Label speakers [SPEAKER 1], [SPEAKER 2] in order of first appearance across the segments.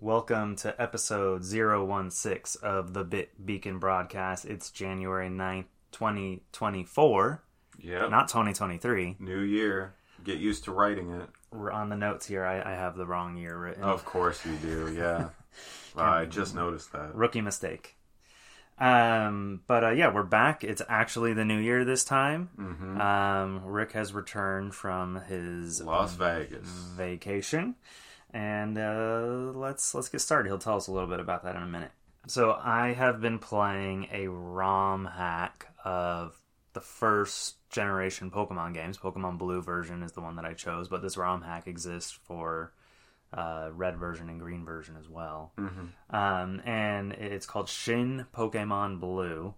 [SPEAKER 1] Welcome to episode 016 of the Bit Beacon broadcast. It's January 9th, 2024,
[SPEAKER 2] Yeah.
[SPEAKER 1] not 2023.
[SPEAKER 2] New year. Get used to writing it.
[SPEAKER 1] We're on the notes here. I, I have the wrong year written.
[SPEAKER 2] Of course you do. Yeah. Wow, I just noticed that.
[SPEAKER 1] Rookie mistake. Um, but uh, yeah, we're back. It's actually the new year this time.
[SPEAKER 2] hmm
[SPEAKER 1] Um, Rick has returned from his
[SPEAKER 2] Las Vegas.
[SPEAKER 1] vacation and uh, let's let's get started he'll tell us a little bit about that in a minute so i have been playing a rom hack of the first generation pokemon games pokemon blue version is the one that i chose but this rom hack exists for uh, red version and green version as well
[SPEAKER 2] Mhm.
[SPEAKER 1] um, and it's called shin pokemon blue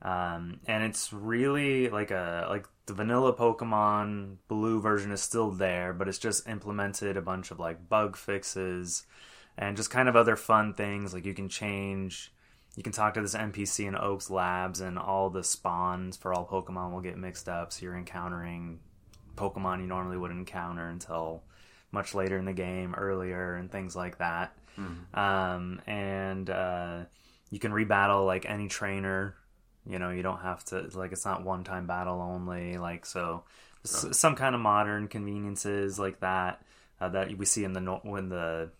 [SPEAKER 1] um, and it's really like a like the vanilla Pokemon Blue version is still there, but it's just implemented a bunch of like bug fixes and just kind of other fun things. Like you can change, you can talk to this NPC in Oaks Labs, and all the spawns for all Pokemon will get mixed up, so you're encountering Pokemon you normally would encounter until much later in the game, earlier, and things like that. Um, and uh, you can rebattle like any trainer you know you don't have to like it's not one time battle only like so s- some kind of modern conveniences like that uh, that we see in the no- when the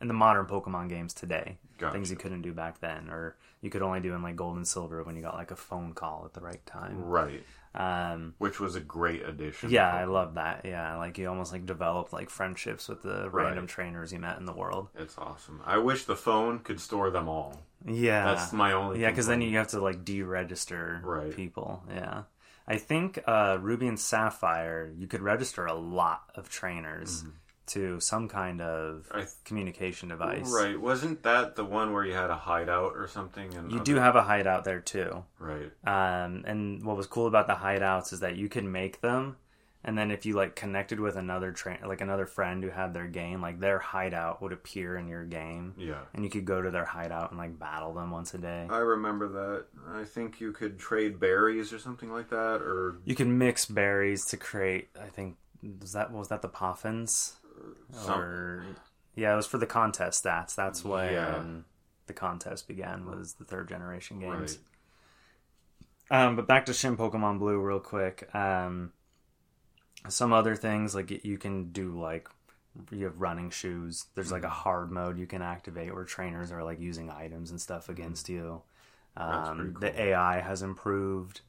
[SPEAKER 1] in the modern pokemon games today
[SPEAKER 2] Gotcha.
[SPEAKER 1] things you couldn't do back then or you could only do in like gold and silver when you got like a phone call at the right time
[SPEAKER 2] Right.
[SPEAKER 1] um
[SPEAKER 2] Which was a great addition.
[SPEAKER 1] yeah i love that yeah like you almost like developed like friendships with the
[SPEAKER 2] Right.
[SPEAKER 1] random trainers you met in the world
[SPEAKER 2] It's awesome. I wish the phone could store them all.
[SPEAKER 1] yeah
[SPEAKER 2] That's my only
[SPEAKER 1] Yeah, because then
[SPEAKER 2] complaint.
[SPEAKER 1] you have to like deregister
[SPEAKER 2] Right.
[SPEAKER 1] people. Yeah, I think uh, Ruby and Sapphire, you could register a lot of trainers
[SPEAKER 2] Mm-hmm.
[SPEAKER 1] to some kind of
[SPEAKER 2] I th-
[SPEAKER 1] communication device.
[SPEAKER 2] Right. Wasn't that the one where you had a hideout or something? And
[SPEAKER 1] You
[SPEAKER 2] other-
[SPEAKER 1] do have a hideout there too.
[SPEAKER 2] Right.
[SPEAKER 1] Um, and what was cool about the hideouts is that you could make them, and then if you like connected with another train, like another friend who had their game, like their hideout would appear in your game,
[SPEAKER 2] Yeah.
[SPEAKER 1] and you could go to their hideout and like battle them once a day.
[SPEAKER 2] I remember that. I think you could trade berries or something like that, or
[SPEAKER 1] You can mix berries to create. I think was that was that the poffins?
[SPEAKER 2] some-
[SPEAKER 1] Or yeah, it was for the contest stats. That's when
[SPEAKER 2] Yeah.
[SPEAKER 1] the contest began. Was the third generation games.
[SPEAKER 2] Right.
[SPEAKER 1] Um, but back to Shin Pokemon Blue real quick. Um, some other things like you can do like you have running shoes. There's like a
[SPEAKER 2] Mm-hmm.
[SPEAKER 1] hard mode you can activate where trainers are like using items and stuff against you.
[SPEAKER 2] Mm-hmm. That's pretty
[SPEAKER 1] Um, The
[SPEAKER 2] cool.
[SPEAKER 1] AI has improved.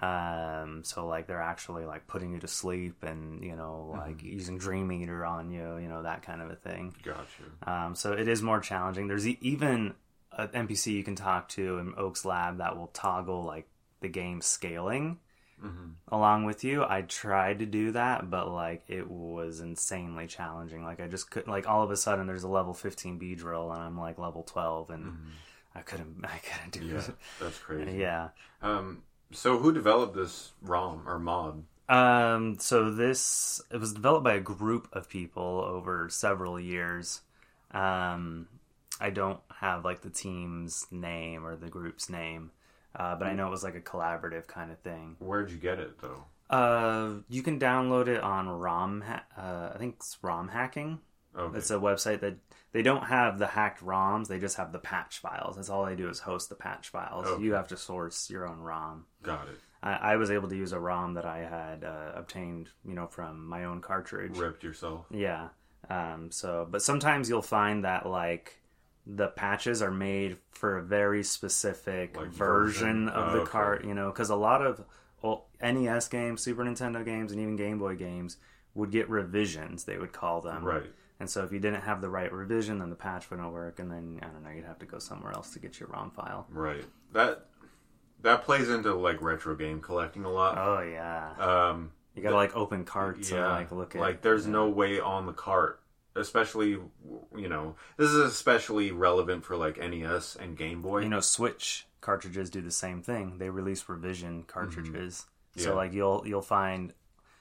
[SPEAKER 1] Um, so like they're actually like putting you to sleep and you know like using Dream Eater on you, you know that kind of a thing.
[SPEAKER 2] Gotcha.
[SPEAKER 1] Um, so it is more challenging. There's e- even an NPC you can talk to in Oak's lab that will toggle like the game scaling
[SPEAKER 2] Mhm.
[SPEAKER 1] along with you. I tried to do that, but like it was insanely challenging. Like I just could like all of a sudden there's a level 15B drill and I'm like level 12 and I couldn't I couldn't do
[SPEAKER 2] Mm-hmm. Yeah. That's
[SPEAKER 1] it.
[SPEAKER 2] crazy.
[SPEAKER 1] Yeah.
[SPEAKER 2] Um, so who developed this ROM or mod?
[SPEAKER 1] Um, so this it was developed by a group of people over several years. Um, I don't have like the team's name or the group's name, uh, but I know it was like a collaborative kind of thing.
[SPEAKER 2] Where'd you get it though?
[SPEAKER 1] Uh, you can download it on ROM. Ha- uh, I think it's ROM hacking.
[SPEAKER 2] Okay.
[SPEAKER 1] It's a website that they don't have the hacked ROMs. They just have the patch files. That's all they do is host the patch files.
[SPEAKER 2] Okay.
[SPEAKER 1] You have to source your own ROM.
[SPEAKER 2] Got it.
[SPEAKER 1] I, I was able to use a ROM that I had uh, obtained, you know, from my own cartridge.
[SPEAKER 2] Ripped yourself.
[SPEAKER 1] Yeah. Um, so, but sometimes you'll find that like the patches are made for a very specific
[SPEAKER 2] Like,
[SPEAKER 1] version,
[SPEAKER 2] version.
[SPEAKER 1] of
[SPEAKER 2] Oh,
[SPEAKER 1] the
[SPEAKER 2] okay.
[SPEAKER 1] cart, you know, because a lot of well, NES games, Super Nintendo games, and even Game Boy games would get revisions. They would call them
[SPEAKER 2] Right.
[SPEAKER 1] And so, if you didn't have the right revision, then the patch wouldn't work, and then I don't know, you'd have to go somewhere else to get your ROM file.
[SPEAKER 2] Right. That that plays into like retro game collecting a lot.
[SPEAKER 1] Oh yeah,
[SPEAKER 2] Um,
[SPEAKER 1] you gotta like open carts and
[SPEAKER 2] yeah.
[SPEAKER 1] like look at
[SPEAKER 2] like there's no way on the cart, especially you know this is especially relevant for like NES and Game Boy.
[SPEAKER 1] you know switch cartridges do the same thing they release revision cartridges so
[SPEAKER 2] Mm-hmm. Yeah.
[SPEAKER 1] like you'll you'll find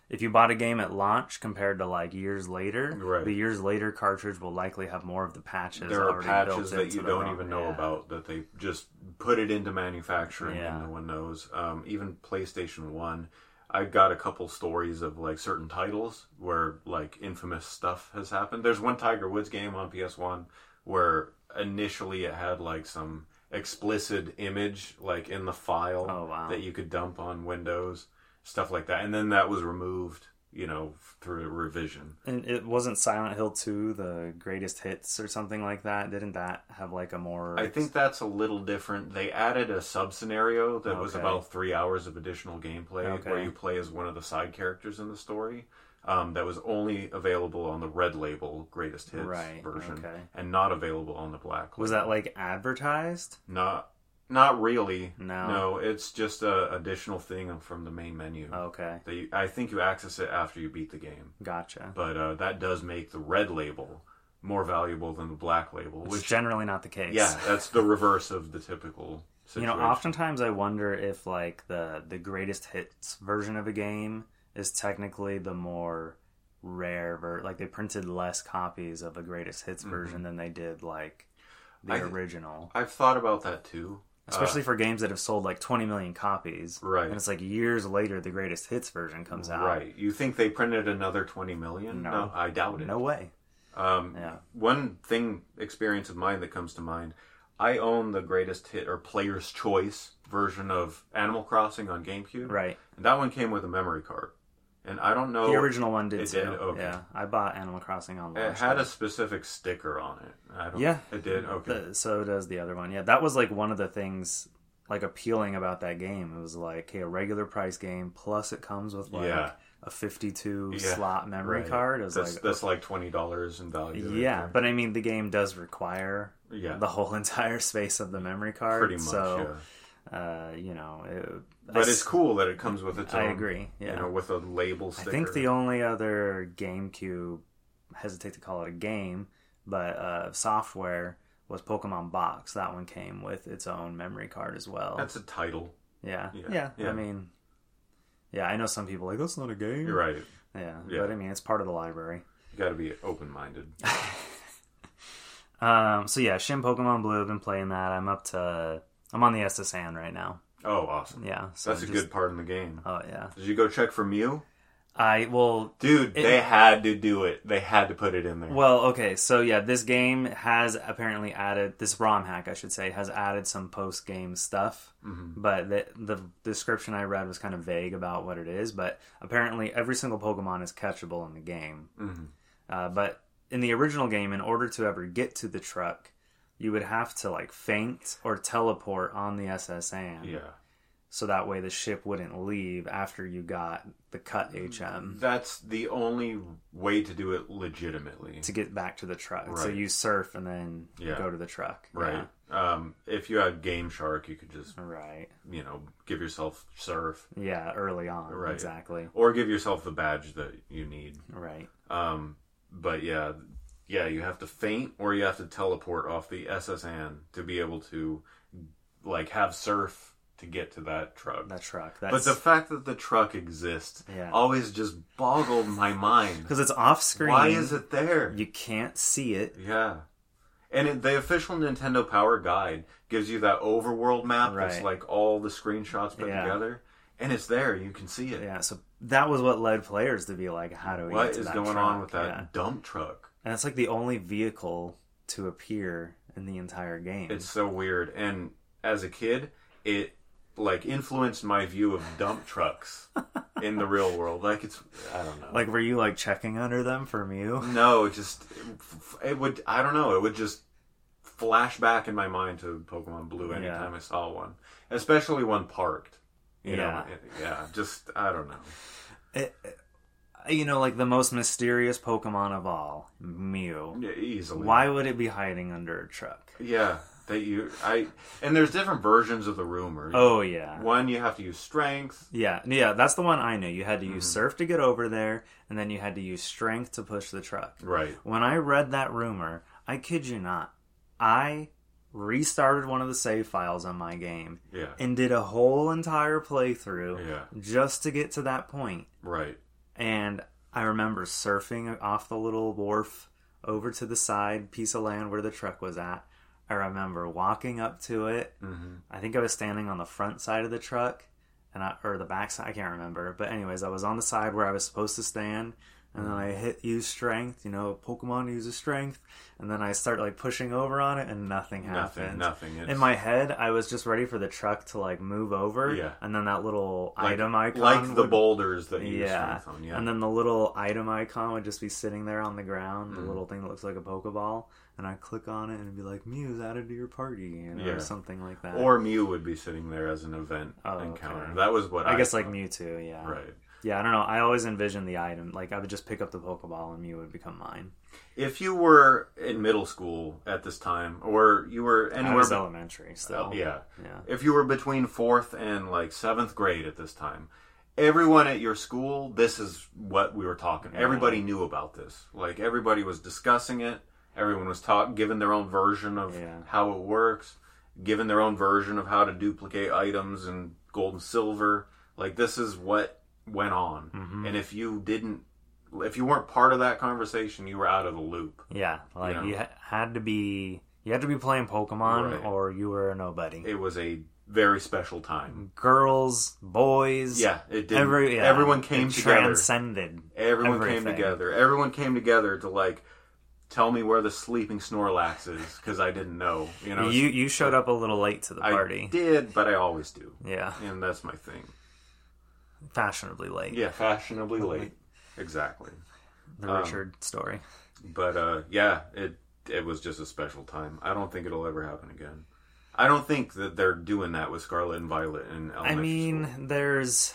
[SPEAKER 1] if you bought a game at launch compared to like years later
[SPEAKER 2] Right.
[SPEAKER 1] the years later cartridge will likely have more of the patches
[SPEAKER 2] there are
[SPEAKER 1] already
[SPEAKER 2] patches
[SPEAKER 1] built
[SPEAKER 2] that
[SPEAKER 1] into
[SPEAKER 2] you
[SPEAKER 1] the
[SPEAKER 2] don't
[SPEAKER 1] ROM.
[SPEAKER 2] even know
[SPEAKER 1] Yeah.
[SPEAKER 2] about that they just put it into manufacturing
[SPEAKER 1] Yeah.
[SPEAKER 2] and no one knows. Um, even PlayStation One, I got a couple stories of like certain titles where like infamous stuff has happened. There's one Tiger Woods game on PS1 where initially it had like some explicit image like in the file
[SPEAKER 1] Oh, wow.
[SPEAKER 2] that you could dump on Windows, stuff like that. And then that was removed, you know, through revision.
[SPEAKER 1] And it wasn't Silent Hill 2 the greatest hits or something like that? Didn't that have like a more
[SPEAKER 2] I think that's a little different. They added a sub scenario that was
[SPEAKER 1] Okay.
[SPEAKER 2] about three hours of additional gameplay where
[SPEAKER 1] Okay.
[SPEAKER 2] you play as one of the side characters in the story. Um, that was only available on the red label greatest hits
[SPEAKER 1] Right,
[SPEAKER 2] version
[SPEAKER 1] okay.
[SPEAKER 2] and not available on the black
[SPEAKER 1] was
[SPEAKER 2] label.
[SPEAKER 1] that like advertised?
[SPEAKER 2] not not really
[SPEAKER 1] No.
[SPEAKER 2] no it's just a additional thing from the main menu
[SPEAKER 1] Okay.
[SPEAKER 2] that you, i think you access it after you beat the game
[SPEAKER 1] Gotcha.
[SPEAKER 2] but uh, that does make the red label more valuable than the black label
[SPEAKER 1] Which is
[SPEAKER 2] which
[SPEAKER 1] generally not the case.
[SPEAKER 2] yeah that's the reverse of the typical
[SPEAKER 1] You
[SPEAKER 2] situation
[SPEAKER 1] know, oftentimes I wonder if like the the greatest hits version of a game is technically the more rare ver- like they printed less copies of a greatest hits version than they did like the
[SPEAKER 2] Mm-hmm. I-
[SPEAKER 1] original.
[SPEAKER 2] I've thought about that too. Uh,
[SPEAKER 1] Especially for games that have sold like 20 million copies.
[SPEAKER 2] Right.
[SPEAKER 1] And it's like years later the greatest hits version comes out.
[SPEAKER 2] Right. You think they printed another 20 million?
[SPEAKER 1] No.
[SPEAKER 2] I doubt it.
[SPEAKER 1] No way.
[SPEAKER 2] Um,
[SPEAKER 1] Yeah.
[SPEAKER 2] One thing, experience of mine that comes to mind I own the greatest hit or player's choice version of Animal Crossing on GameCube.
[SPEAKER 1] Right.
[SPEAKER 2] And that one came with a memory card. And I don't know.
[SPEAKER 1] The original one did
[SPEAKER 2] it
[SPEAKER 1] too.
[SPEAKER 2] did? Okay.
[SPEAKER 1] Yeah, I bought Animal Crossing on
[SPEAKER 2] It
[SPEAKER 1] launch.
[SPEAKER 2] had
[SPEAKER 1] day.
[SPEAKER 2] a specific sticker on it. I don't,
[SPEAKER 1] Yeah.
[SPEAKER 2] Oh, It did? Okay.
[SPEAKER 1] The- so does the other one. Yeah, that was like one of the things like appealing about that game. It was like, hey, a regular price game plus it comes with like
[SPEAKER 2] Yeah.
[SPEAKER 1] a 52
[SPEAKER 2] Yeah,
[SPEAKER 1] slot memory
[SPEAKER 2] Right.
[SPEAKER 1] card. It was
[SPEAKER 2] that's,
[SPEAKER 1] like
[SPEAKER 2] that's like $20 in value. right
[SPEAKER 1] yeah,
[SPEAKER 2] there.
[SPEAKER 1] but I mean the game does require
[SPEAKER 2] Yeah.
[SPEAKER 1] the whole entire space of the memory card.
[SPEAKER 2] Pretty much.
[SPEAKER 1] so,
[SPEAKER 2] yeah.
[SPEAKER 1] uh, you know, it,
[SPEAKER 2] But
[SPEAKER 1] I,
[SPEAKER 2] it's cool that it comes with its
[SPEAKER 1] I
[SPEAKER 2] own.
[SPEAKER 1] agree. Yeah.
[SPEAKER 2] You know, with a label
[SPEAKER 1] I
[SPEAKER 2] sticker.
[SPEAKER 1] think the only other GameCube, hesitate to call it a game, but uh, software was Pokemon Box. That one came with its own memory card as well.
[SPEAKER 2] That's a title.
[SPEAKER 1] yeah.
[SPEAKER 2] yeah,
[SPEAKER 1] yeah,
[SPEAKER 2] yeah.
[SPEAKER 1] I mean, yeah, I know some people are like that's not a game.
[SPEAKER 2] You're right.
[SPEAKER 1] Yeah,
[SPEAKER 2] Yeah.
[SPEAKER 1] but I mean, it's part of the library.
[SPEAKER 2] You got to be open minded.
[SPEAKER 1] Um, so yeah, Shin Pokemon Blue. I've been playing that. I'm up to. I'm on the SSN right now.
[SPEAKER 2] Oh, awesome.
[SPEAKER 1] Yeah, so
[SPEAKER 2] That's a
[SPEAKER 1] just-
[SPEAKER 2] good part in the game.
[SPEAKER 1] Oh yeah,
[SPEAKER 2] Did you go check for Mew?
[SPEAKER 1] I well
[SPEAKER 2] Dude,
[SPEAKER 1] It-
[SPEAKER 2] they had to do it. They had to put it in there.
[SPEAKER 1] Well, okay, so yeah, this game has apparently added this ROM hack, I should say, has added some post game stuff,
[SPEAKER 2] Mhm.
[SPEAKER 1] but the, the description I read was kind of vague about what it is. But apparently, every single Pokemon is catchable in the game.
[SPEAKER 2] Mhm.
[SPEAKER 1] Uh, but in the original game, in order to ever get to the truck, you would have to like faint or teleport on the SSN,
[SPEAKER 2] Yeah.
[SPEAKER 1] so that way the ship wouldn't leave after you got the cut HM.
[SPEAKER 2] That's the only way to do it legitimately.
[SPEAKER 1] to get back to the truck. So
[SPEAKER 2] Right.
[SPEAKER 1] you surf and then you
[SPEAKER 2] Yeah.
[SPEAKER 1] go to the truck.
[SPEAKER 2] Right. Um, if you had Game Shark, you could just,
[SPEAKER 1] Yeah. Right.
[SPEAKER 2] you know, give yourself surf
[SPEAKER 1] Yeah, early on.
[SPEAKER 2] Right.
[SPEAKER 1] Exactly.
[SPEAKER 2] or give yourself the badge that you need.
[SPEAKER 1] Right.
[SPEAKER 2] Um, but yeah, yeah, you have to faint or you have to teleport off the SSN to be able to like have surf to get to that truck.
[SPEAKER 1] That truck.
[SPEAKER 2] But
[SPEAKER 1] That's
[SPEAKER 2] the fact that the truck exists
[SPEAKER 1] Yeah.
[SPEAKER 2] always just boggled my mind.
[SPEAKER 1] because it's off screen.
[SPEAKER 2] Why is it there?
[SPEAKER 1] You can't see it.
[SPEAKER 2] Yeah. And it, the official Nintendo Power Guide gives you that overworld map that's
[SPEAKER 1] Right.
[SPEAKER 2] like all the screenshots put
[SPEAKER 1] Yeah.
[SPEAKER 2] together, and it's there. You can see it.
[SPEAKER 1] Yeah. Oh, So that was what led players to be like, "How do we?"
[SPEAKER 2] What
[SPEAKER 1] get to
[SPEAKER 2] is
[SPEAKER 1] that
[SPEAKER 2] going
[SPEAKER 1] truck?
[SPEAKER 2] on with that
[SPEAKER 1] Yeah.
[SPEAKER 2] dump truck?
[SPEAKER 1] And it's like the only vehicle to appear in the entire game.
[SPEAKER 2] It's so weird. And as a kid, it like influenced my view of dump trucks in the real world. Like it's I don't know.
[SPEAKER 1] like, were you like checking under them for Mew?
[SPEAKER 2] no, it just it would I don't know. It would just flash back in my mind to Pokemon Blue anytime I saw one, especially one parked. You know,
[SPEAKER 1] Yeah.
[SPEAKER 2] yeah, just I don't know.
[SPEAKER 1] It, you know, like the most mysterious Pokemon of all, Mew.
[SPEAKER 2] Yeah, easily.
[SPEAKER 1] Why would it be hiding under a truck?
[SPEAKER 2] Yeah, that you I and there's different versions of the rumor.
[SPEAKER 1] Oh yeah.
[SPEAKER 2] One you have to use strength.
[SPEAKER 1] Yeah, yeah, that's the one I knew. You had to use surf to get over there, and then you had to use strength to push the truck.
[SPEAKER 2] Right.
[SPEAKER 1] When I read that rumor, I kid you not, I restarted one of the save files on my game
[SPEAKER 2] Yeah.
[SPEAKER 1] and did a whole entire playthrough
[SPEAKER 2] Yeah.
[SPEAKER 1] just to get to that point.
[SPEAKER 2] Right.
[SPEAKER 1] And I remember surfing off the little wharf over to the side piece of land where the truck was at. I remember walking up to it
[SPEAKER 2] hmm
[SPEAKER 1] I think I was standing on the front side of the truck and I or the back side. I can't remember. But anyways, I was on the side where I was supposed to stand, and then
[SPEAKER 2] Mm.
[SPEAKER 1] I hit use strength. You know, Pokemon uses strength, and then I start like pushing over on it, and nothing happens.
[SPEAKER 2] Nothing, nothing. It's,
[SPEAKER 1] In my head, I was just ready for the truck to like move over,
[SPEAKER 2] Yeah.
[SPEAKER 1] and then that little
[SPEAKER 2] Like-
[SPEAKER 1] item icon,
[SPEAKER 2] like the
[SPEAKER 1] would-
[SPEAKER 2] boulders that you
[SPEAKER 1] yeah.
[SPEAKER 2] strength on. Yeah,
[SPEAKER 1] And then the little item icon would just be sitting there on the ground, the
[SPEAKER 2] Mhm.
[SPEAKER 1] little thing that looks like a Pokeball, and I click on it and it'd be like Mew's added to your party, you know,
[SPEAKER 2] Yeah.
[SPEAKER 1] or something like that.
[SPEAKER 2] or Mew would be sitting there as an event
[SPEAKER 1] Oh, okay.
[SPEAKER 2] encounter. That was what I,
[SPEAKER 1] I guess like
[SPEAKER 2] thought.
[SPEAKER 1] Mewtwo, yeah.
[SPEAKER 2] Right.
[SPEAKER 1] Yeah, I don't know. I always envisioned the item like I would just pick up the Pokeball and Mew would become mine.
[SPEAKER 2] If you were in middle school at this time, or you were
[SPEAKER 1] And
[SPEAKER 2] anywhere,
[SPEAKER 1] I was
[SPEAKER 2] be-
[SPEAKER 1] elementary still.
[SPEAKER 2] yeah,
[SPEAKER 1] Yeah.
[SPEAKER 2] if you were between fourth and like seventh grade at this time, everyone at your school, this is what we were talking. Everybody knew about this. Like everybody was discussing it. Everyone was taught, given their own version of
[SPEAKER 1] Yeah.
[SPEAKER 2] how it works, given their own version of how to duplicate items and gold and silver. Like this is what went on.
[SPEAKER 1] Mhm.
[SPEAKER 2] And if you didn't, if you weren't part of that conversation, you were out of the loop.
[SPEAKER 1] Yeah. Like
[SPEAKER 2] Yeah.
[SPEAKER 1] you ha- had to be you had to be playing Pokemon
[SPEAKER 2] Right.
[SPEAKER 1] or you were a nobody.
[SPEAKER 2] It was a very special time.
[SPEAKER 1] Girls, boys,
[SPEAKER 2] Yeah, it did.
[SPEAKER 1] every yeah,
[SPEAKER 2] everyone came
[SPEAKER 1] it
[SPEAKER 2] together.
[SPEAKER 1] transcended.
[SPEAKER 2] Everyone came
[SPEAKER 1] Everything.
[SPEAKER 2] together. Everyone came together to like tell me where the sleeping Snorlax is because I didn't know. You know,
[SPEAKER 1] you you showed up a little late to the
[SPEAKER 2] I
[SPEAKER 1] party.
[SPEAKER 2] did, but I always do,
[SPEAKER 1] Yeah,
[SPEAKER 2] and that's my thing.
[SPEAKER 1] fashionably late.
[SPEAKER 2] Yeah, fashionably late, exactly.
[SPEAKER 1] the
[SPEAKER 2] um,
[SPEAKER 1] Richard story.
[SPEAKER 2] But uh, yeah, it it was just a special time. I don't think it'll ever happen again. I don't think that they're doing that with Scarlet and Violet in elementary
[SPEAKER 1] I mean,
[SPEAKER 2] school.
[SPEAKER 1] there's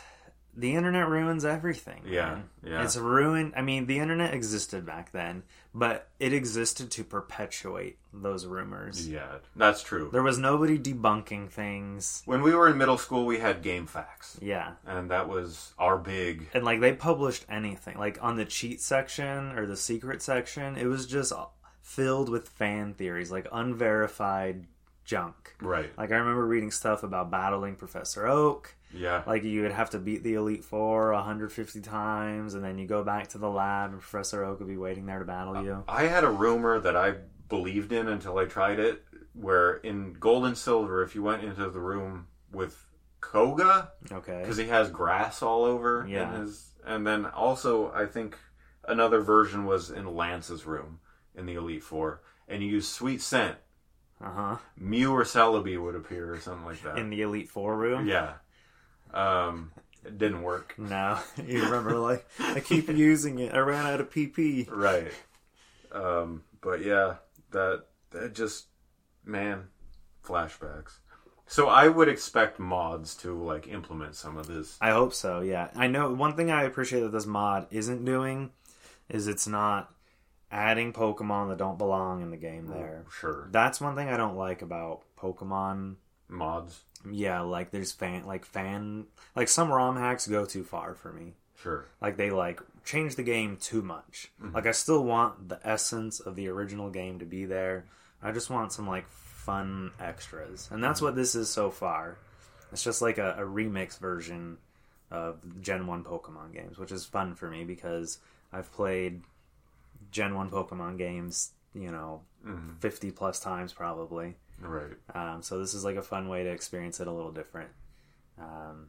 [SPEAKER 1] the internet ruins everything.
[SPEAKER 2] yeah,
[SPEAKER 1] man.
[SPEAKER 2] yeah,
[SPEAKER 1] mm, It's ruined. I mean, the internet existed back then, but it existed to perpetuate those rumors.
[SPEAKER 2] yeah. That's true.
[SPEAKER 1] There was nobody debunking things.
[SPEAKER 2] When we were in middle school, we had Game Facts,
[SPEAKER 1] Yeah.
[SPEAKER 2] and that was our big
[SPEAKER 1] And like they published anything, like on the cheat section or the secret section, it was just filled with fan theories, like unverified junk.
[SPEAKER 2] right.
[SPEAKER 1] Like I remember reading stuff about battling Professor Oak.
[SPEAKER 2] Yeah.
[SPEAKER 1] Like you would have to beat the Elite Four 150 times, and then you go back to the lab, and Professor Oak would be waiting there to
[SPEAKER 2] Uh,
[SPEAKER 1] battle you.
[SPEAKER 2] I had a rumor that I believed in until I tried it, where in gold and silver, if you went into the room with Koga,
[SPEAKER 1] Okay.
[SPEAKER 2] because he has grass all over,
[SPEAKER 1] Yeah.
[SPEAKER 2] in his, and then also I think another version was in Lance's room in the Elite Four, and you use sweet scent,
[SPEAKER 1] Uh huh.
[SPEAKER 2] Mew or Celebi would appear or something like that.
[SPEAKER 1] In the Elite Four room.
[SPEAKER 2] yeah, um, it didn't work.
[SPEAKER 1] No, you remember like I keep using it. I ran out of PP.
[SPEAKER 2] right um but yeah that that just man flashbacks so i would expect mods to like implement some of this
[SPEAKER 1] I hope so. Yeah, I know one thing I appreciate that this mod isn't doing is it's not adding Pokemon that don't belong in the game.
[SPEAKER 2] Mm.
[SPEAKER 1] There,
[SPEAKER 2] sure
[SPEAKER 1] that's one thing I don't like about Pokemon
[SPEAKER 2] mods
[SPEAKER 1] Yeah, like there's fan, like fan, like some ROM hacks go too far for me.
[SPEAKER 2] sure
[SPEAKER 1] Like they like change the game too much. Like I still want the essence of the original game to be there. I just want some like fun extras, and that's what this is so far. It's just like a, a remix version of Gen One Pokemon games, which is fun for me because I've played Gen One Pokemon games, you know,
[SPEAKER 2] Mhm.
[SPEAKER 1] fifty plus times probably.
[SPEAKER 2] right
[SPEAKER 1] Um, so this is like a fun way to experience it a little different. Um,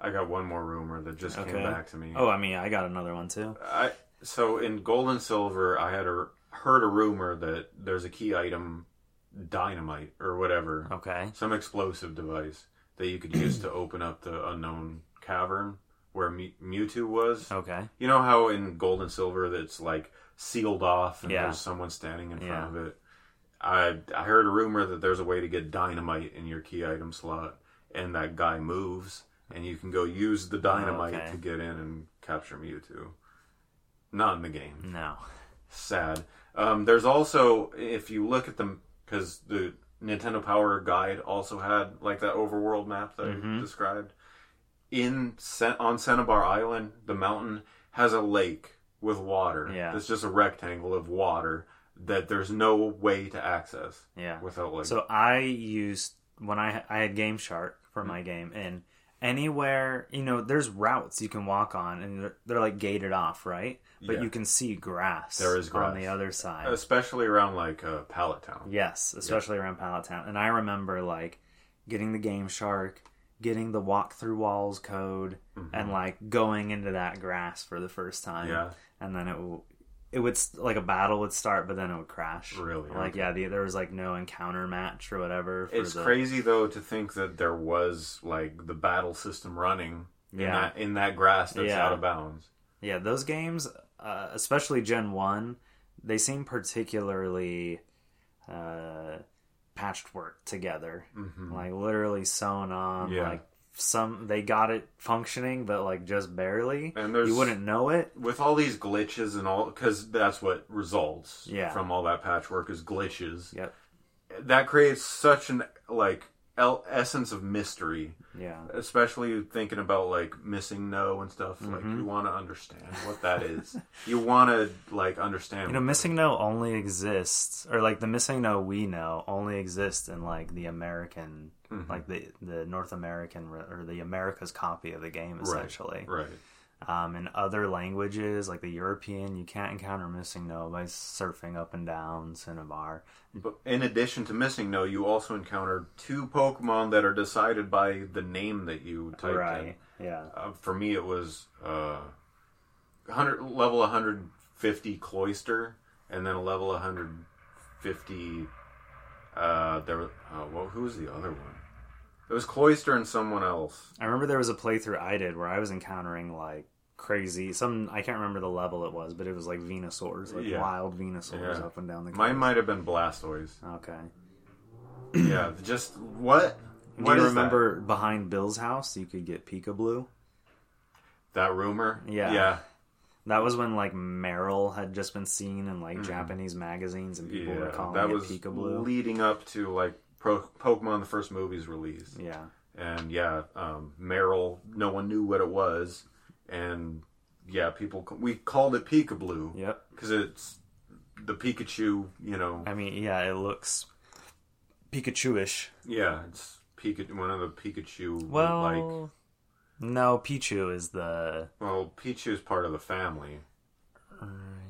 [SPEAKER 2] i got one more rumor that just
[SPEAKER 1] Okay.
[SPEAKER 2] came back to me
[SPEAKER 1] oh, I mean, I got another one too.
[SPEAKER 2] I, so in gold and silver i had a, heard a rumor that there's a key item dynamite or whatever
[SPEAKER 1] Okay.
[SPEAKER 2] some explosive device that you could use to open up the unknown cavern where Mew- Mewtwo was.
[SPEAKER 1] Okay.
[SPEAKER 2] You know how in Gold and Silver that's like sealed off and
[SPEAKER 1] Yeah.
[SPEAKER 2] there's someone standing in
[SPEAKER 1] Yeah.
[SPEAKER 2] front of it. I I heard a rumor that there's a way to get dynamite in your key item slot, and that guy moves, and you can go use the dynamite
[SPEAKER 1] Oh, okay.
[SPEAKER 2] to get in and capture Mewtwo. Not in the game
[SPEAKER 1] No.
[SPEAKER 2] sad. Um, there's also if you look at them because the Nintendo Power Guide also had like that overworld map that I
[SPEAKER 1] Mhm.
[SPEAKER 2] described. In Cen- on Cinnabar Island, the mountain has a lake with water.
[SPEAKER 1] Yeah.
[SPEAKER 2] it's just a rectangle of water that there's no way to access
[SPEAKER 1] Yeah.
[SPEAKER 2] without like
[SPEAKER 1] So I used when I I had Game Shark for
[SPEAKER 2] Mm-hmm.
[SPEAKER 1] my game, and anywhere you know, there's routes you can walk on, and they're, they're like gated off, right? But
[SPEAKER 2] Yeah.
[SPEAKER 1] you can see grass.
[SPEAKER 2] There is
[SPEAKER 1] on the
[SPEAKER 2] grass.
[SPEAKER 1] other side.
[SPEAKER 2] especially around like uh, Pallet Town.
[SPEAKER 1] Yes, especially around Pallet Town. And I remember like getting the Game Shark getting the walk through walls code
[SPEAKER 2] Mhm.
[SPEAKER 1] and like going into that grass for the first time.
[SPEAKER 2] yeah,
[SPEAKER 1] And then it w- it would st- like a battle would start, but then it would crash.
[SPEAKER 2] really.
[SPEAKER 1] Like yeah, the, there was like no encounter match or whatever. For
[SPEAKER 2] It's
[SPEAKER 1] the,
[SPEAKER 2] crazy though to think that there was like the battle system running in
[SPEAKER 1] Yeah,
[SPEAKER 2] that in that grass that's
[SPEAKER 1] Yeah.
[SPEAKER 2] out of bounds.
[SPEAKER 1] yeah. Those games, uh, especially Gen One, they seem particularly uh, patched work together.
[SPEAKER 2] Mm-hmm.
[SPEAKER 1] like literally sewn on
[SPEAKER 2] Yeah.
[SPEAKER 1] like some they got it functioning but like just barely
[SPEAKER 2] and there's
[SPEAKER 1] you wouldn't know it
[SPEAKER 2] with all these glitches and all because that's what results
[SPEAKER 1] Yeah.
[SPEAKER 2] from all that patchwork is glitches.
[SPEAKER 1] Yep.
[SPEAKER 2] That creates such an like el- essence of mystery,
[SPEAKER 1] yeah
[SPEAKER 2] especially thinking about like missing no and stuff. Like
[SPEAKER 1] Mhm.
[SPEAKER 2] you want to understand what that is. you want to like understand.
[SPEAKER 1] you know
[SPEAKER 2] what-
[SPEAKER 1] missing no only exists or like the missing no we know only exists in like the american
[SPEAKER 2] Mhm.
[SPEAKER 1] like the the north american re- or the america's copy of the game
[SPEAKER 2] Right.
[SPEAKER 1] essentially
[SPEAKER 2] right.
[SPEAKER 1] um in other languages like the european you can't encounter missing no by surfing up and down cinnabar
[SPEAKER 2] But in addition to missing no, you also encounter two Pokemon that are decided by the name that you typed in.
[SPEAKER 1] right yeah
[SPEAKER 2] Uh, for me, it was uh, 100 level 150 cloister, and then a level 150. Uh, there. were- Uh, well, who was the other one? It was cloister and someone else.
[SPEAKER 1] I remember there was a playthrough I did where I was encountering like crazy some I can't remember the level it was, but it was like Venusaurs, like
[SPEAKER 2] Yeah.
[SPEAKER 1] wild Venusaurs
[SPEAKER 2] Yeah.
[SPEAKER 1] up and down the
[SPEAKER 2] Mine
[SPEAKER 1] coast.
[SPEAKER 2] might have been Blastoise.
[SPEAKER 1] Okay.
[SPEAKER 2] yeah, just what?
[SPEAKER 1] Do
[SPEAKER 2] what
[SPEAKER 1] you
[SPEAKER 2] is
[SPEAKER 1] remember behind Bill's house you could get Pika Blue?
[SPEAKER 2] that, that rumor?
[SPEAKER 1] Yeah.
[SPEAKER 2] yeah,
[SPEAKER 1] That was when like Meryl had just been seen in like
[SPEAKER 2] Mhm.
[SPEAKER 1] Japanese magazines and people were
[SPEAKER 2] yeah.
[SPEAKER 1] calling
[SPEAKER 2] That
[SPEAKER 1] it
[SPEAKER 2] was
[SPEAKER 1] Pika Blue.
[SPEAKER 2] leading up to like Pro- Pokemon the first movie's release.
[SPEAKER 1] yeah.
[SPEAKER 2] and yeah, um, Merrill, no one knew what it was, and yeah, people we called it Pika Blue
[SPEAKER 1] Yep.
[SPEAKER 2] because it's the Pikachu, you know,
[SPEAKER 1] I mean, yeah, it looks Pikachu-ish.
[SPEAKER 2] yeah, it's Pika one of the Pikachu
[SPEAKER 1] Well,
[SPEAKER 2] like
[SPEAKER 1] no, Pichu is the
[SPEAKER 2] well, Pichu's part of the family.
[SPEAKER 1] Uh,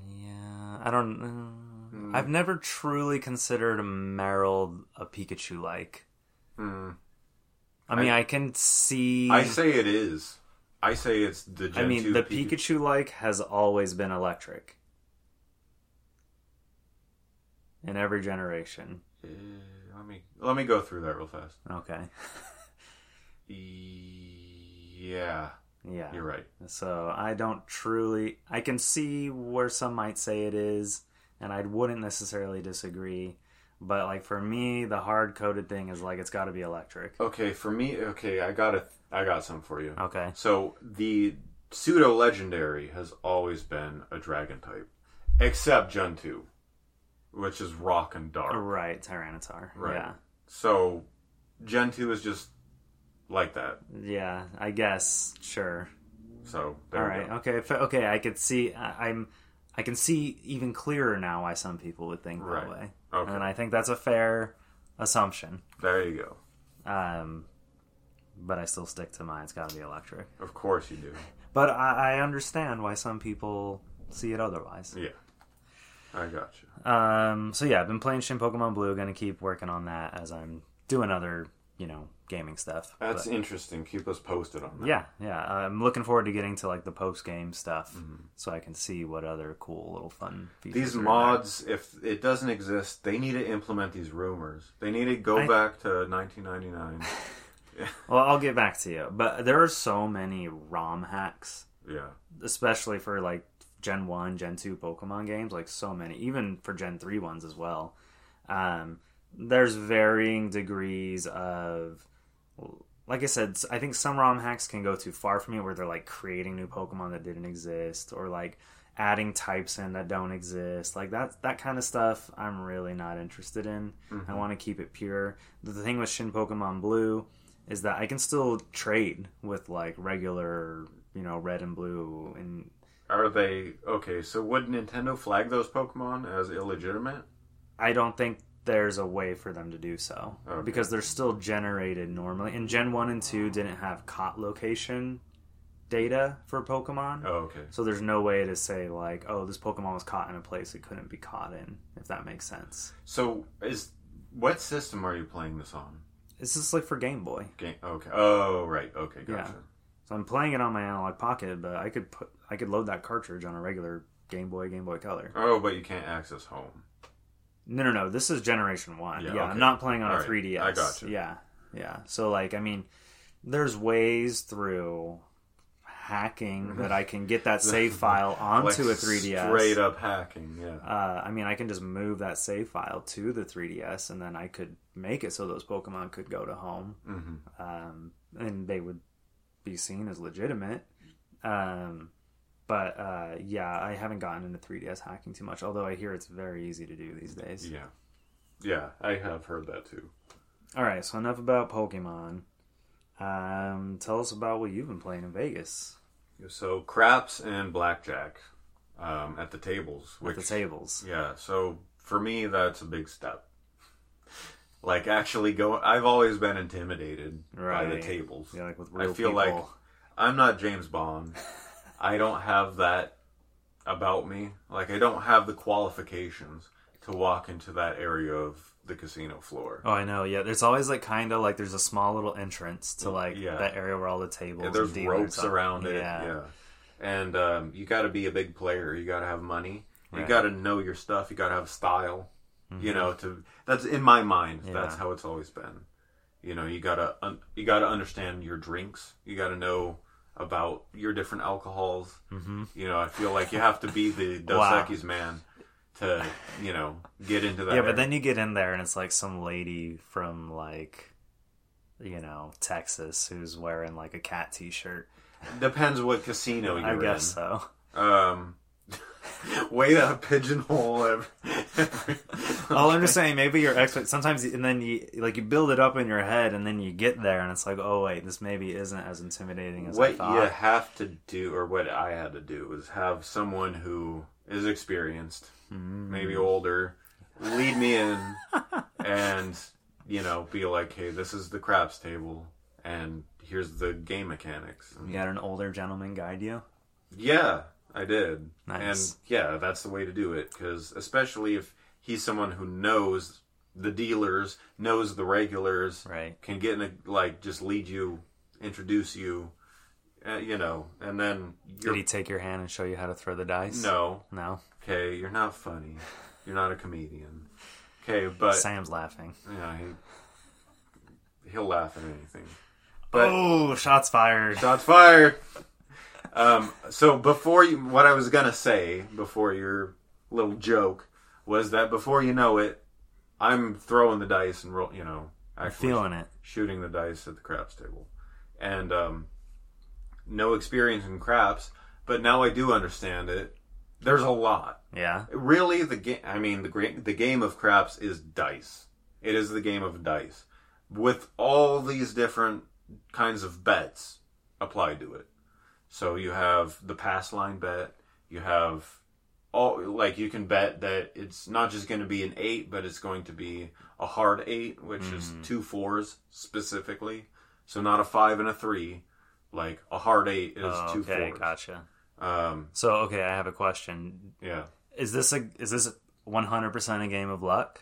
[SPEAKER 1] yeah, I don't. Uh,
[SPEAKER 2] Mm.
[SPEAKER 1] I've never truly considered a Meryl a Pikachu like.
[SPEAKER 2] Hmm.
[SPEAKER 1] I mean, I, can see.
[SPEAKER 2] I say it is. I say it's the
[SPEAKER 1] I
[SPEAKER 2] Gen
[SPEAKER 1] mean,
[SPEAKER 2] 2
[SPEAKER 1] the
[SPEAKER 2] Pika-
[SPEAKER 1] Pikachu like has always been electric in every generation.
[SPEAKER 2] Eh, let me let me go through that real fast.
[SPEAKER 1] Okay,
[SPEAKER 2] Yeah,
[SPEAKER 1] yeah.
[SPEAKER 2] you're right.
[SPEAKER 1] So I don't truly. I can see where some might say it is, and I wouldn't necessarily disagree. But like for me, the hard coded thing is like it's got to be electric.
[SPEAKER 2] Okay, for me, okay, I got a I got some for you.
[SPEAKER 1] Okay.
[SPEAKER 2] So the pseudo legendary has always been a dragon type, except Gen two, which is rock and dark.
[SPEAKER 1] Right, Tyranitar.
[SPEAKER 2] Right.
[SPEAKER 1] Yeah.
[SPEAKER 2] So Gen two is just like that.
[SPEAKER 1] Yeah, I guess. Sure.
[SPEAKER 2] So there
[SPEAKER 1] All
[SPEAKER 2] we
[SPEAKER 1] right.
[SPEAKER 2] go.
[SPEAKER 1] Okay. F- okay, I could see I, I'm I can see even clearer now why some people would think that
[SPEAKER 2] Right.
[SPEAKER 1] way.
[SPEAKER 2] Okay,
[SPEAKER 1] And I think that's a fair assumption.
[SPEAKER 2] there you go.
[SPEAKER 1] Um but I still stick to mine. It's got to be electric.
[SPEAKER 2] Of course you do.
[SPEAKER 1] But I, I understand why some people see it otherwise.
[SPEAKER 2] Yeah, I got you.
[SPEAKER 1] Um, so yeah, I've been playing Shin Pokemon Blue. Going to keep working on that as I'm doing other, you know, gaming stuff. But-
[SPEAKER 2] That's interesting. Keep us posted on that.
[SPEAKER 1] Yeah, yeah. I'm looking forward to getting to like the post game stuff, so I can see what other cool little fun features.
[SPEAKER 2] Mm-hmm. These
[SPEAKER 1] are in
[SPEAKER 2] mods, if it doesn't exist, they need to implement these rumors. They need to go
[SPEAKER 1] I-
[SPEAKER 2] back to 1999.
[SPEAKER 1] there. Well, I'll get back to you, but there are so many ROM hacks,
[SPEAKER 2] yeah.
[SPEAKER 1] especially for like Gen One, Gen Two Pokemon games. Like so many, even for Gen Three ones as well. Um, there's varying degrees of. Like I said, I think some ROM hacks can go too far for me, where they're like creating new Pokemon that didn't exist, or like adding types in that don't exist like that that kind of stuff i'm really not interested in i want to keep it pure the thing with shin pokemon blue is that i can still trade with like regular you know red and blue and
[SPEAKER 2] Are they okay? So would Nintendo flag those Pokemon as illegitimate?
[SPEAKER 1] i don't think there's a way for them to do so
[SPEAKER 2] Okay.
[SPEAKER 1] because they're still generated normally and gen 1 and 2 didn't have cot location data for pokemon
[SPEAKER 2] Oh, okay.
[SPEAKER 1] So there's no way to say like, oh, this Pokemon was caught in a place it couldn't be caught in, if that makes sense.
[SPEAKER 2] So is what system are you playing this on?
[SPEAKER 1] It's just like for Game Boy.
[SPEAKER 2] Game, okay. Oh, right. Okay,
[SPEAKER 1] Yeah.
[SPEAKER 2] gotcha.
[SPEAKER 1] So I'm playing it on my analog pocket, but I could put I could load that cartridge on a regular Game Boy, Game Boy Color.
[SPEAKER 2] Oh, but you can't access home.
[SPEAKER 1] No, no, no. This is Generation One.
[SPEAKER 2] Yeah,
[SPEAKER 1] Yeah,
[SPEAKER 2] okay.
[SPEAKER 1] I'm not playing on
[SPEAKER 2] All
[SPEAKER 1] a
[SPEAKER 2] right,
[SPEAKER 1] 3DS.
[SPEAKER 2] I gotcha.
[SPEAKER 1] Yeah, yeah. So like, I mean, there's ways through hacking that I can get that save file onto
[SPEAKER 2] Mm-hmm. Like,
[SPEAKER 1] a 3DS.
[SPEAKER 2] Straight up hacking, yeah.
[SPEAKER 1] Uh, I mean, I can just move that save file to the 3DS, and then I could make it so those Pokemon could go to home,
[SPEAKER 2] hmm
[SPEAKER 1] um, and they would be seen as legitimate. Um, but uh, yeah, I haven't gotten into 3DS hacking too much, although I hear it's very easy to do these days.
[SPEAKER 2] Yeah. Yeah, I have heard that too.
[SPEAKER 1] All right, so enough about Pokemon. Um, tell us about what you've been playing in Vegas
[SPEAKER 2] So, craps and blackjack um, at the tables,
[SPEAKER 1] with
[SPEAKER 2] which
[SPEAKER 1] the tables.
[SPEAKER 2] Yeah, so for me, that's a big step. Like actually go. I've always been intimidated by the
[SPEAKER 1] Right.
[SPEAKER 2] tables.
[SPEAKER 1] Yeah, like with real
[SPEAKER 2] I feel
[SPEAKER 1] people.
[SPEAKER 2] like I'm not James Bond. I don't have that about me. Like I don't have the qualifications to walk into that area of the casino floor.
[SPEAKER 1] oh, I know. Yeah, there's always like kind of like there's a small little entrance to like
[SPEAKER 2] Mm, Yeah.
[SPEAKER 1] that area where all the tables.
[SPEAKER 2] Yeah, there's
[SPEAKER 1] and dealers
[SPEAKER 2] ropes
[SPEAKER 1] are.
[SPEAKER 2] around it.
[SPEAKER 1] Yeah.
[SPEAKER 2] Yeah. And um, you got to be a big player. You got to have money. You
[SPEAKER 1] Right.
[SPEAKER 2] got to know your stuff. You got to have style. You know, to that's in my mind. That's
[SPEAKER 1] Yeah.
[SPEAKER 2] how it's always been. You know, you gotta un, you gotta understand your drinks. You gotta know about your different alcohols.
[SPEAKER 1] Mm-hmm.
[SPEAKER 2] You know, I feel like you have to be the Dos
[SPEAKER 1] Wow.
[SPEAKER 2] Equis man to you know get into that.
[SPEAKER 1] Yeah, but
[SPEAKER 2] area.
[SPEAKER 1] then you get in there and it's like some lady from like, you know, Texas who's wearing like a cat T-shirt.
[SPEAKER 2] depends what casino you're
[SPEAKER 1] I guess
[SPEAKER 2] in.
[SPEAKER 1] so.
[SPEAKER 2] Um, way to pigeonhole every. every
[SPEAKER 1] All I'm just saying, maybe your expect sometimes, and then you like you build it up in your head, and then you get there, and it's like, oh wait, this maybe isn't as intimidating as I
[SPEAKER 2] what
[SPEAKER 1] thought.
[SPEAKER 2] you have to do, or what I had to do, was have someone who is experienced,
[SPEAKER 1] Mm-hmm. Hmm.
[SPEAKER 2] maybe older, lead me in, and you know, be like, "Hey, this is the craps table, and here's the game mechanics."
[SPEAKER 1] You had an older gentleman guide you.
[SPEAKER 2] Yeah, I did.
[SPEAKER 1] Nice.
[SPEAKER 2] And yeah, that's the way to do it because especially if he's someone who knows the dealers, knows the regulars,
[SPEAKER 1] Right.
[SPEAKER 2] can get in a, like just lead you, introduce you, uh, you know, and then
[SPEAKER 1] Did
[SPEAKER 2] you're
[SPEAKER 1] he take your hand and show you how to throw the dice?
[SPEAKER 2] no,
[SPEAKER 1] no.
[SPEAKER 2] okay, you're not funny, you're not a comedian, okay, but
[SPEAKER 1] Sam's laughing.
[SPEAKER 2] yeah, he, he'll laugh at anything. But-
[SPEAKER 1] oh, shots fired.
[SPEAKER 2] Shots fired. Um, so before you, what I was gonna say before your little joke was that before you know it, I'm throwing the dice and roll, you know, actually
[SPEAKER 1] Feeling it.
[SPEAKER 2] shooting the dice at the craps table, and um, no experience in craps, but now I do understand it. There's a lot.
[SPEAKER 1] Yeah.
[SPEAKER 2] Really, the game. I mean, the gra- the game of craps is dice. It is the game of dice with all these different kinds of bets applied to it. So you have the pass line bet. You have all like you can bet that it's not just going to be an eight, but it's going to be a hard eight, which is
[SPEAKER 1] Mm.
[SPEAKER 2] two fours specifically. So not a five and a three. Like a hard eight is
[SPEAKER 1] Oh,
[SPEAKER 2] two
[SPEAKER 1] okay,
[SPEAKER 2] fours.
[SPEAKER 1] gotcha.
[SPEAKER 2] Um,
[SPEAKER 1] So okay, I have a question.
[SPEAKER 2] yeah.
[SPEAKER 1] Is this a is this 100 percent a game of luck,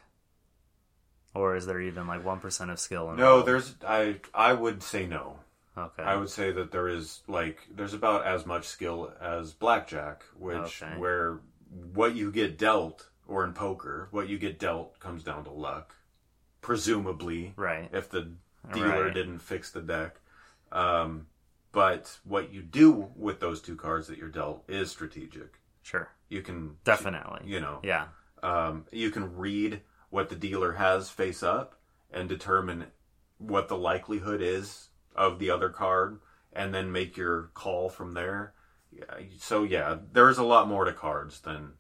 [SPEAKER 1] or is there even like one percent of skill?
[SPEAKER 2] No,
[SPEAKER 1] Involved?
[SPEAKER 2] there's I I would say no.
[SPEAKER 1] Okay.
[SPEAKER 2] I would say that there is like there's about as much skill as blackjack, which
[SPEAKER 1] Okay.
[SPEAKER 2] where what you get dealt or in poker, what you get dealt comes down to luck, presumably,
[SPEAKER 1] right.
[SPEAKER 2] if the dealer
[SPEAKER 1] Right.
[SPEAKER 2] didn't fix the deck. Um, but what you do with those two cards that you're dealt is strategic.
[SPEAKER 1] Sure.
[SPEAKER 2] You can
[SPEAKER 1] Definitely.
[SPEAKER 2] you know
[SPEAKER 1] Yeah.
[SPEAKER 2] um, you can read what the dealer has face up and determine what the likelihood is of the other card and then make your call from there Yeah, so yeah there's a lot more to cards than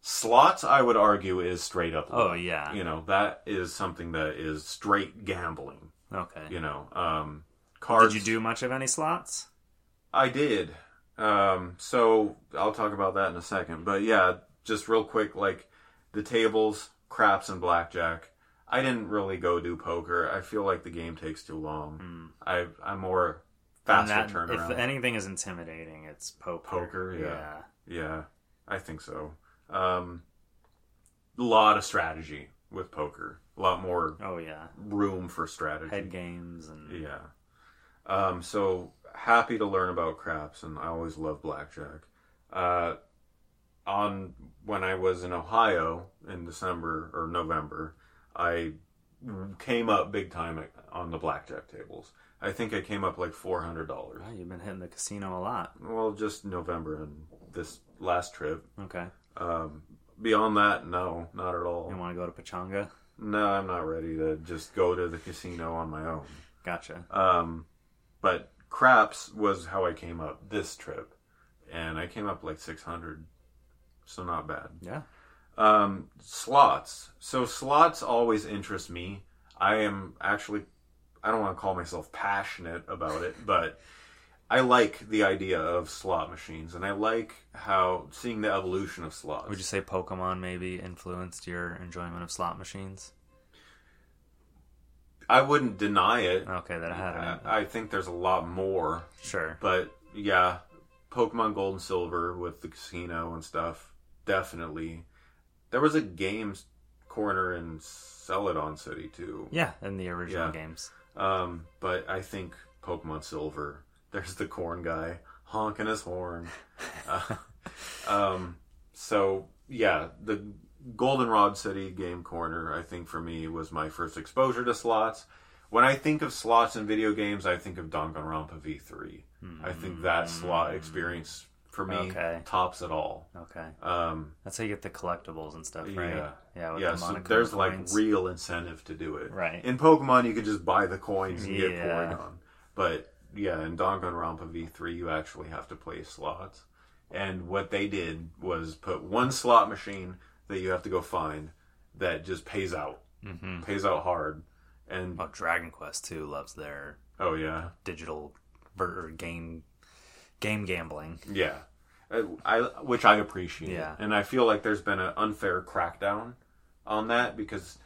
[SPEAKER 2] slots i would argue is straight up
[SPEAKER 1] Oh
[SPEAKER 2] luck.
[SPEAKER 1] yeah.
[SPEAKER 2] you know that is something that is straight gambling
[SPEAKER 1] Okay.
[SPEAKER 2] you know um
[SPEAKER 1] Did
[SPEAKER 2] cards
[SPEAKER 1] you do much of any slots?
[SPEAKER 2] I did. Um, so I'll talk about that in a second. But yeah, just real quick, like the tables, craps, and blackjack. I didn't really go do poker. I feel like the game takes too long.
[SPEAKER 1] Mm.
[SPEAKER 2] I I'm more
[SPEAKER 1] And
[SPEAKER 2] faster
[SPEAKER 1] that-
[SPEAKER 2] turnaround.
[SPEAKER 1] If anything is intimidating, it's poker.
[SPEAKER 2] Poker, yeah. yeah, I think so. Um, lot of strategy with poker. a lot more
[SPEAKER 1] Oh yeah,
[SPEAKER 2] room for strategy.
[SPEAKER 1] head games and
[SPEAKER 2] Yeah. Um, so happy to learn about craps, and I always love blackjack. Uh, on when I was in Ohio in December or November, I came up big time at- on the blackjack tables. I think I came up like four hundred dollars.
[SPEAKER 1] Wow, you've been hitting the casino a lot.
[SPEAKER 2] Well, just November and this last trip.
[SPEAKER 1] Okay,
[SPEAKER 2] Um, beyond that, no, not at
[SPEAKER 1] you
[SPEAKER 2] all.
[SPEAKER 1] want to go to Pachanga?
[SPEAKER 2] No, I'm not ready to just go to the casino on my own.
[SPEAKER 1] Gotcha.
[SPEAKER 2] Um, but craps was how I came up this trip, and I came up like 600, so not bad.
[SPEAKER 1] Yeah.
[SPEAKER 2] Um, slots. So slots always interest me. I am actually, I don't want to call myself passionate about it, but I like the idea of slot machines, and I like how seeing the evolution of slots.
[SPEAKER 1] Would you say Pokemon maybe influenced your enjoyment of slot machines?
[SPEAKER 2] I wouldn't deny it.
[SPEAKER 1] Okay, that I had.
[SPEAKER 2] I,
[SPEAKER 1] not
[SPEAKER 2] I think there's a lot more
[SPEAKER 1] sure.
[SPEAKER 2] But yeah, Pokemon Gold and Silver with the casino and stuff, definitely. There was a games corner in Celadon City too.
[SPEAKER 1] Yeah, in the original
[SPEAKER 2] Yeah.
[SPEAKER 1] games.
[SPEAKER 2] Um, but I think Pokemon Silver. There's the corn guy honking his horn. Uh, um, so yeah, the Goldenrod City game corner. I think for me was my first exposure to slots. When I think of slots in video games, I think of Danganronpa V3. I
[SPEAKER 1] Hmm.
[SPEAKER 2] think that slot experience for me
[SPEAKER 1] Mm. Okay.
[SPEAKER 2] tops it all.
[SPEAKER 1] Okay,
[SPEAKER 2] Um,
[SPEAKER 1] that's how you get the collectibles and stuff, right?
[SPEAKER 2] Yeah.
[SPEAKER 1] yeah. With
[SPEAKER 2] yeah,
[SPEAKER 1] the
[SPEAKER 2] so
[SPEAKER 1] Monaco
[SPEAKER 2] there's
[SPEAKER 1] coins.
[SPEAKER 2] like real incentive to do it.
[SPEAKER 1] Right.
[SPEAKER 2] In Pokemon, you could just buy the coins and get
[SPEAKER 1] Yeah.
[SPEAKER 2] Porygon. But yeah, in Danganronpa V3, you actually have to play slots. And what they did was put one slot machine that you have to go find that just pays out,
[SPEAKER 1] mm-hmm.
[SPEAKER 2] pays out hard. And
[SPEAKER 1] Oh, Dragon Quest Two loves their
[SPEAKER 2] oh yeah,
[SPEAKER 1] digital ver- or game game gambling.
[SPEAKER 2] yeah, I, I which I appreciate.
[SPEAKER 1] Yeah.
[SPEAKER 2] And I feel like there's been an unfair crackdown on that because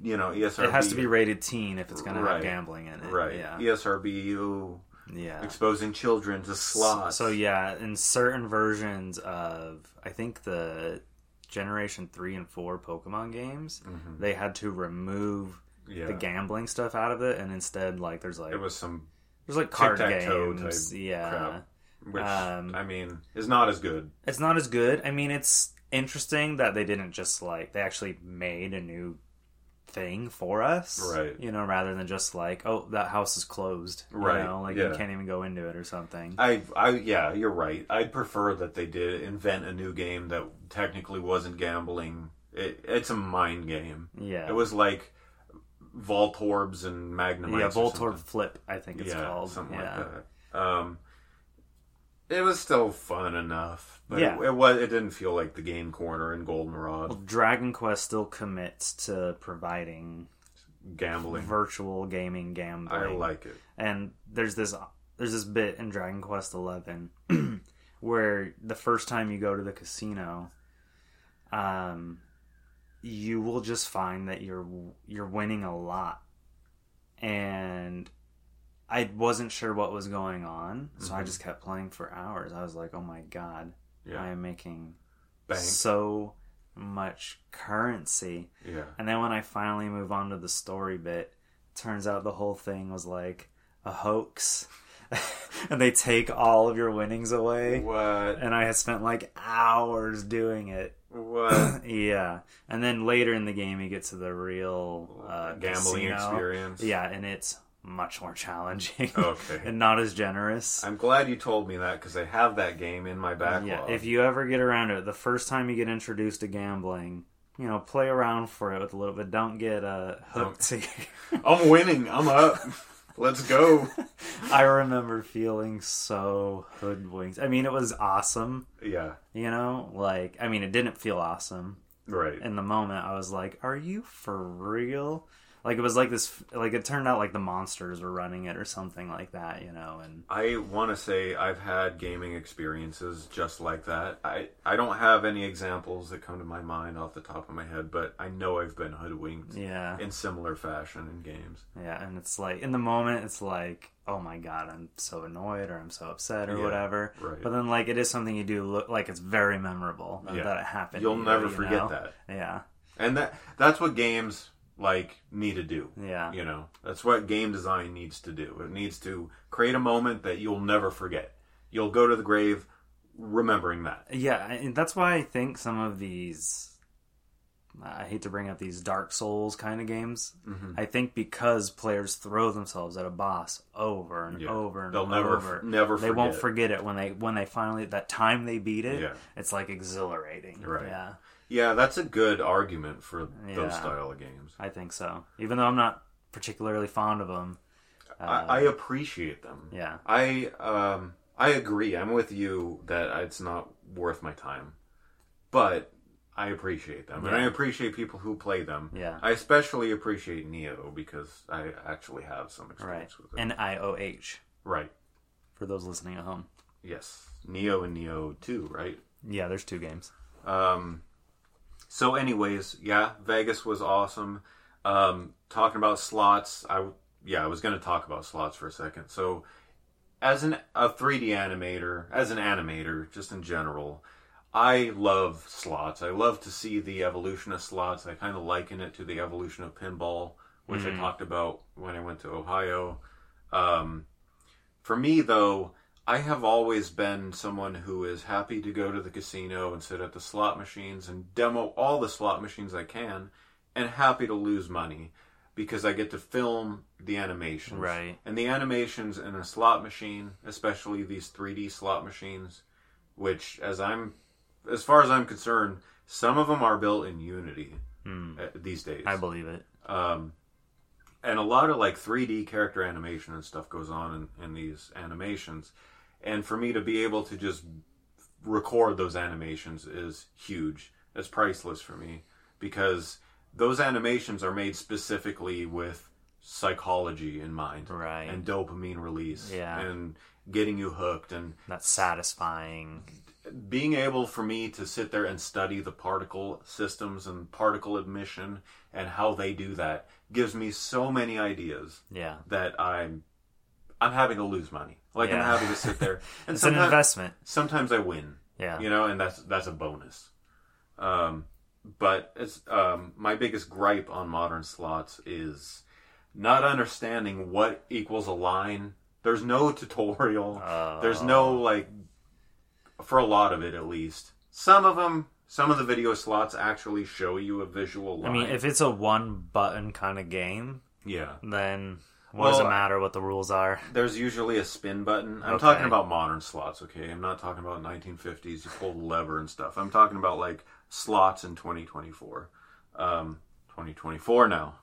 [SPEAKER 2] you know E ESRB
[SPEAKER 1] It has to be rated teen if it's going to
[SPEAKER 2] Right.
[SPEAKER 1] have gambling in it.
[SPEAKER 2] right E
[SPEAKER 1] Yeah.
[SPEAKER 2] ESRBU
[SPEAKER 1] Yeah.
[SPEAKER 2] exposing children to slots.
[SPEAKER 1] So yeah, in certain versions of I think the generation 3 and 4 Pokemon games,
[SPEAKER 2] Mhm.
[SPEAKER 1] they had to remove
[SPEAKER 2] yeah,
[SPEAKER 1] the gambling stuff out of it and instead like there's like
[SPEAKER 2] it was some
[SPEAKER 1] there's like card
[SPEAKER 2] tic-tac-toe
[SPEAKER 1] games.
[SPEAKER 2] type
[SPEAKER 1] Yeah.
[SPEAKER 2] crap. which
[SPEAKER 1] Um,
[SPEAKER 2] I mean is not as good.
[SPEAKER 1] It's not as good. I mean, it's interesting that they didn't just like they actually made a new thing for us,
[SPEAKER 2] Right.
[SPEAKER 1] You know, rather than just like, oh, that house is closed, you
[SPEAKER 2] Right,
[SPEAKER 1] know, like
[SPEAKER 2] yeah.
[SPEAKER 1] you can't even go into it or something.
[SPEAKER 2] I, I, yeah, you're right. I'd prefer that they did invent a new game that technically wasn't gambling. It, it's a mind game.
[SPEAKER 1] yeah,
[SPEAKER 2] It was like Voltorbs and Magnemite.
[SPEAKER 1] yeah, Voltorb Flip, I think it's
[SPEAKER 2] yeah,
[SPEAKER 1] called.
[SPEAKER 2] something
[SPEAKER 1] yeah,
[SPEAKER 2] like that. Um, it was still fun enough, but
[SPEAKER 1] Yeah.
[SPEAKER 2] it, it was. It didn't feel like the game corner and Goldenrod
[SPEAKER 1] Well, Dragon Quest still commits to providing
[SPEAKER 2] gambling.
[SPEAKER 1] virtual gaming gambling.
[SPEAKER 2] I like it.
[SPEAKER 1] and there's this there's this bit in Dragon Quest Eleven where the first time you go to the casino, um, you will just find that you're you're winning a lot, and I wasn't sure what was going on, so I
[SPEAKER 2] Mhm.
[SPEAKER 1] just kept playing for hours. I was like, oh my god, I
[SPEAKER 2] Yeah,
[SPEAKER 1] am making
[SPEAKER 2] bank.
[SPEAKER 1] so much currency.
[SPEAKER 2] Yeah.
[SPEAKER 1] And then when I finally move on to the story bit, turns out the whole thing was like a hoax. and they take all of your winnings away.
[SPEAKER 2] What?
[SPEAKER 1] And I had spent like hours doing it.
[SPEAKER 2] What?
[SPEAKER 1] yeah. And then later in the game, you get to the real uh,
[SPEAKER 2] Gambling
[SPEAKER 1] casino.
[SPEAKER 2] experience.
[SPEAKER 1] Yeah, and it's much more challenging
[SPEAKER 2] Okay.
[SPEAKER 1] and not as generous.
[SPEAKER 2] I'm glad you told me that because I have that game in my backlog.
[SPEAKER 1] Yeah, if you ever get around to it, the first time you get introduced to gambling, you know, play around for it with a little bit. Don't get uh, hooked.
[SPEAKER 2] I'm winning. I'm up. Let's go.
[SPEAKER 1] I remember feeling so hoodwinked. I mean, it was awesome,
[SPEAKER 2] Yeah.
[SPEAKER 1] you know? Like, I mean, it didn't feel awesome.
[SPEAKER 2] Right.
[SPEAKER 1] In the moment, I was like, are you for real? Like, it was like this, like, it turned out like the monsters were running it or something like that, you know? And
[SPEAKER 2] I want to say I've had gaming experiences just like that. I, I don't have any examples that come to my mind off the top of my head, but I know I've been hoodwinked
[SPEAKER 1] yeah.
[SPEAKER 2] in similar fashion in games.
[SPEAKER 1] Yeah, and it's like in the moment, it's like, oh my god, I'm so annoyed or I'm so upset or
[SPEAKER 2] Yeah,
[SPEAKER 1] whatever.
[SPEAKER 2] right.
[SPEAKER 1] But then, like, it is something you do look like it's very memorable
[SPEAKER 2] Yeah.
[SPEAKER 1] that it happened.
[SPEAKER 2] You'll
[SPEAKER 1] to you,
[SPEAKER 2] never
[SPEAKER 1] you
[SPEAKER 2] forget
[SPEAKER 1] know?
[SPEAKER 2] that.
[SPEAKER 1] Yeah,
[SPEAKER 2] And that that's what games like need to do.
[SPEAKER 1] Yeah.
[SPEAKER 2] You know, that's what game design needs to do. It needs to create a moment that you'll never forget. You'll go to the grave remembering that.
[SPEAKER 1] Yeah, and that's why I think some of these I hate to bring up these Dark Souls kind of games.
[SPEAKER 2] Mhm.
[SPEAKER 1] I think because players throw themselves at a boss over and
[SPEAKER 2] Yeah.
[SPEAKER 1] over and
[SPEAKER 2] They'll never,
[SPEAKER 1] over,
[SPEAKER 2] never.
[SPEAKER 1] they
[SPEAKER 2] forget.
[SPEAKER 1] won't forget it when they when they finally that time they beat it.
[SPEAKER 2] Yeah.
[SPEAKER 1] It's like exhilarating.
[SPEAKER 2] Right.
[SPEAKER 1] Yeah,
[SPEAKER 2] Yeah, that's a good argument for
[SPEAKER 1] Yeah.
[SPEAKER 2] those style of games.
[SPEAKER 1] I think so. Even though I'm not particularly fond of them.
[SPEAKER 2] I, I appreciate them.
[SPEAKER 1] Uh, Yeah.
[SPEAKER 2] I um I agree. I'm with you that it's not worth my time, but I appreciate them, and I
[SPEAKER 1] Yeah.
[SPEAKER 2] appreciate people who play them.
[SPEAKER 1] Yeah.
[SPEAKER 2] I especially appreciate Neo because I actually have some
[SPEAKER 1] Right.
[SPEAKER 2] experience with it.
[SPEAKER 1] N I O H
[SPEAKER 2] right.
[SPEAKER 1] for those listening at home.
[SPEAKER 2] Yes. Neo and Neo Two. Right.
[SPEAKER 1] Yeah, there's two games.
[SPEAKER 2] Um, so, anyways, yeah, Vegas was awesome. Um, talking about slots, I yeah, I was going to talk about slots for a second. So, as an a 3D animator, as an animator, just in general, I love slots. I love to see the evolution of slots. I kind of liken it to the evolution of pinball, which I talked about when I went to Ohio. Um, for me, though, I have always been someone who is happy to go to the casino and sit at the slot machines and demo all the slot machines I can, and happy to lose money because I get to film the animations.
[SPEAKER 1] Right.
[SPEAKER 2] And the animations in a slot machine, especially these 3D slot machines, which, as I'm, as far as I'm concerned, some of them are built in Unity
[SPEAKER 1] Hmm.
[SPEAKER 2] uh, these days
[SPEAKER 1] I believe it.
[SPEAKER 2] um, and a lot of like 3D character animation and stuff goes on in, in these animations. And for me to be able to just record those animations is huge. It's priceless for me because those animations are made specifically with psychology in mind
[SPEAKER 1] Right.
[SPEAKER 2] and dopamine release
[SPEAKER 1] Yeah.
[SPEAKER 2] and getting you hooked and
[SPEAKER 1] That's satisfying.
[SPEAKER 2] being able for me to sit there and study the particle systems and particle admission and how they do that gives me so many ideas
[SPEAKER 1] Yeah.
[SPEAKER 2] that I'm I'm having to lose money. Like I'm
[SPEAKER 1] Yeah.
[SPEAKER 2] having to sit there and
[SPEAKER 1] It's an
[SPEAKER 2] sometimes,
[SPEAKER 1] investment.
[SPEAKER 2] sometimes I win,
[SPEAKER 1] Yeah.
[SPEAKER 2] you know, and that's that's a bonus. Um, but it's um, my biggest gripe on modern slots is not understanding what equals a line. There's no tutorial.
[SPEAKER 1] Uh,
[SPEAKER 2] There's no like for a lot of it at least. Some of them, some of the video slots actually show you a visual
[SPEAKER 1] I
[SPEAKER 2] line.
[SPEAKER 1] mean, if it's a one button kind of game,
[SPEAKER 2] yeah,
[SPEAKER 1] then what does
[SPEAKER 2] Well,
[SPEAKER 1] it matter what the rules are?
[SPEAKER 2] there's usually a spin button. I'm
[SPEAKER 1] Okay.
[SPEAKER 2] talking about modern slots, okay? I'm not talking about 1950s. You pull the lever and stuff. I'm talking about like slots in 2024, um, 2024 now.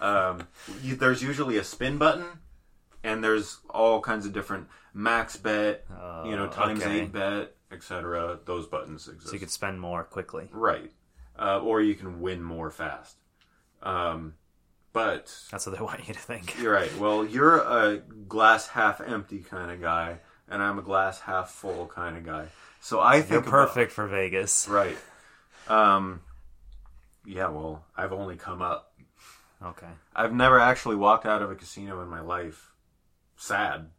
[SPEAKER 2] um, you, there's usually a spin button, and there's all kinds of different max bet, you know,
[SPEAKER 1] Oh,
[SPEAKER 2] times
[SPEAKER 1] okay.
[SPEAKER 2] eight bet, etc. Those buttons exist.
[SPEAKER 1] So you could spend more quickly.
[SPEAKER 2] Right. Uh, or you can win more fast. Um, but
[SPEAKER 1] That's what they want you to think.
[SPEAKER 2] you're right. Well, you're a glass half empty kind of guy, and I'm a glass half full kind of guy. So I think
[SPEAKER 1] You're
[SPEAKER 2] about-
[SPEAKER 1] perfect for Vegas.
[SPEAKER 2] right. Um, yeah. Well, I've only come up.
[SPEAKER 1] Okay.
[SPEAKER 2] I've never actually walked out of a casino in my life. Sad.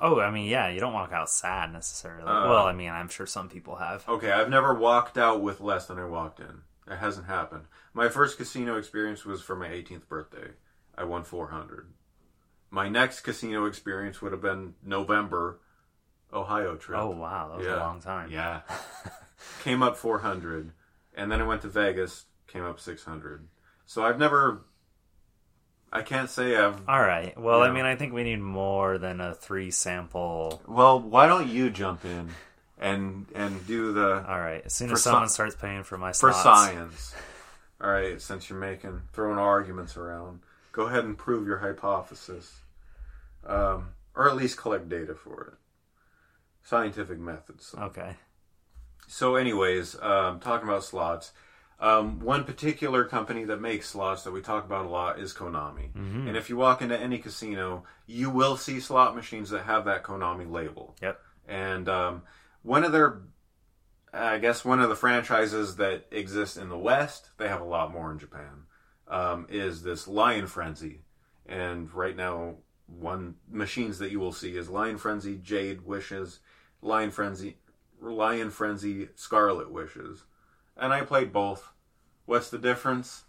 [SPEAKER 1] Oh, I mean, yeah, you don't walk out sad necessarily.
[SPEAKER 2] Uh,
[SPEAKER 1] well, I mean, I'm sure some people have.
[SPEAKER 2] Okay, I've never walked out with less than I walked in. It hasn't happened. My first casino experience was for my 18th birthday. I won 400. My next casino experience would have been November, Ohio trip.
[SPEAKER 1] Oh, wow, that was
[SPEAKER 2] Yeah.
[SPEAKER 1] a long time.
[SPEAKER 2] yeah. came up 400, and then I went to Vegas, came up 600. So I've never. I can't say I've.
[SPEAKER 1] All right. Well,
[SPEAKER 2] Yeah.
[SPEAKER 1] I mean, I think we need more than a three sample.
[SPEAKER 2] Well, why don't you jump in and and do the
[SPEAKER 1] All right. As soon
[SPEAKER 2] For
[SPEAKER 1] as someone
[SPEAKER 2] sci-
[SPEAKER 1] starts paying for my
[SPEAKER 2] for
[SPEAKER 1] slots,
[SPEAKER 2] science. All right, since you're making throwing arguments around, go ahead and prove your hypothesis, um, or at least collect data for it. Scientific methods.
[SPEAKER 1] Okay.
[SPEAKER 2] So, anyways, um, talking about slots, um, one particular company that makes slots that we talk about a lot is Konami.
[SPEAKER 1] Hmm.
[SPEAKER 2] And if you walk into any casino, you will see slot machines that have that Konami label.
[SPEAKER 1] Yep.
[SPEAKER 2] And um, one of their, I guess, one of the franchises that exists in the West, they have a lot more in Japan, um, is this Lion Frenzy. And right now, one machines that you will see is Lion Frenzy, Jade Wishes, Lion Frenzy, Lion Frenzy, Scarlet Wishes. And I played both. What's the difference?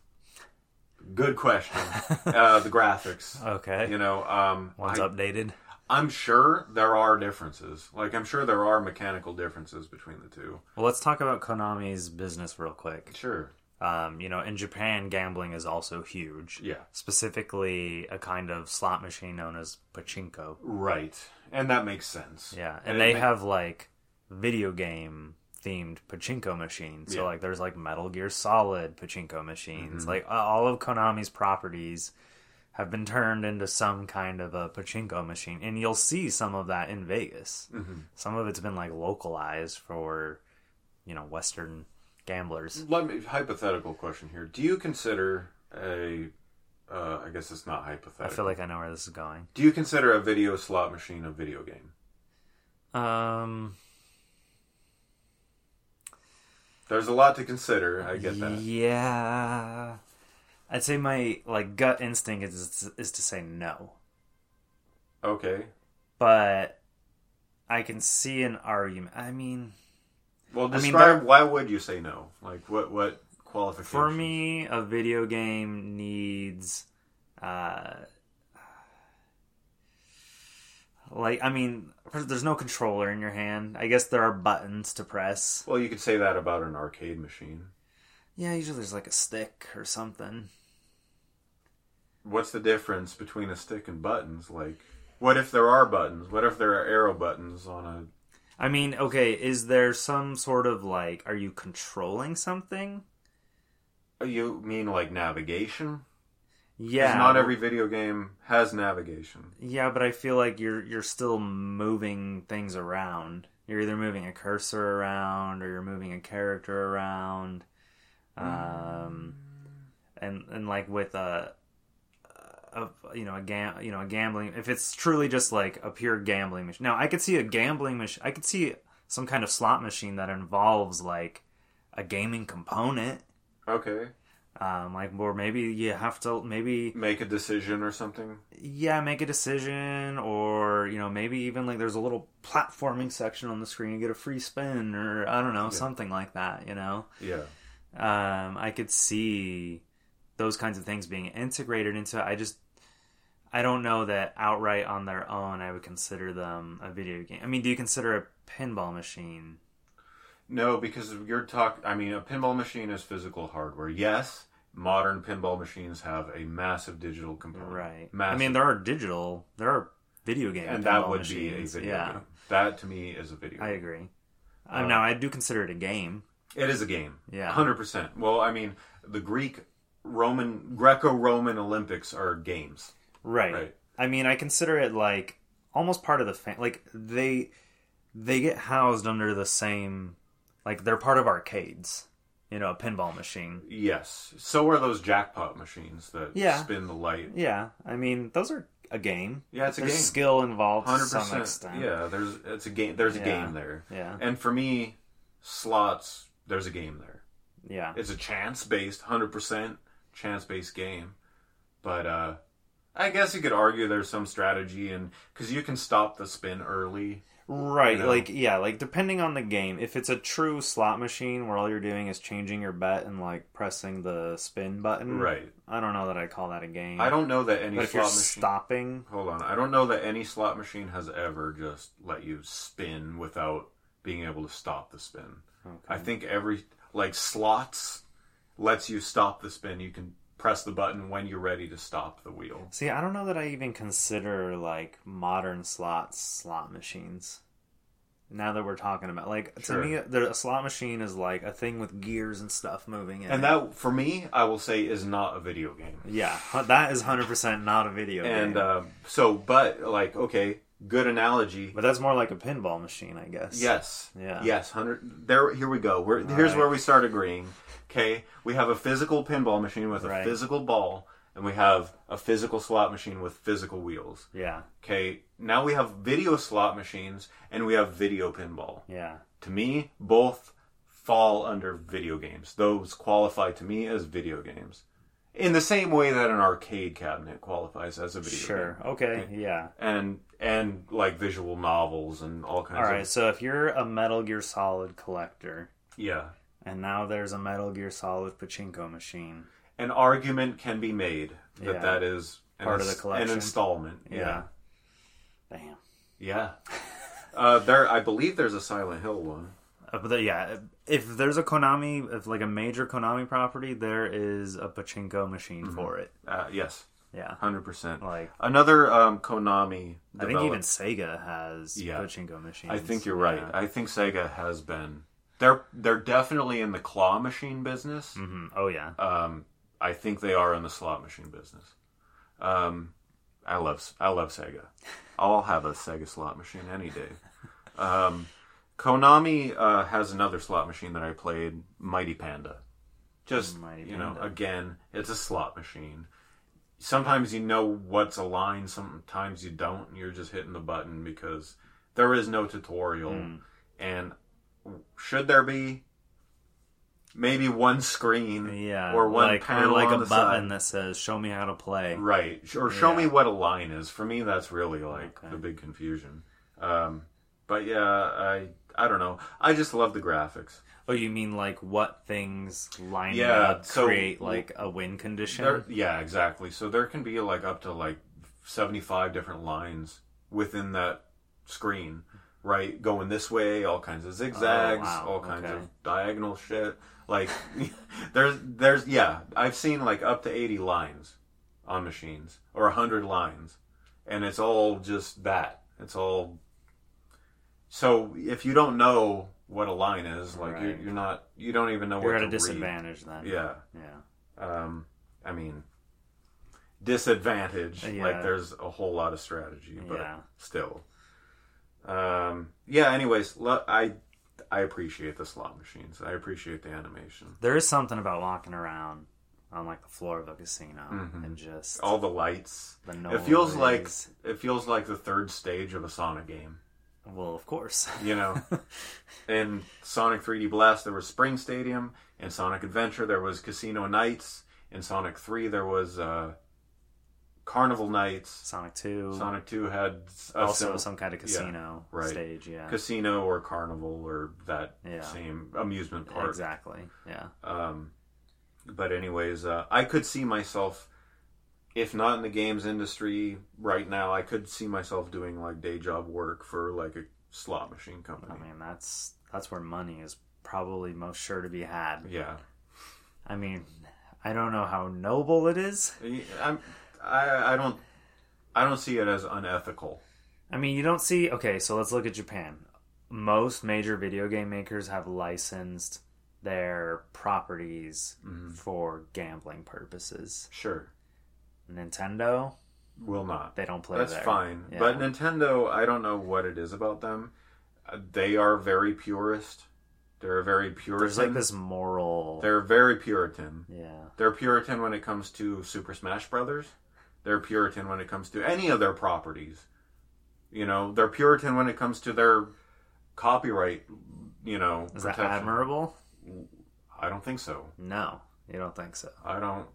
[SPEAKER 2] Good question. uh, the graphics.
[SPEAKER 1] Okay.
[SPEAKER 2] You know, um,
[SPEAKER 1] One's
[SPEAKER 2] I-
[SPEAKER 1] updated.
[SPEAKER 2] I'm sure there are differences. Like I'm sure there are mechanical differences between the two.
[SPEAKER 1] Well, let's talk about Konami's business real quick.
[SPEAKER 2] Sure.
[SPEAKER 1] Um, you know, in Japan, gambling is also huge.
[SPEAKER 2] Yeah.
[SPEAKER 1] Specifically, a kind of slot machine known as pachinko.
[SPEAKER 2] Right. And that makes sense.
[SPEAKER 1] Yeah, and
[SPEAKER 2] And it
[SPEAKER 1] they
[SPEAKER 2] ma-
[SPEAKER 1] have like video game themed pachinko machines. So
[SPEAKER 2] Yeah. Mm-hmm.
[SPEAKER 1] like there's like Metal Gear Solid pachinko machines. Like a- all of Konami's properties have been turned into some kind of a pachinko machine, and you'll see some of that in Vegas.
[SPEAKER 2] Mhm.
[SPEAKER 1] Some of it's been like localized for you know Western gamblers.
[SPEAKER 2] Let me hypothetical question here. Do you consider a uh, I guess it's not hypothetical.
[SPEAKER 1] I feel like I know where this is going.
[SPEAKER 2] Do you consider a video slot machine a video game?
[SPEAKER 1] Um,
[SPEAKER 2] There's a lot to consider. I get that.
[SPEAKER 1] Yeah, I'd say my like gut instinct is is to say no.
[SPEAKER 2] Okay.
[SPEAKER 1] but I can see an argument. I mean,
[SPEAKER 2] Well,
[SPEAKER 1] I mean,
[SPEAKER 2] describe
[SPEAKER 1] there-
[SPEAKER 2] why would you say no? Like what what qualifications?
[SPEAKER 1] for me, a video game needs, uh, like I mean, there's no controller in your hand. I guess there are buttons to press.
[SPEAKER 2] Well, you could say that about an arcade machine.
[SPEAKER 1] Yeah, usually there's like a stick or something.
[SPEAKER 2] what's the difference between a stick and buttons? Like, what if there are buttons? What if there are arrow buttons on a?
[SPEAKER 1] I mean, okay, is there some sort of like, are you controlling something?
[SPEAKER 2] You mean like navigation? 'Cause
[SPEAKER 1] Yeah,
[SPEAKER 2] Not every video game has navigation.
[SPEAKER 1] Yeah, but I feel like you're you're still moving things around. You're either moving a cursor around or you're moving a character around. Um, and and like with a, a you know a gam you know a gambling if it's truly just like a pure gambling machine. Now I could see a gambling machine. I could see some kind of slot machine that involves like a gaming component.
[SPEAKER 2] Okay.
[SPEAKER 1] Um, like or maybe you have to maybe
[SPEAKER 2] Make a decision or something.
[SPEAKER 1] yeah, make a decision, or you know, maybe even like there's a little platforming section on the screen, you get a free spin, or I don't know, something like that. You know,
[SPEAKER 2] Yeah.
[SPEAKER 1] um, I could see those kinds of things being integrated into. I just, I don't know that outright on their own, I would consider them a video game. I mean, do you consider a pinball machine?
[SPEAKER 2] No, because you're talk. I mean, a pinball machine is physical hardware. Yes, modern pinball machines have a massive digital component.
[SPEAKER 1] Right. I
[SPEAKER 2] Mm. Massive.
[SPEAKER 1] mean, there are digital, there are video game,
[SPEAKER 2] and that
[SPEAKER 1] pinball
[SPEAKER 2] would
[SPEAKER 1] machines.
[SPEAKER 2] be a video
[SPEAKER 1] yeah,
[SPEAKER 2] game. Uh, That to me is a video.
[SPEAKER 1] I
[SPEAKER 2] game.
[SPEAKER 1] agree. Um, now I do consider it a game.
[SPEAKER 2] It is a game.
[SPEAKER 1] Yeah.
[SPEAKER 2] Hundred percent. Well, I mean, the Greek, Roman, Greco-Roman Olympics are games.
[SPEAKER 1] Right.
[SPEAKER 2] Right.
[SPEAKER 1] I mean, I consider it like almost part of the fam- like they they get housed under the same like they're part of arcades. You know, a pinball machine.
[SPEAKER 2] Yes. So are those jackpot machines that
[SPEAKER 1] Yeah.
[SPEAKER 2] spin the light.
[SPEAKER 1] Yeah, I mean, those are a game.
[SPEAKER 2] Yeah, it's a
[SPEAKER 1] There's
[SPEAKER 2] game.
[SPEAKER 1] skill involved to
[SPEAKER 2] Hundred
[SPEAKER 1] some
[SPEAKER 2] percent.
[SPEAKER 1] extent.
[SPEAKER 2] Yeah. There's it's a game. There's a
[SPEAKER 1] Yeah.
[SPEAKER 2] game there.
[SPEAKER 1] Yeah.
[SPEAKER 2] And for me, slots. There's a game there.
[SPEAKER 1] Yeah.
[SPEAKER 2] It's a chance-based, hundred percent chance-based game. But uh I guess you could argue there's some strategy, and because you can stop the spin early.
[SPEAKER 1] Right.
[SPEAKER 2] you know.
[SPEAKER 1] Like yeah, like depending on the game, if it's a true slot machine where all you're doing is changing your bet and like pressing the spin button.
[SPEAKER 2] Right.
[SPEAKER 1] I don't know that I call that a game.
[SPEAKER 2] I don't know that
[SPEAKER 1] Mm-hmm.
[SPEAKER 2] any
[SPEAKER 1] but if you're
[SPEAKER 2] slot machine.
[SPEAKER 1] stopping
[SPEAKER 2] Hold on. I don't know that any slot machine has ever just let you spin without being able to stop the spin. I
[SPEAKER 1] Mm-hmm.
[SPEAKER 2] think every like slots lets you stop the spin. You can press the button when you're ready to stop the wheel.
[SPEAKER 1] See, I don't know that I even consider like modern slots slot machines. Now that we're talking about like
[SPEAKER 2] Sure.
[SPEAKER 1] to me, the, a slot machine is like a thing with gears and stuff moving in.
[SPEAKER 2] And
[SPEAKER 1] it.
[SPEAKER 2] that for me, I will say is not a video game.
[SPEAKER 1] yeah, hu- that is hundred percent not a video
[SPEAKER 2] And
[SPEAKER 1] game.
[SPEAKER 2] um so but like okay, good analogy.
[SPEAKER 1] but that's more like a pinball machine, I guess.
[SPEAKER 2] Yes.
[SPEAKER 1] Yeah.
[SPEAKER 2] Yes. Hundred. There. Here we go. We're, here's
[SPEAKER 1] right.
[SPEAKER 2] where we start agreeing. Okay. We have a physical pinball machine with a
[SPEAKER 1] Right.
[SPEAKER 2] physical ball, and we have a physical slot machine with physical wheels.
[SPEAKER 1] Yeah.
[SPEAKER 2] Okay. Now we have video slot machines, and we have video pinball.
[SPEAKER 1] Yeah.
[SPEAKER 2] To me, both fall under video games. Those qualify to me as video games. In the same way that an arcade cabinet qualifies as a video game.
[SPEAKER 1] Sure. Okay. Yeah.
[SPEAKER 2] And and like visual novels and all kinds
[SPEAKER 1] All right.
[SPEAKER 2] of
[SPEAKER 1] So if you're a Metal Gear Solid collector,
[SPEAKER 2] yeah.
[SPEAKER 1] and now there's a Metal Gear Solid pachinko machine,
[SPEAKER 2] an argument can be made that
[SPEAKER 1] Yeah.
[SPEAKER 2] that is an
[SPEAKER 1] Part of the
[SPEAKER 2] ins-
[SPEAKER 1] collection.
[SPEAKER 2] an installment.
[SPEAKER 1] Yeah. Damn.
[SPEAKER 2] yeah. uh, there, I believe there's a Silent Hill one.
[SPEAKER 1] Uh, but there- yeah, if there's a Konami, if like a major Konami property, there is a pachinko machine for it.
[SPEAKER 2] Uh, yes,
[SPEAKER 1] Yeah,
[SPEAKER 2] hundred percent.
[SPEAKER 1] like
[SPEAKER 2] Another um, Konami.
[SPEAKER 1] I think even
[SPEAKER 2] developed-
[SPEAKER 1] Sega has
[SPEAKER 2] Yeah.
[SPEAKER 1] pachinko machines.
[SPEAKER 2] I think you're right. I think Sega has been. They're they're definitely in the claw machine business.
[SPEAKER 1] hmm Oh yeah,
[SPEAKER 2] Um, I think they are in the slot machine business. Um, I love I love Sega. I'll have a Sega slot machine any day. Um, Konami uh, has another slot machine that I played, Mighty Panda. Just
[SPEAKER 1] Mighty
[SPEAKER 2] you know,
[SPEAKER 1] Panda.
[SPEAKER 2] again, it's a slot machine. Sometimes you know what's a line, sometimes you don't, and you're just hitting the button because there is no tutorial.
[SPEAKER 1] Hmm.
[SPEAKER 2] And should there be? Maybe one screen,
[SPEAKER 1] yeah,
[SPEAKER 2] or one
[SPEAKER 1] like,
[SPEAKER 2] panel
[SPEAKER 1] or like
[SPEAKER 2] on
[SPEAKER 1] a
[SPEAKER 2] the
[SPEAKER 1] button
[SPEAKER 2] side.
[SPEAKER 1] that says "Show me how to play."
[SPEAKER 2] Right. Sh- Or show
[SPEAKER 1] Yeah.
[SPEAKER 2] me what a line is. For me, that's really like
[SPEAKER 1] Okay.
[SPEAKER 2] the big confusion. Um, but yeah, I I don't know. I just love the graphics.
[SPEAKER 1] Oh, you mean like what things line
[SPEAKER 2] Yeah,
[SPEAKER 1] up
[SPEAKER 2] so-
[SPEAKER 1] create like a win condition?
[SPEAKER 2] There, yeah, exactly. So there can be like up to like seventy five different lines within that screen, right? Going this way, all kinds of zigzags,
[SPEAKER 1] Oh, wow,
[SPEAKER 2] all kinds
[SPEAKER 1] okay.
[SPEAKER 2] of diagonal shit. Like there's there's yeah, I've seen like up to eighty lines on machines or hundred lines, and it's all just that. It's all so if you don't know what a line is, like you're,
[SPEAKER 1] Right.
[SPEAKER 2] you're not you don't even know
[SPEAKER 1] You're
[SPEAKER 2] what
[SPEAKER 1] at
[SPEAKER 2] to
[SPEAKER 1] a disadvantage then.
[SPEAKER 2] Read. Yeah
[SPEAKER 1] yeah.
[SPEAKER 2] um, I mean, disadvantage.
[SPEAKER 1] Yeah.
[SPEAKER 2] Like there's a whole lot of strategy, but
[SPEAKER 1] Yeah.
[SPEAKER 2] still. Um, yeah. Anyways, lo- I I appreciate the slot machines. I appreciate the animation.
[SPEAKER 1] There is something about walking around on like the floor of a casino
[SPEAKER 2] Mhm.
[SPEAKER 1] and just
[SPEAKER 2] All the lights.
[SPEAKER 1] the
[SPEAKER 2] It feels like
[SPEAKER 1] noise.
[SPEAKER 2] it feels like the third stage of a Sonic game.
[SPEAKER 1] Well, of course.
[SPEAKER 2] You know, in Sonic 3D Blast there was Spring Stadium. In Sonic Adventure there was Casino Nights. In Sonic 3 there was uh, Carnival Nights.
[SPEAKER 1] Sonic 2.
[SPEAKER 2] Sonic 2 had s- a
[SPEAKER 1] also,
[SPEAKER 2] sim-
[SPEAKER 1] some kind of casino
[SPEAKER 2] yeah, right.
[SPEAKER 1] stage. Yeah.
[SPEAKER 2] casino or carnival or that
[SPEAKER 1] Yeah.
[SPEAKER 2] same amusement park.
[SPEAKER 1] Exactly. Yeah.
[SPEAKER 2] Um, but anyways, uh, I could see myself, if not in the games industry right now, I could see myself doing like day job work for like a slot machine
[SPEAKER 1] I
[SPEAKER 2] company.
[SPEAKER 1] mean, that's that's where money is probably most sure to be had.
[SPEAKER 2] yeah,
[SPEAKER 1] I mean, I don't know how noble it is.
[SPEAKER 2] I'm, I I don't I don't see it as unethical.
[SPEAKER 1] I mean, you don't see. Okay, so let's look at Japan. Most major video game makers have licensed their properties
[SPEAKER 2] Mhm.
[SPEAKER 1] for gambling purposes.
[SPEAKER 2] Sure,
[SPEAKER 1] Nintendo,
[SPEAKER 2] will not.
[SPEAKER 1] they don't play
[SPEAKER 2] That's
[SPEAKER 1] there.
[SPEAKER 2] fine.
[SPEAKER 1] Yeah.
[SPEAKER 2] But Nintendo, I don't know what it is about them. Uh, They are very purist. They're a very
[SPEAKER 1] There's
[SPEAKER 2] purist.
[SPEAKER 1] like this moral.
[SPEAKER 2] They're very Puritan.
[SPEAKER 1] Yeah.
[SPEAKER 2] They're Puritan when it comes to Super Smash Brothers. They're Puritan when it comes to any of their properties. You know, they're Puritan when it comes to their copyright. You know,
[SPEAKER 1] Is that admirable?
[SPEAKER 2] I don't think so.
[SPEAKER 1] No, you don't think so.
[SPEAKER 2] I don't.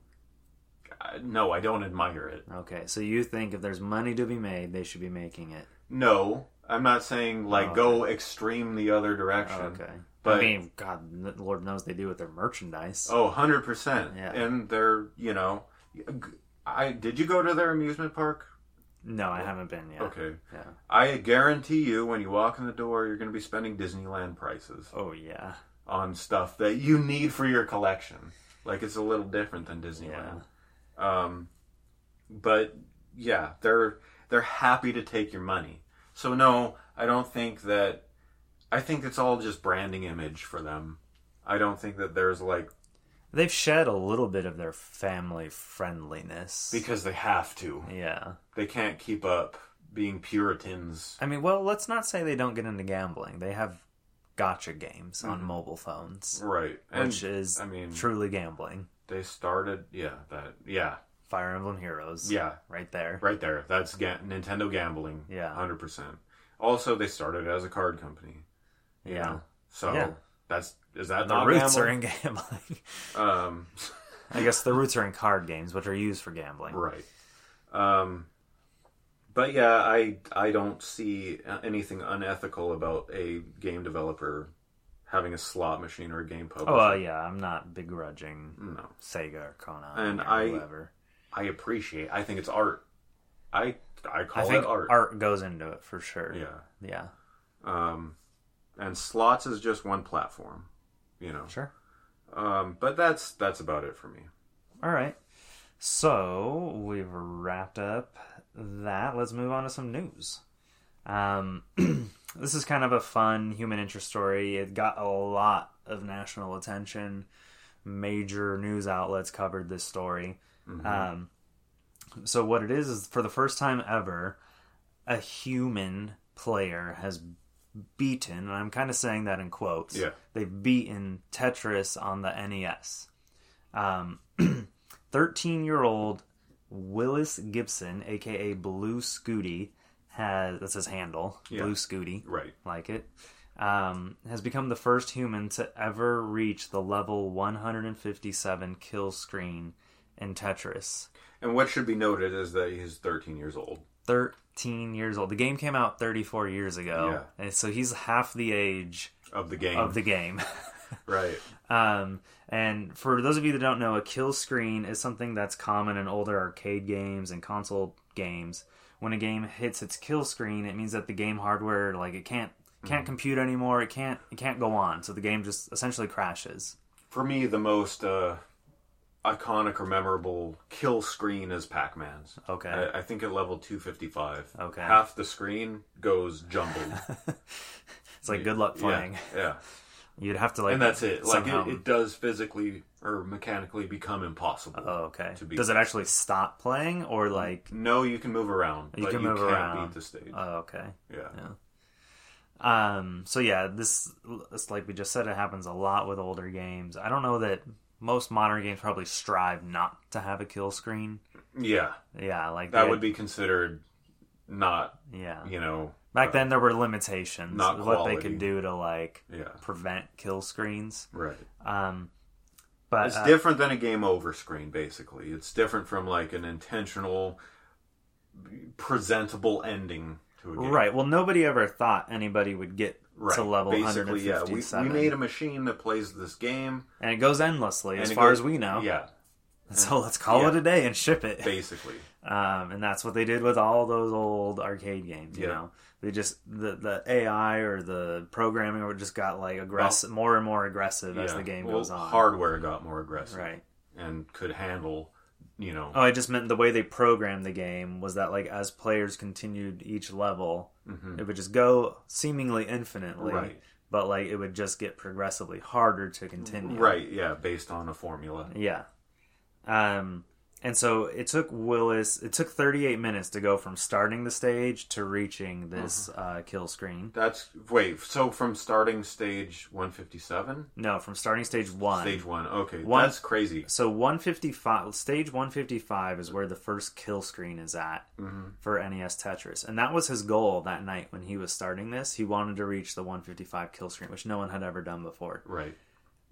[SPEAKER 2] I, no, I don't admire it.
[SPEAKER 1] Okay, so you think if there's money to be made, they should be making it.
[SPEAKER 2] No, I'm not saying like
[SPEAKER 1] Oh, Okay. Oh,
[SPEAKER 2] go extreme the other direction.
[SPEAKER 1] Okay.
[SPEAKER 2] But-
[SPEAKER 1] I mean, God, n- Lord knows they do with their merchandise.
[SPEAKER 2] Oh, 100%.
[SPEAKER 1] Yeah.
[SPEAKER 2] And they're, you know, I did you go to their amusement park?
[SPEAKER 1] No, I haven't been yet.
[SPEAKER 2] Okay.
[SPEAKER 1] Yeah.
[SPEAKER 2] I guarantee you when you walk in the door, you're going to be spending Disneyland prices
[SPEAKER 1] Oh, yeah.
[SPEAKER 2] on stuff that you need for your collection. Like it's a little different than Disneyland. Um but yeah, they're they're happy to take your money. So no, I don't think that I think it's all just branding image for them. I don't think that there's like
[SPEAKER 1] They've shed a little bit of their family friendliness.
[SPEAKER 2] because they have to.
[SPEAKER 1] yeah.
[SPEAKER 2] they can't keep up being Puritans.
[SPEAKER 1] I mean, well, let's not say they don't get into gambling. They have gotcha games on mobile phones,
[SPEAKER 2] Right. Mm-hmm. And
[SPEAKER 1] which is
[SPEAKER 2] I mean-
[SPEAKER 1] truly gambling.
[SPEAKER 2] they started, yeah, that, yeah,
[SPEAKER 1] Fire Emblem Heroes.
[SPEAKER 2] yeah,
[SPEAKER 1] Right there.
[SPEAKER 2] right there. That's ga- Nintendo gambling.
[SPEAKER 1] Yeah.
[SPEAKER 2] 100%. Also, they started as a card company. you
[SPEAKER 1] Yeah.
[SPEAKER 2] know? So
[SPEAKER 1] Yeah.
[SPEAKER 2] that's, is that
[SPEAKER 1] The
[SPEAKER 2] not
[SPEAKER 1] roots
[SPEAKER 2] gambling?
[SPEAKER 1] are in gambling.
[SPEAKER 2] Um,
[SPEAKER 1] I guess the roots are in card games, which are used for gambling.
[SPEAKER 2] right. Um, but yeah, I I don't see anything unethical about a game developer having a slot machine or a game publisher.
[SPEAKER 1] Oh well, yeah, I'm not begrudging
[SPEAKER 2] No,
[SPEAKER 1] Sega or Konami
[SPEAKER 2] And
[SPEAKER 1] or
[SPEAKER 2] I-
[SPEAKER 1] whoever.
[SPEAKER 2] I appreciate. I think it's art. I I
[SPEAKER 1] I
[SPEAKER 2] call
[SPEAKER 1] think
[SPEAKER 2] it art.
[SPEAKER 1] art. goes into it for sure.
[SPEAKER 2] Yeah.
[SPEAKER 1] Yeah.
[SPEAKER 2] Um, and slots is just one platform, you know.
[SPEAKER 1] Sure.
[SPEAKER 2] Um, but that's that's about it for me.
[SPEAKER 1] All right. So we've wrapped up that. Let's move on to some news. Um, this is kind of a fun human interest story. It got a lot of national attention. Major news outlets covered this story.
[SPEAKER 2] Mm-hmm.
[SPEAKER 1] Um, so what it is is for the first time ever, a human player has beaten, and I'm kind of saying that in quotes.
[SPEAKER 2] Yeah.
[SPEAKER 1] they've beaten Tetris on the NES. Um, 13 year old Willis Gibson, aka Blue Scooty, has that's his handle,
[SPEAKER 2] Yeah.
[SPEAKER 1] Blue Scooty,
[SPEAKER 2] Right.
[SPEAKER 1] like it, um, has become the first human to ever reach the level 157 kill screen in Tetris.
[SPEAKER 2] And what should be noted is that he's 13 years old.
[SPEAKER 1] 13 years old. The game came out 34 years ago, and so he's half the age
[SPEAKER 2] of the game.
[SPEAKER 1] of the game.
[SPEAKER 2] right.
[SPEAKER 1] Um, and for those of you that don't know, a kill screen is something that's common in older arcade games and console games. When a game hits its kill screen, it means that the game hardware, like it can't can't
[SPEAKER 2] Mm-hmm.
[SPEAKER 1] compute anymore. It can't it can't go on. So the game just essentially crashes.
[SPEAKER 2] For me, the most uh, iconic or memorable kill screen is Pac-Man's.
[SPEAKER 1] Okay.
[SPEAKER 2] I, I think at level 255.
[SPEAKER 1] Okay.
[SPEAKER 2] Half the screen goes jumbled.
[SPEAKER 1] It's like good luck playing.
[SPEAKER 2] yeah. Yeah.
[SPEAKER 1] You'd have to like
[SPEAKER 2] And that's it. Like
[SPEAKER 1] somehow-
[SPEAKER 2] it, it does physically or mechanically become impossible.
[SPEAKER 1] oh, okay.
[SPEAKER 2] to be- Mm-hmm.
[SPEAKER 1] Does it actually stop playing or like?
[SPEAKER 2] No, you can move around,
[SPEAKER 1] You
[SPEAKER 2] but
[SPEAKER 1] can
[SPEAKER 2] you
[SPEAKER 1] move
[SPEAKER 2] can't
[SPEAKER 1] around.
[SPEAKER 2] beat the stage.
[SPEAKER 1] Oh, okay.
[SPEAKER 2] yeah.
[SPEAKER 1] Um, so yeah, this it's like we just said, it happens a lot with older games. I don't know that most modern games probably strive not to have a kill screen.
[SPEAKER 2] Yeah.
[SPEAKER 1] Yeah, like
[SPEAKER 2] That would be considered not,
[SPEAKER 1] yeah.
[SPEAKER 2] you know,
[SPEAKER 1] Back then there were limitations
[SPEAKER 2] not
[SPEAKER 1] with what they
[SPEAKER 2] quality.
[SPEAKER 1] could do to like
[SPEAKER 2] yeah.
[SPEAKER 1] prevent kill screens.
[SPEAKER 2] Right.
[SPEAKER 1] Um, but
[SPEAKER 2] It's
[SPEAKER 1] uh,
[SPEAKER 2] different than a game over screen, basically. It's different from like an intentional, presentable ending to a game.
[SPEAKER 1] right, well, nobody ever thought anybody would get
[SPEAKER 2] Right.
[SPEAKER 1] to level
[SPEAKER 2] basically, yeah. We,
[SPEAKER 1] 157,
[SPEAKER 2] we made a machine that plays this game.
[SPEAKER 1] and it goes endlessly
[SPEAKER 2] and
[SPEAKER 1] as
[SPEAKER 2] it
[SPEAKER 1] far
[SPEAKER 2] goes-
[SPEAKER 1] as we know.
[SPEAKER 2] Yeah,
[SPEAKER 1] So let's call
[SPEAKER 2] Yeah.
[SPEAKER 1] it a day and ship it.
[SPEAKER 2] basically.
[SPEAKER 1] um, and that's what they did with all those old arcade games. You
[SPEAKER 2] Yeah.
[SPEAKER 1] know, they just the the AI or the programming or just got like aggressive, more and more aggressive as
[SPEAKER 2] yeah.
[SPEAKER 1] the game
[SPEAKER 2] well,
[SPEAKER 1] goes on.
[SPEAKER 2] Hardware got more aggressive
[SPEAKER 1] Right.
[SPEAKER 2] and could handle, you know,
[SPEAKER 1] Oh, I just meant the way they programmed the game was that like as players continued each level,
[SPEAKER 2] mhm,
[SPEAKER 1] it would just go seemingly infinitely,
[SPEAKER 2] Right.
[SPEAKER 1] but like it would just get progressively harder to continue.
[SPEAKER 2] right. Yeah, based on a formula.
[SPEAKER 1] Yeah. Um, and so it took Willis, it took 38 minutes to go from starting the stage to reaching this uh, kill screen.
[SPEAKER 2] That's wait. So from starting stage one fifty seven,
[SPEAKER 1] No, from starting stage one.
[SPEAKER 2] stage one. Okay,
[SPEAKER 1] One-
[SPEAKER 2] that's crazy.
[SPEAKER 1] So 155, stage 155 is where the first kill screen is at
[SPEAKER 2] Mhm.
[SPEAKER 1] for NES Tetris. And that was his goal that night when he was starting this. He wanted to reach the 155 kill screen, which no one had ever done before.
[SPEAKER 2] Right.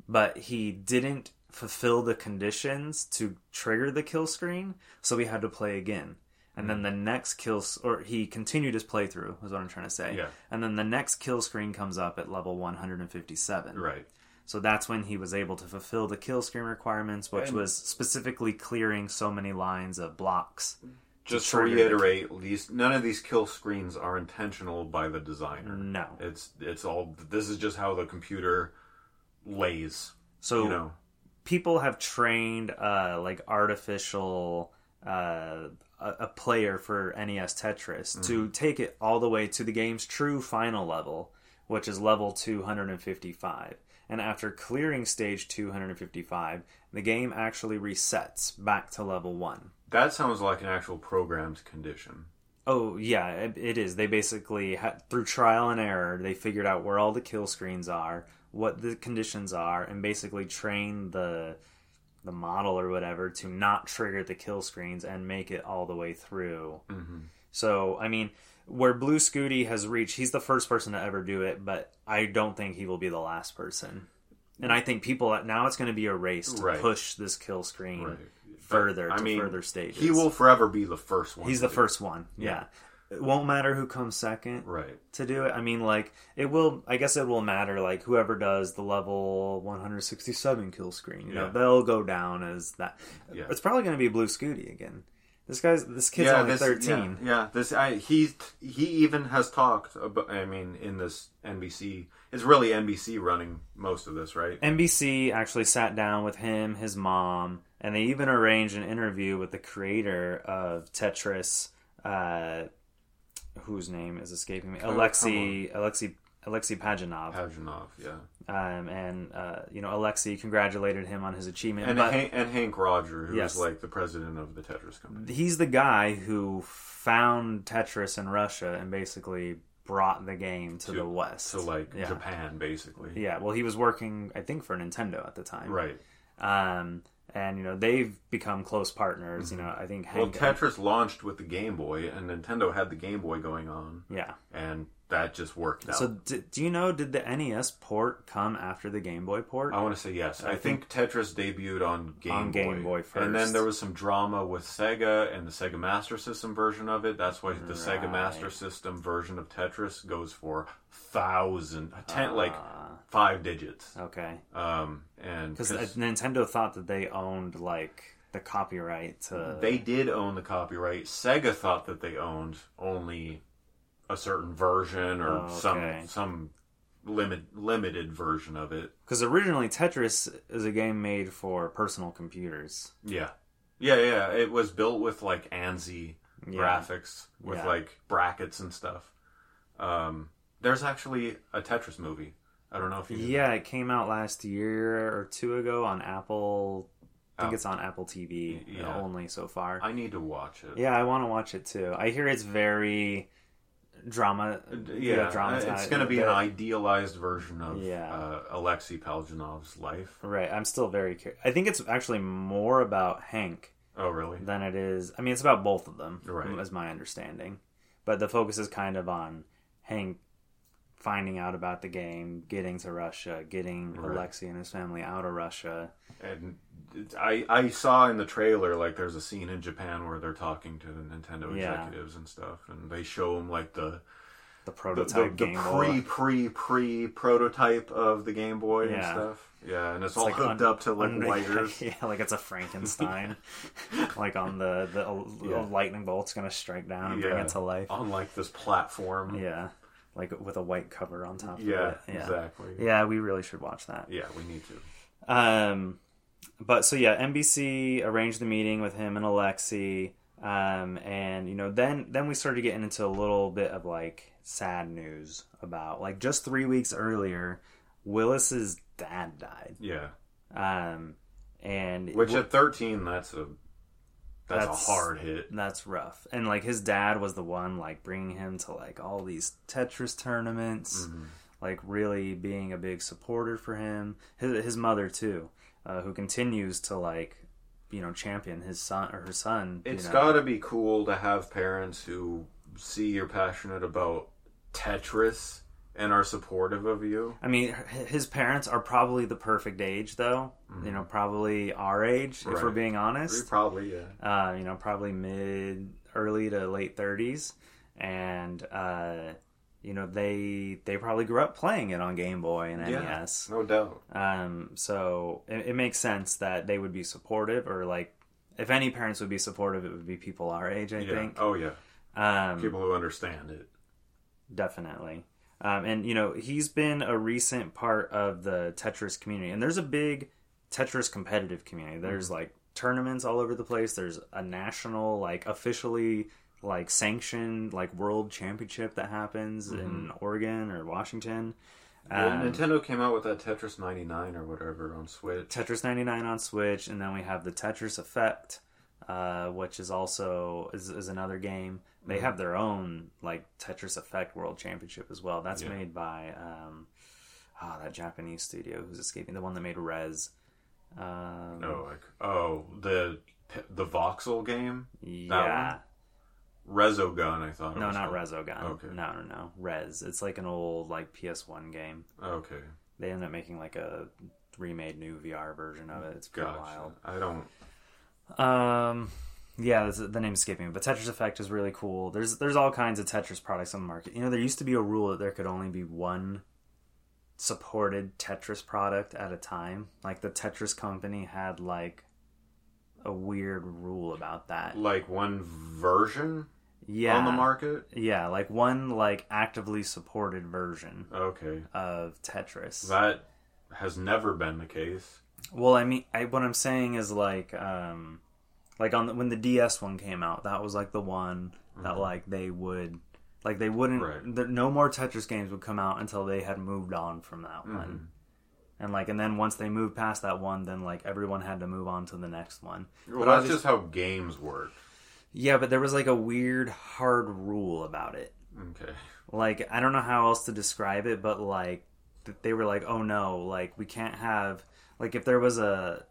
[SPEAKER 1] But he didn't fulfill the conditions to trigger the kill screen, so he had to play again. And
[SPEAKER 2] Hmm.
[SPEAKER 1] then the next kill, s- or he continued his playthrough, is what I'm trying to say.
[SPEAKER 2] Yeah.
[SPEAKER 1] And then the next kill screen comes up at level 157.
[SPEAKER 2] Right.
[SPEAKER 1] So that's when he was able to fulfill the kill screen requirements, which
[SPEAKER 2] And-
[SPEAKER 1] was specifically clearing so many lines of blocks.
[SPEAKER 2] Just to
[SPEAKER 1] trigger the-
[SPEAKER 2] reiterate, these none of these kill screens are intentional by the designer.
[SPEAKER 1] No.
[SPEAKER 2] It's it's all this is just how the computer lays.
[SPEAKER 1] So
[SPEAKER 2] you know,
[SPEAKER 1] people have trained uh, like artificial uh, a, a player for NES Tetris to take it all the way to the game's true final level, which is level 255. And after clearing stage 255, the game actually resets back to level 1.
[SPEAKER 2] that sounds like an actual programmed condition.
[SPEAKER 1] Oh yeah, it, it is. They basically ha- through trial and error, they figured out where all the kill screens are, what the conditions are, and basically trained the the model or whatever to not trigger the kill screens and make it all the way through.
[SPEAKER 2] Mm-hmm.
[SPEAKER 1] So I mean, where Blue Scooty has reached, he's the first person to ever do it, but I don't think he will be the last person. And I think people now it's going to be a race to
[SPEAKER 2] Right.
[SPEAKER 1] push this kill screen
[SPEAKER 2] Right.
[SPEAKER 1] further
[SPEAKER 2] I
[SPEAKER 1] to
[SPEAKER 2] mean,
[SPEAKER 1] further stages.
[SPEAKER 2] He will forever be the first one.
[SPEAKER 1] He's
[SPEAKER 2] to
[SPEAKER 1] the
[SPEAKER 2] do it.
[SPEAKER 1] first one. Yeah. it won't matter who comes second
[SPEAKER 2] Right.
[SPEAKER 1] to do it. I mean, like it will. I guess it will matter. Like whoever does the level 167 kill screen, you know,
[SPEAKER 2] Yeah.
[SPEAKER 1] they'll go down as that.
[SPEAKER 2] Yeah.
[SPEAKER 1] It's probably going to be Blue Scooty again. This guy's this kid's only
[SPEAKER 2] this-
[SPEAKER 1] 13.
[SPEAKER 2] Yeah, yeah, this I, he he even has talked. About, I mean, in this NBC, it's really NBC running most of this, right?
[SPEAKER 1] NBC actually sat down with him, his mom, and they even arranged an interview with the creator of Tetris, uh, whose name is escaping me,
[SPEAKER 2] Oh, come
[SPEAKER 1] Alexei Alexei Alexei Pajanov.
[SPEAKER 2] Pajanov, yeah,
[SPEAKER 1] Um, and uh, you know, Alexei congratulated him on his achievement.
[SPEAKER 2] and
[SPEAKER 1] but
[SPEAKER 2] Han- and Hank Roger, who is
[SPEAKER 1] Yes.
[SPEAKER 2] like the president of the Tetris company.
[SPEAKER 1] he's the guy who found Tetris in Russia and basically brought the game to,
[SPEAKER 2] To-
[SPEAKER 1] the West.
[SPEAKER 2] to like
[SPEAKER 1] yeah.
[SPEAKER 2] Japan, basically.
[SPEAKER 1] Yeah, well, he was working, I think, for Nintendo at the time.
[SPEAKER 2] Right.
[SPEAKER 1] um, and you know they've become close partners. You know, I think
[SPEAKER 2] Mm-hmm. Well,
[SPEAKER 1] Hank.
[SPEAKER 2] Tetris launched with the Game Boy, and Nintendo had the Game Boy going on,
[SPEAKER 1] yeah.
[SPEAKER 2] and that just worked out.
[SPEAKER 1] So d- do you know? Did the NES port come after the Game Boy port?
[SPEAKER 2] I want to say yes. I, think, Tetris debuted on Game
[SPEAKER 1] On
[SPEAKER 2] Boy.
[SPEAKER 1] Game Boy
[SPEAKER 2] and
[SPEAKER 1] first.
[SPEAKER 2] then there was some drama with Sega and the Sega Master System version of it. That's why the Sega Master System version of Tetris goes for thousand, ten, like
[SPEAKER 1] Ah.
[SPEAKER 2] five digits.
[SPEAKER 1] okay,
[SPEAKER 2] Um, and
[SPEAKER 1] because
[SPEAKER 2] 'cause
[SPEAKER 1] Nintendo thought that they owned like the copyright to.
[SPEAKER 2] they did own the copyright. Sega thought that they owned only a certain version or
[SPEAKER 1] Oh, Okay.
[SPEAKER 2] some some limit limited version of it.
[SPEAKER 1] Because originally Tetris is a game made for personal computers.
[SPEAKER 2] Yeah. Yeah, yeah. It was built with like ANSI
[SPEAKER 1] Yeah.
[SPEAKER 2] graphics with
[SPEAKER 1] Yeah.
[SPEAKER 2] like brackets and stuff. Um, there's actually a Tetris movie. I don't know if you knew
[SPEAKER 1] Yeah, it came out last year or two ago on Apple. I think
[SPEAKER 2] Oh.
[SPEAKER 1] it's on Apple TV
[SPEAKER 2] Yeah.
[SPEAKER 1] only so far.
[SPEAKER 2] that. I need to watch it.
[SPEAKER 1] Yeah, I want to watch it too. I hear it's very drama.
[SPEAKER 2] Uh, Yeah,
[SPEAKER 1] dramatized.
[SPEAKER 2] it's going to be an
[SPEAKER 1] But-
[SPEAKER 2] idealized version of
[SPEAKER 1] Yeah.
[SPEAKER 2] uh, Alexei Paljanov's life.
[SPEAKER 1] Right, I'm still very curious. I think it's actually more about Hank
[SPEAKER 2] Oh, really?
[SPEAKER 1] than it is. I mean, it's about both of them,
[SPEAKER 2] Right.
[SPEAKER 1] Is my understanding, but the focus is kind of on Hank finding out about the game, getting to Russia, getting
[SPEAKER 2] Right.
[SPEAKER 1] Alexei and his family out of Russia.
[SPEAKER 2] And it- I I saw in the trailer like there's a scene in Japan where they're talking to the Nintendo
[SPEAKER 1] Yeah.
[SPEAKER 2] executives and stuff, and they show them like the
[SPEAKER 1] The
[SPEAKER 2] the,
[SPEAKER 1] prototype
[SPEAKER 2] the, the
[SPEAKER 1] game.
[SPEAKER 2] pre
[SPEAKER 1] Boy.
[SPEAKER 2] pre pre prototype of the Game Boy and
[SPEAKER 1] Yeah.
[SPEAKER 2] stuff. Yeah, and it's, all
[SPEAKER 1] like
[SPEAKER 2] hooked
[SPEAKER 1] un-
[SPEAKER 2] up to like
[SPEAKER 1] un-
[SPEAKER 2] wires.
[SPEAKER 1] yeah, like it's a Frankenstein. like on the the a- a
[SPEAKER 2] Yeah.
[SPEAKER 1] lightning bolt's gonna strike down and bring
[SPEAKER 2] Yeah. Um,
[SPEAKER 1] it to life.
[SPEAKER 2] on like this platform.
[SPEAKER 1] Yeah, like with a white cover on top.
[SPEAKER 2] Yeah,
[SPEAKER 1] of it. yeah,
[SPEAKER 2] exactly. Yeah.
[SPEAKER 1] yeah. We really should watch that.
[SPEAKER 2] we need to.
[SPEAKER 1] Um, but so yeah, NBC arranged the meeting with him and Alexi. Um, and you know, then then we started getting into a little bit of like sad news about like just three weeks earlier, Willis's dad died.
[SPEAKER 2] Yeah,
[SPEAKER 1] Um, and
[SPEAKER 2] which at thirteen, that's a that's,
[SPEAKER 1] That's-
[SPEAKER 2] a hard hit.
[SPEAKER 1] that's rough. And like his dad was the one like bringing him to like all these Tetris tournaments,
[SPEAKER 2] Mm-hmm.
[SPEAKER 1] like really being a big supporter for him. His, his mother too, uh, who continues to like you know champion his son or her son.
[SPEAKER 2] It's
[SPEAKER 1] you know.
[SPEAKER 2] got to be cool to have parents who see you're passionate about Tetris and are supportive of you.
[SPEAKER 1] I mean, h- his parents are probably the perfect age though. You know, probably our age if we're
[SPEAKER 2] Mm-hmm. Right.
[SPEAKER 1] being honest.
[SPEAKER 2] Probably, yeah.
[SPEAKER 1] uh, you know, probably mid, early to late thirties, and uh, you know they they probably grew up playing it on Game Boy and E
[SPEAKER 2] Yeah.
[SPEAKER 1] NES.
[SPEAKER 2] No doubt.
[SPEAKER 1] Um, so it, it makes sense that they would be supportive, or like if any parents would be supportive, it would be people our age. I
[SPEAKER 2] yeah.
[SPEAKER 1] think
[SPEAKER 2] Oh yeah.
[SPEAKER 1] um,
[SPEAKER 2] People who understand it.
[SPEAKER 1] definitely. Um, and you know he's been a recent part of the Tetris community, and there's a big Tetris competitive community. There's
[SPEAKER 2] Mm-hmm.
[SPEAKER 1] like tournaments all over the place. There's a national, like officially like sanctioned like world championship that happens
[SPEAKER 2] Mm-hmm.
[SPEAKER 1] in Oregon or Washington.
[SPEAKER 2] Well,
[SPEAKER 1] Um,
[SPEAKER 2] Nintendo came out with that Tetris 99 or whatever on Switch.
[SPEAKER 1] Tetris 99 on Switch, and then we have the Tetris Effect, uh, which is also is, is another game. They
[SPEAKER 2] Mm-hmm.
[SPEAKER 1] have their own like Tetris Effect World Championship as well. That's
[SPEAKER 2] Yeah.
[SPEAKER 1] made by um, oh, that Japanese studio who's escaping the one that made Res. Um,
[SPEAKER 2] No, like oh the the voxel game,
[SPEAKER 1] yeah,
[SPEAKER 2] Rezogun. I thought. it
[SPEAKER 1] no,
[SPEAKER 2] was
[SPEAKER 1] not
[SPEAKER 2] called. Oh,
[SPEAKER 1] Rezogun.
[SPEAKER 2] Okay.
[SPEAKER 1] No, no, no, Res. It's like an old like PS1 game.
[SPEAKER 2] Okay,
[SPEAKER 1] They ended up making like a remade new VR version of it. It's pretty
[SPEAKER 2] gotcha.
[SPEAKER 1] wild.
[SPEAKER 2] I don't.
[SPEAKER 1] Um, Yeah, that's, the name's escaping me, but Tetris Effect is really cool. There's there's all kinds of Tetris products on the market. You know, there used to be a rule that there could only be one supported Tetris product at a time. Like the Tetris company had like a weird rule about that.
[SPEAKER 2] Like one version
[SPEAKER 1] Yeah.
[SPEAKER 2] on the market.
[SPEAKER 1] Yeah, like one like actively supported version
[SPEAKER 2] Okay,
[SPEAKER 1] of Tetris.
[SPEAKER 2] that has never been the case.
[SPEAKER 1] Well, I mean, I, what I'm saying is like, um, like on the, when the DS one came out, that was like the one that like they would, like they wouldn't,
[SPEAKER 2] Right.
[SPEAKER 1] there, no more Tetris games would come out until they had moved on from that one, and like, and then once they moved past that one, then like everyone had to move on to the next one.
[SPEAKER 2] Well,
[SPEAKER 1] But
[SPEAKER 2] that's
[SPEAKER 1] obvious-
[SPEAKER 2] just how games work.
[SPEAKER 1] Yeah, but there was like a weird hard rule about it.
[SPEAKER 2] Okay.
[SPEAKER 1] like I don't know how else to describe it, but like th- they were like, oh no, like we can't have like if there was a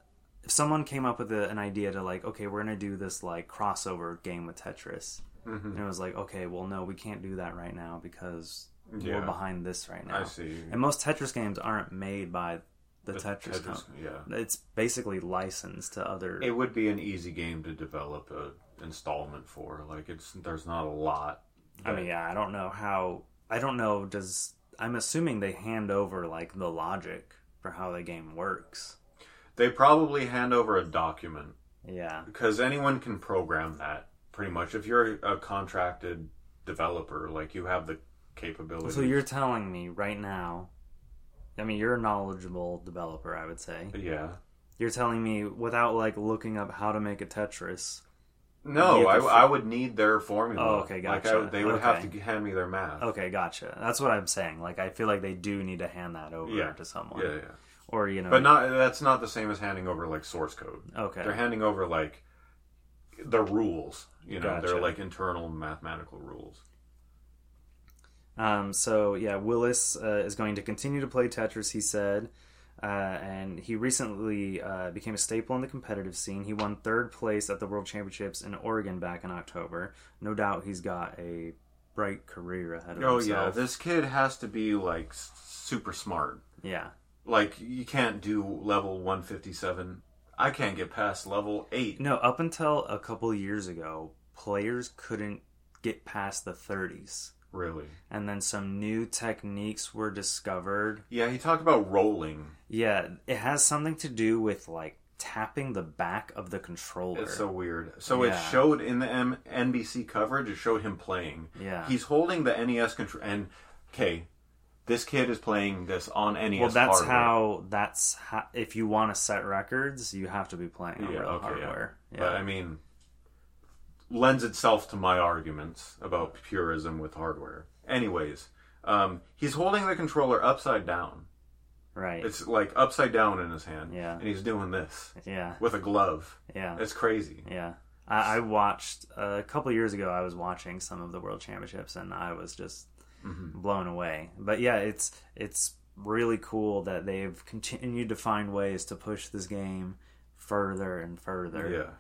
[SPEAKER 1] if someone came up with a, an idea to like okay we're gonna do this like crossover game with Tetris,
[SPEAKER 2] hmm
[SPEAKER 1] and it was like okay well no we can't do that right now because
[SPEAKER 2] Yeah.
[SPEAKER 1] we're behind this right now.
[SPEAKER 2] I see.
[SPEAKER 1] And most Tetris games aren't made by the, Tetris,
[SPEAKER 2] Tetris,
[SPEAKER 1] company.
[SPEAKER 2] yeah.
[SPEAKER 1] It's basically licensed to other.
[SPEAKER 2] It would be an easy game to develop a installment for. Like it's there's not a lot.
[SPEAKER 1] I mean, yeah, I don't know how. I don't know. Does I'm assuming they hand over like the logic for how the game works.
[SPEAKER 2] They probably hand over a document
[SPEAKER 1] Yeah.
[SPEAKER 2] because anyone can program that pretty much. If you're a contracted developer, like you have the capability.
[SPEAKER 1] So you're telling me right now. I mean, you're a knowledgeable developer, I would say.
[SPEAKER 2] yeah.
[SPEAKER 1] You're telling me without like looking up how to make a Tetris.
[SPEAKER 2] No,
[SPEAKER 1] You
[SPEAKER 2] I,
[SPEAKER 1] have to
[SPEAKER 2] I would need their formula.
[SPEAKER 1] Oh, okay,
[SPEAKER 2] Like I,
[SPEAKER 1] gotcha.
[SPEAKER 2] would- they would have
[SPEAKER 1] Okay.
[SPEAKER 2] to hand me their math.
[SPEAKER 1] Okay, gotcha. That's what I'm saying. Like, I feel like they do need to hand that over
[SPEAKER 2] Yeah.
[SPEAKER 1] to someone,
[SPEAKER 2] Yeah, yeah.
[SPEAKER 1] or you know,
[SPEAKER 2] But not that's not the same as handing over like source code.
[SPEAKER 1] okay,
[SPEAKER 2] They're handing over like the rules. You know,
[SPEAKER 1] Gotcha.
[SPEAKER 2] they're like internal mathematical rules.
[SPEAKER 1] Um, so yeah, Willis uh, is going to continue to play Tetris. He said, uh, and he recently uh, became a staple in the competitive scene. He won third place at the World Championships in Oregon back in October. No doubt, he's got a bright career ahead of
[SPEAKER 2] Oh yeah,
[SPEAKER 1] himself.
[SPEAKER 2] this kid has to be like s- super smart.
[SPEAKER 1] yeah,
[SPEAKER 2] Like you can't do level 157. I can't get past level 8.
[SPEAKER 1] no. Up until a couple years ago, players couldn't get past the 30s,
[SPEAKER 2] Really?
[SPEAKER 1] and then some new techniques were discovered
[SPEAKER 2] Yeah, he talked about rolling.
[SPEAKER 1] Yeah, it has something to do with like tapping the back of the controller.
[SPEAKER 2] It's so weird. So it
[SPEAKER 1] Yeah.
[SPEAKER 2] showed in the M- NBC coverage, it showed him playing.
[SPEAKER 1] yeah.
[SPEAKER 2] He's holding the NES control and okay, this kid is playing this on NES
[SPEAKER 1] well, that's
[SPEAKER 2] hardware.
[SPEAKER 1] how. That's how. If you want to set records, you have to be playing on
[SPEAKER 2] Yeah,
[SPEAKER 1] real
[SPEAKER 2] okay, yeah.
[SPEAKER 1] hardware. Yeah.
[SPEAKER 2] But I mean lends itself to my arguments about purism with hardware. Anyways, um, he's holding the controller upside down.
[SPEAKER 1] right.
[SPEAKER 2] It's like upside down in his hand.
[SPEAKER 1] Yeah.
[SPEAKER 2] And he's doing this
[SPEAKER 1] yeah.
[SPEAKER 2] with a glove.
[SPEAKER 1] Yeah.
[SPEAKER 2] It's crazy.
[SPEAKER 1] Yeah. I, I watched a couple years ago. I was watching some of the World Championships, and I was just
[SPEAKER 2] Mm-hmm.
[SPEAKER 1] blown away. But yeah, it's it's really cool that they've continued to find ways to push this game further and further.
[SPEAKER 2] Yeah.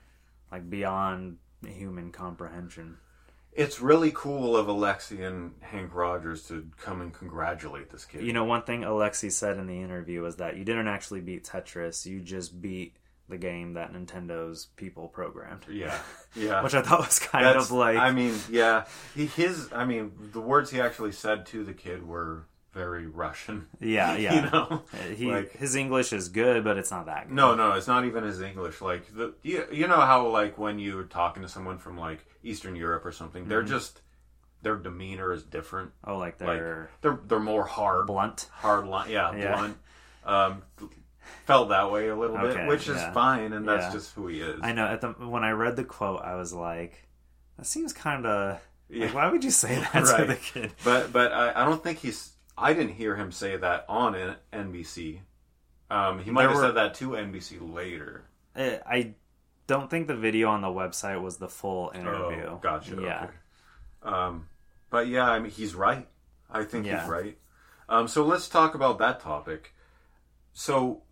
[SPEAKER 1] like beyond human comprehension.
[SPEAKER 2] It's really cool of Alexi and Hank Rogers to come and congratulate this kid.
[SPEAKER 1] You know, one thing Alexi said in the interview was that you didn't actually beat Tetris, you just beat the game that Nintendo's people programmed.
[SPEAKER 2] yeah. Yeah.
[SPEAKER 1] Which I thought was kind of like
[SPEAKER 2] I mean, yeah. He, his I mean, the words he actually said to the kid were very Russian.
[SPEAKER 1] Yeah, yeah.
[SPEAKER 2] You know?
[SPEAKER 1] he
[SPEAKER 2] like-
[SPEAKER 1] his English is good, but it's not that good.
[SPEAKER 2] No, no, it's not even his English. Like the you, you know how like when you're talking to someone from like Eastern Europe or something,
[SPEAKER 1] Mm-hmm.
[SPEAKER 2] they're just their demeanor is different.
[SPEAKER 1] Oh, like
[SPEAKER 2] Like
[SPEAKER 1] they're
[SPEAKER 2] they're they're more hard,
[SPEAKER 1] blunt.
[SPEAKER 2] hard line. Yeah,
[SPEAKER 1] Yeah.
[SPEAKER 2] blunt. Um, felt that way a little
[SPEAKER 1] Okay,
[SPEAKER 2] bit, which is
[SPEAKER 1] yeah.
[SPEAKER 2] fine, and that's
[SPEAKER 1] Yeah.
[SPEAKER 2] just who he is.
[SPEAKER 1] I know. At the when I read the quote, I was like, "That seems kind of
[SPEAKER 2] Yeah.
[SPEAKER 1] like why would you say that to
[SPEAKER 2] Right.
[SPEAKER 1] the kid?"
[SPEAKER 2] But but I, I don't think he's. I didn't hear him say that on N- NBC. Um, he might
[SPEAKER 1] There
[SPEAKER 2] have
[SPEAKER 1] were-
[SPEAKER 2] said that to NBC later.
[SPEAKER 1] I, Uh, I don't think the video on the website was the full interview.
[SPEAKER 2] Oh, gotcha.
[SPEAKER 1] Yeah.
[SPEAKER 2] Okay. Um, but yeah, I mean, he's right. I think
[SPEAKER 1] Yeah.
[SPEAKER 2] he's right. Um, so let's talk about that topic. So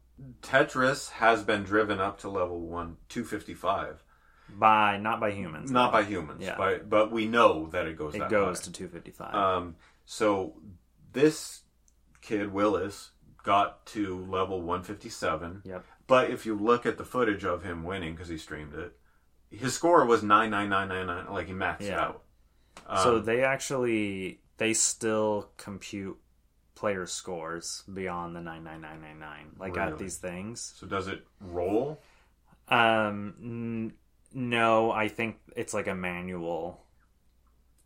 [SPEAKER 2] Tetris has been driven up to level one, two fifty five,
[SPEAKER 1] By not by humans.
[SPEAKER 2] not by humans,
[SPEAKER 1] Yeah.
[SPEAKER 2] by, but we know that it goes.
[SPEAKER 1] it
[SPEAKER 2] that
[SPEAKER 1] goes
[SPEAKER 2] high.
[SPEAKER 1] to 255.
[SPEAKER 2] Um, so this kid Willis got to level 157.
[SPEAKER 1] Yep.
[SPEAKER 2] But if you look at the footage of him winning, because he streamed it, his score was nine nine nine nine nine. Like he maxed
[SPEAKER 1] Yeah.
[SPEAKER 2] out. Um,
[SPEAKER 1] so they actually they still compute player scores beyond the 99999 like at
[SPEAKER 2] Really?
[SPEAKER 1] these things
[SPEAKER 2] so does it roll?
[SPEAKER 1] um n- no i think it's like a manual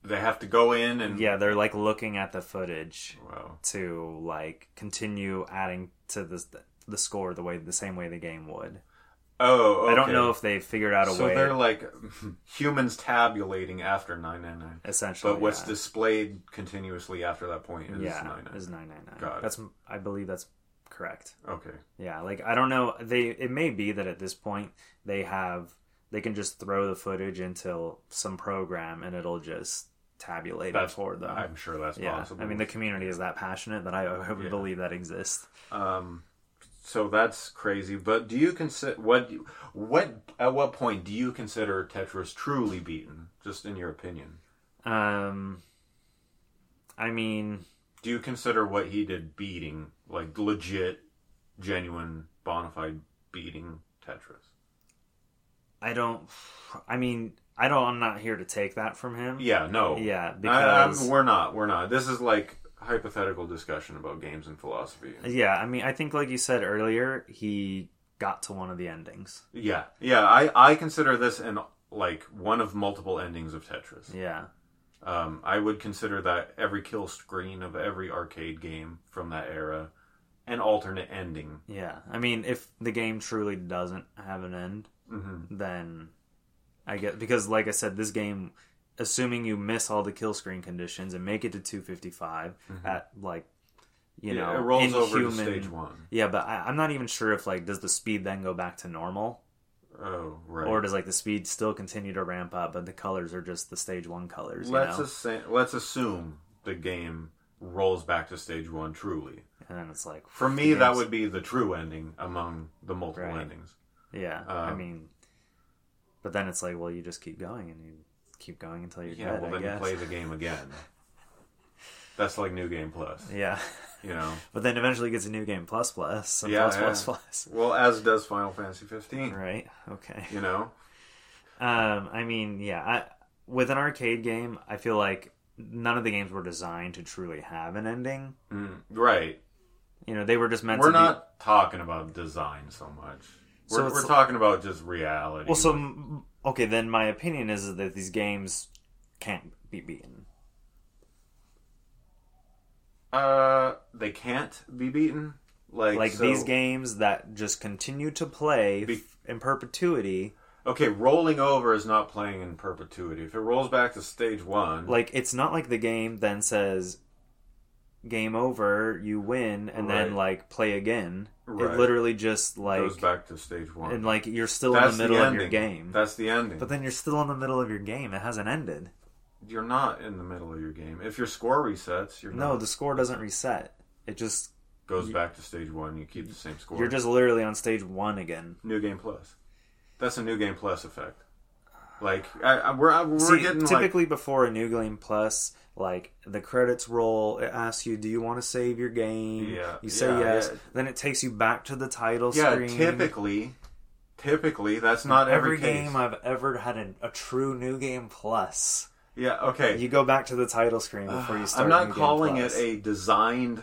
[SPEAKER 2] They have to go in and
[SPEAKER 1] yeah they're like looking at the footage
[SPEAKER 2] Wow.
[SPEAKER 1] to like continue adding to the the score the way the same way the game would
[SPEAKER 2] Oh,
[SPEAKER 1] i don't
[SPEAKER 2] okay.
[SPEAKER 1] know if they figured out a
[SPEAKER 2] so
[SPEAKER 1] way
[SPEAKER 2] they're like humans tabulating after nine nine nine,
[SPEAKER 1] essentially
[SPEAKER 2] but what's
[SPEAKER 1] yeah.
[SPEAKER 2] displayed continuously after that point is
[SPEAKER 1] yeah
[SPEAKER 2] nine nine.
[SPEAKER 1] is 999
[SPEAKER 2] Got it.
[SPEAKER 1] that's i believe that's correct
[SPEAKER 2] Okay.
[SPEAKER 1] Yeah, like I don't know. They it may be that at this point they have they can just throw the footage into some program and it'll just tabulate
[SPEAKER 2] That's-
[SPEAKER 1] it for them.
[SPEAKER 2] I'm sure that's
[SPEAKER 1] yeah,
[SPEAKER 2] possible.
[SPEAKER 1] I mean the community is that passionate that I, I would
[SPEAKER 2] Yeah.
[SPEAKER 1] believe that exists.
[SPEAKER 2] Um, so that's crazy. But do you consider what what at what point do you consider Tetris truly beaten? Just in your opinion,
[SPEAKER 1] Um, I mean,
[SPEAKER 2] do you consider what he did beating like legit, genuine, bona fide beating Tetris?
[SPEAKER 1] I don't. I mean, I don't. I'm not here to take that from him.
[SPEAKER 2] Yeah. No.
[SPEAKER 1] yeah,
[SPEAKER 2] I,
[SPEAKER 1] because
[SPEAKER 2] I'm, we're not. We're not. This is like hypothetical discussion about games and philosophy.
[SPEAKER 1] yeah, I mean, I think like you said earlier, he got to one of the endings.
[SPEAKER 2] Yeah. Yeah. I I consider this an like one of multiple endings of Tetris.
[SPEAKER 1] Yeah,
[SPEAKER 2] Um, I would consider that every kill screen of every arcade game from that era an alternate ending.
[SPEAKER 1] yeah. I mean, if the game truly doesn't have an end.
[SPEAKER 2] Mm-hmm.
[SPEAKER 1] then I get because like I said, this game, assuming you miss all the kill screen conditions and make it to 255 at like you know
[SPEAKER 2] Mm-hmm. it rolls over to
[SPEAKER 1] inhuman-
[SPEAKER 2] stage one.
[SPEAKER 1] Yeah, but I, I'm not even sure if like does the speed then go back to normal
[SPEAKER 2] Oh, right.
[SPEAKER 1] or does like the speed still continue to ramp up, but the colors are just the stage one colors. You
[SPEAKER 2] let's
[SPEAKER 1] know?
[SPEAKER 2] assa- let's assume the game rolls back to stage one. Truly,
[SPEAKER 1] and then it's like
[SPEAKER 2] for
[SPEAKER 1] the
[SPEAKER 2] me, that
[SPEAKER 1] game's-
[SPEAKER 2] would be the true ending among the multiple
[SPEAKER 1] Right.
[SPEAKER 2] endings.
[SPEAKER 1] yeah. I
[SPEAKER 2] um,
[SPEAKER 1] mean, but then it's like well, you just keep going and you keep going until you're
[SPEAKER 2] Yeah,
[SPEAKER 1] dead.
[SPEAKER 2] well
[SPEAKER 1] I
[SPEAKER 2] then you
[SPEAKER 1] guess.
[SPEAKER 2] play the game again. That's like New Game Plus,
[SPEAKER 1] yeah,
[SPEAKER 2] you know.
[SPEAKER 1] but then eventually gets a new game plus plus and
[SPEAKER 2] Yeah,
[SPEAKER 1] plus,
[SPEAKER 2] yeah.
[SPEAKER 1] plus plus.
[SPEAKER 2] Well, as does Final Fantasy 15,
[SPEAKER 1] Right. Okay.
[SPEAKER 2] you know.
[SPEAKER 1] Um, I mean, yeah. I, with an arcade game, I feel like none of the games were designed to truly have an ending.
[SPEAKER 2] Mm, right.
[SPEAKER 1] You know, they were just meant
[SPEAKER 2] we're
[SPEAKER 1] to be.
[SPEAKER 2] not talking about design so much.
[SPEAKER 1] So
[SPEAKER 2] We're,
[SPEAKER 1] it's
[SPEAKER 2] we're
[SPEAKER 1] l-
[SPEAKER 2] talking about just reality.
[SPEAKER 1] Well, so m- okay, then my opinion is that these games can't be beaten.
[SPEAKER 2] uh, they can't be beaten. Like,
[SPEAKER 1] Like
[SPEAKER 2] so-
[SPEAKER 1] these games that just continue to play
[SPEAKER 2] Be-
[SPEAKER 1] f- in perpetuity.
[SPEAKER 2] Okay, rolling over is not playing in perpetuity. If it rolls back to stage one,
[SPEAKER 1] Like it's not like the game then says game over, you win, and then
[SPEAKER 2] Right.
[SPEAKER 1] like play again.
[SPEAKER 2] Right.
[SPEAKER 1] It literally just like
[SPEAKER 2] goes back to stage one.
[SPEAKER 1] and like you're still
[SPEAKER 2] That's
[SPEAKER 1] in the middle of
[SPEAKER 2] ending.
[SPEAKER 1] your game.
[SPEAKER 2] That's the ending.
[SPEAKER 1] But then you're still in the middle of your game. It hasn't ended.
[SPEAKER 2] you're not in the middle of your game. If your score resets, you're
[SPEAKER 1] No,
[SPEAKER 2] not.
[SPEAKER 1] the score doesn't reset. It just
[SPEAKER 2] goes back to stage one. You keep the same score.
[SPEAKER 1] you're just literally on stage one again.
[SPEAKER 2] new game plus. That's a new game plus effect. Like I, I, we're I, we're
[SPEAKER 1] See,
[SPEAKER 2] getting like
[SPEAKER 1] typically before a new game plus, like the credits roll, it asks you, "Do you want to save your game?"
[SPEAKER 2] Yeah,
[SPEAKER 1] You say
[SPEAKER 2] yeah,
[SPEAKER 1] yes.
[SPEAKER 2] yeah.
[SPEAKER 1] Then it takes you back to the title
[SPEAKER 2] yeah.
[SPEAKER 1] screen.
[SPEAKER 2] Typically, typically that's not
[SPEAKER 1] Every
[SPEAKER 2] every, case.
[SPEAKER 1] game I've ever had an, a true new game plus.
[SPEAKER 2] yeah. Okay.
[SPEAKER 1] You go back to the title screen before you start.
[SPEAKER 2] I'm not
[SPEAKER 1] New Game
[SPEAKER 2] calling it
[SPEAKER 1] Plus.
[SPEAKER 2] a designed,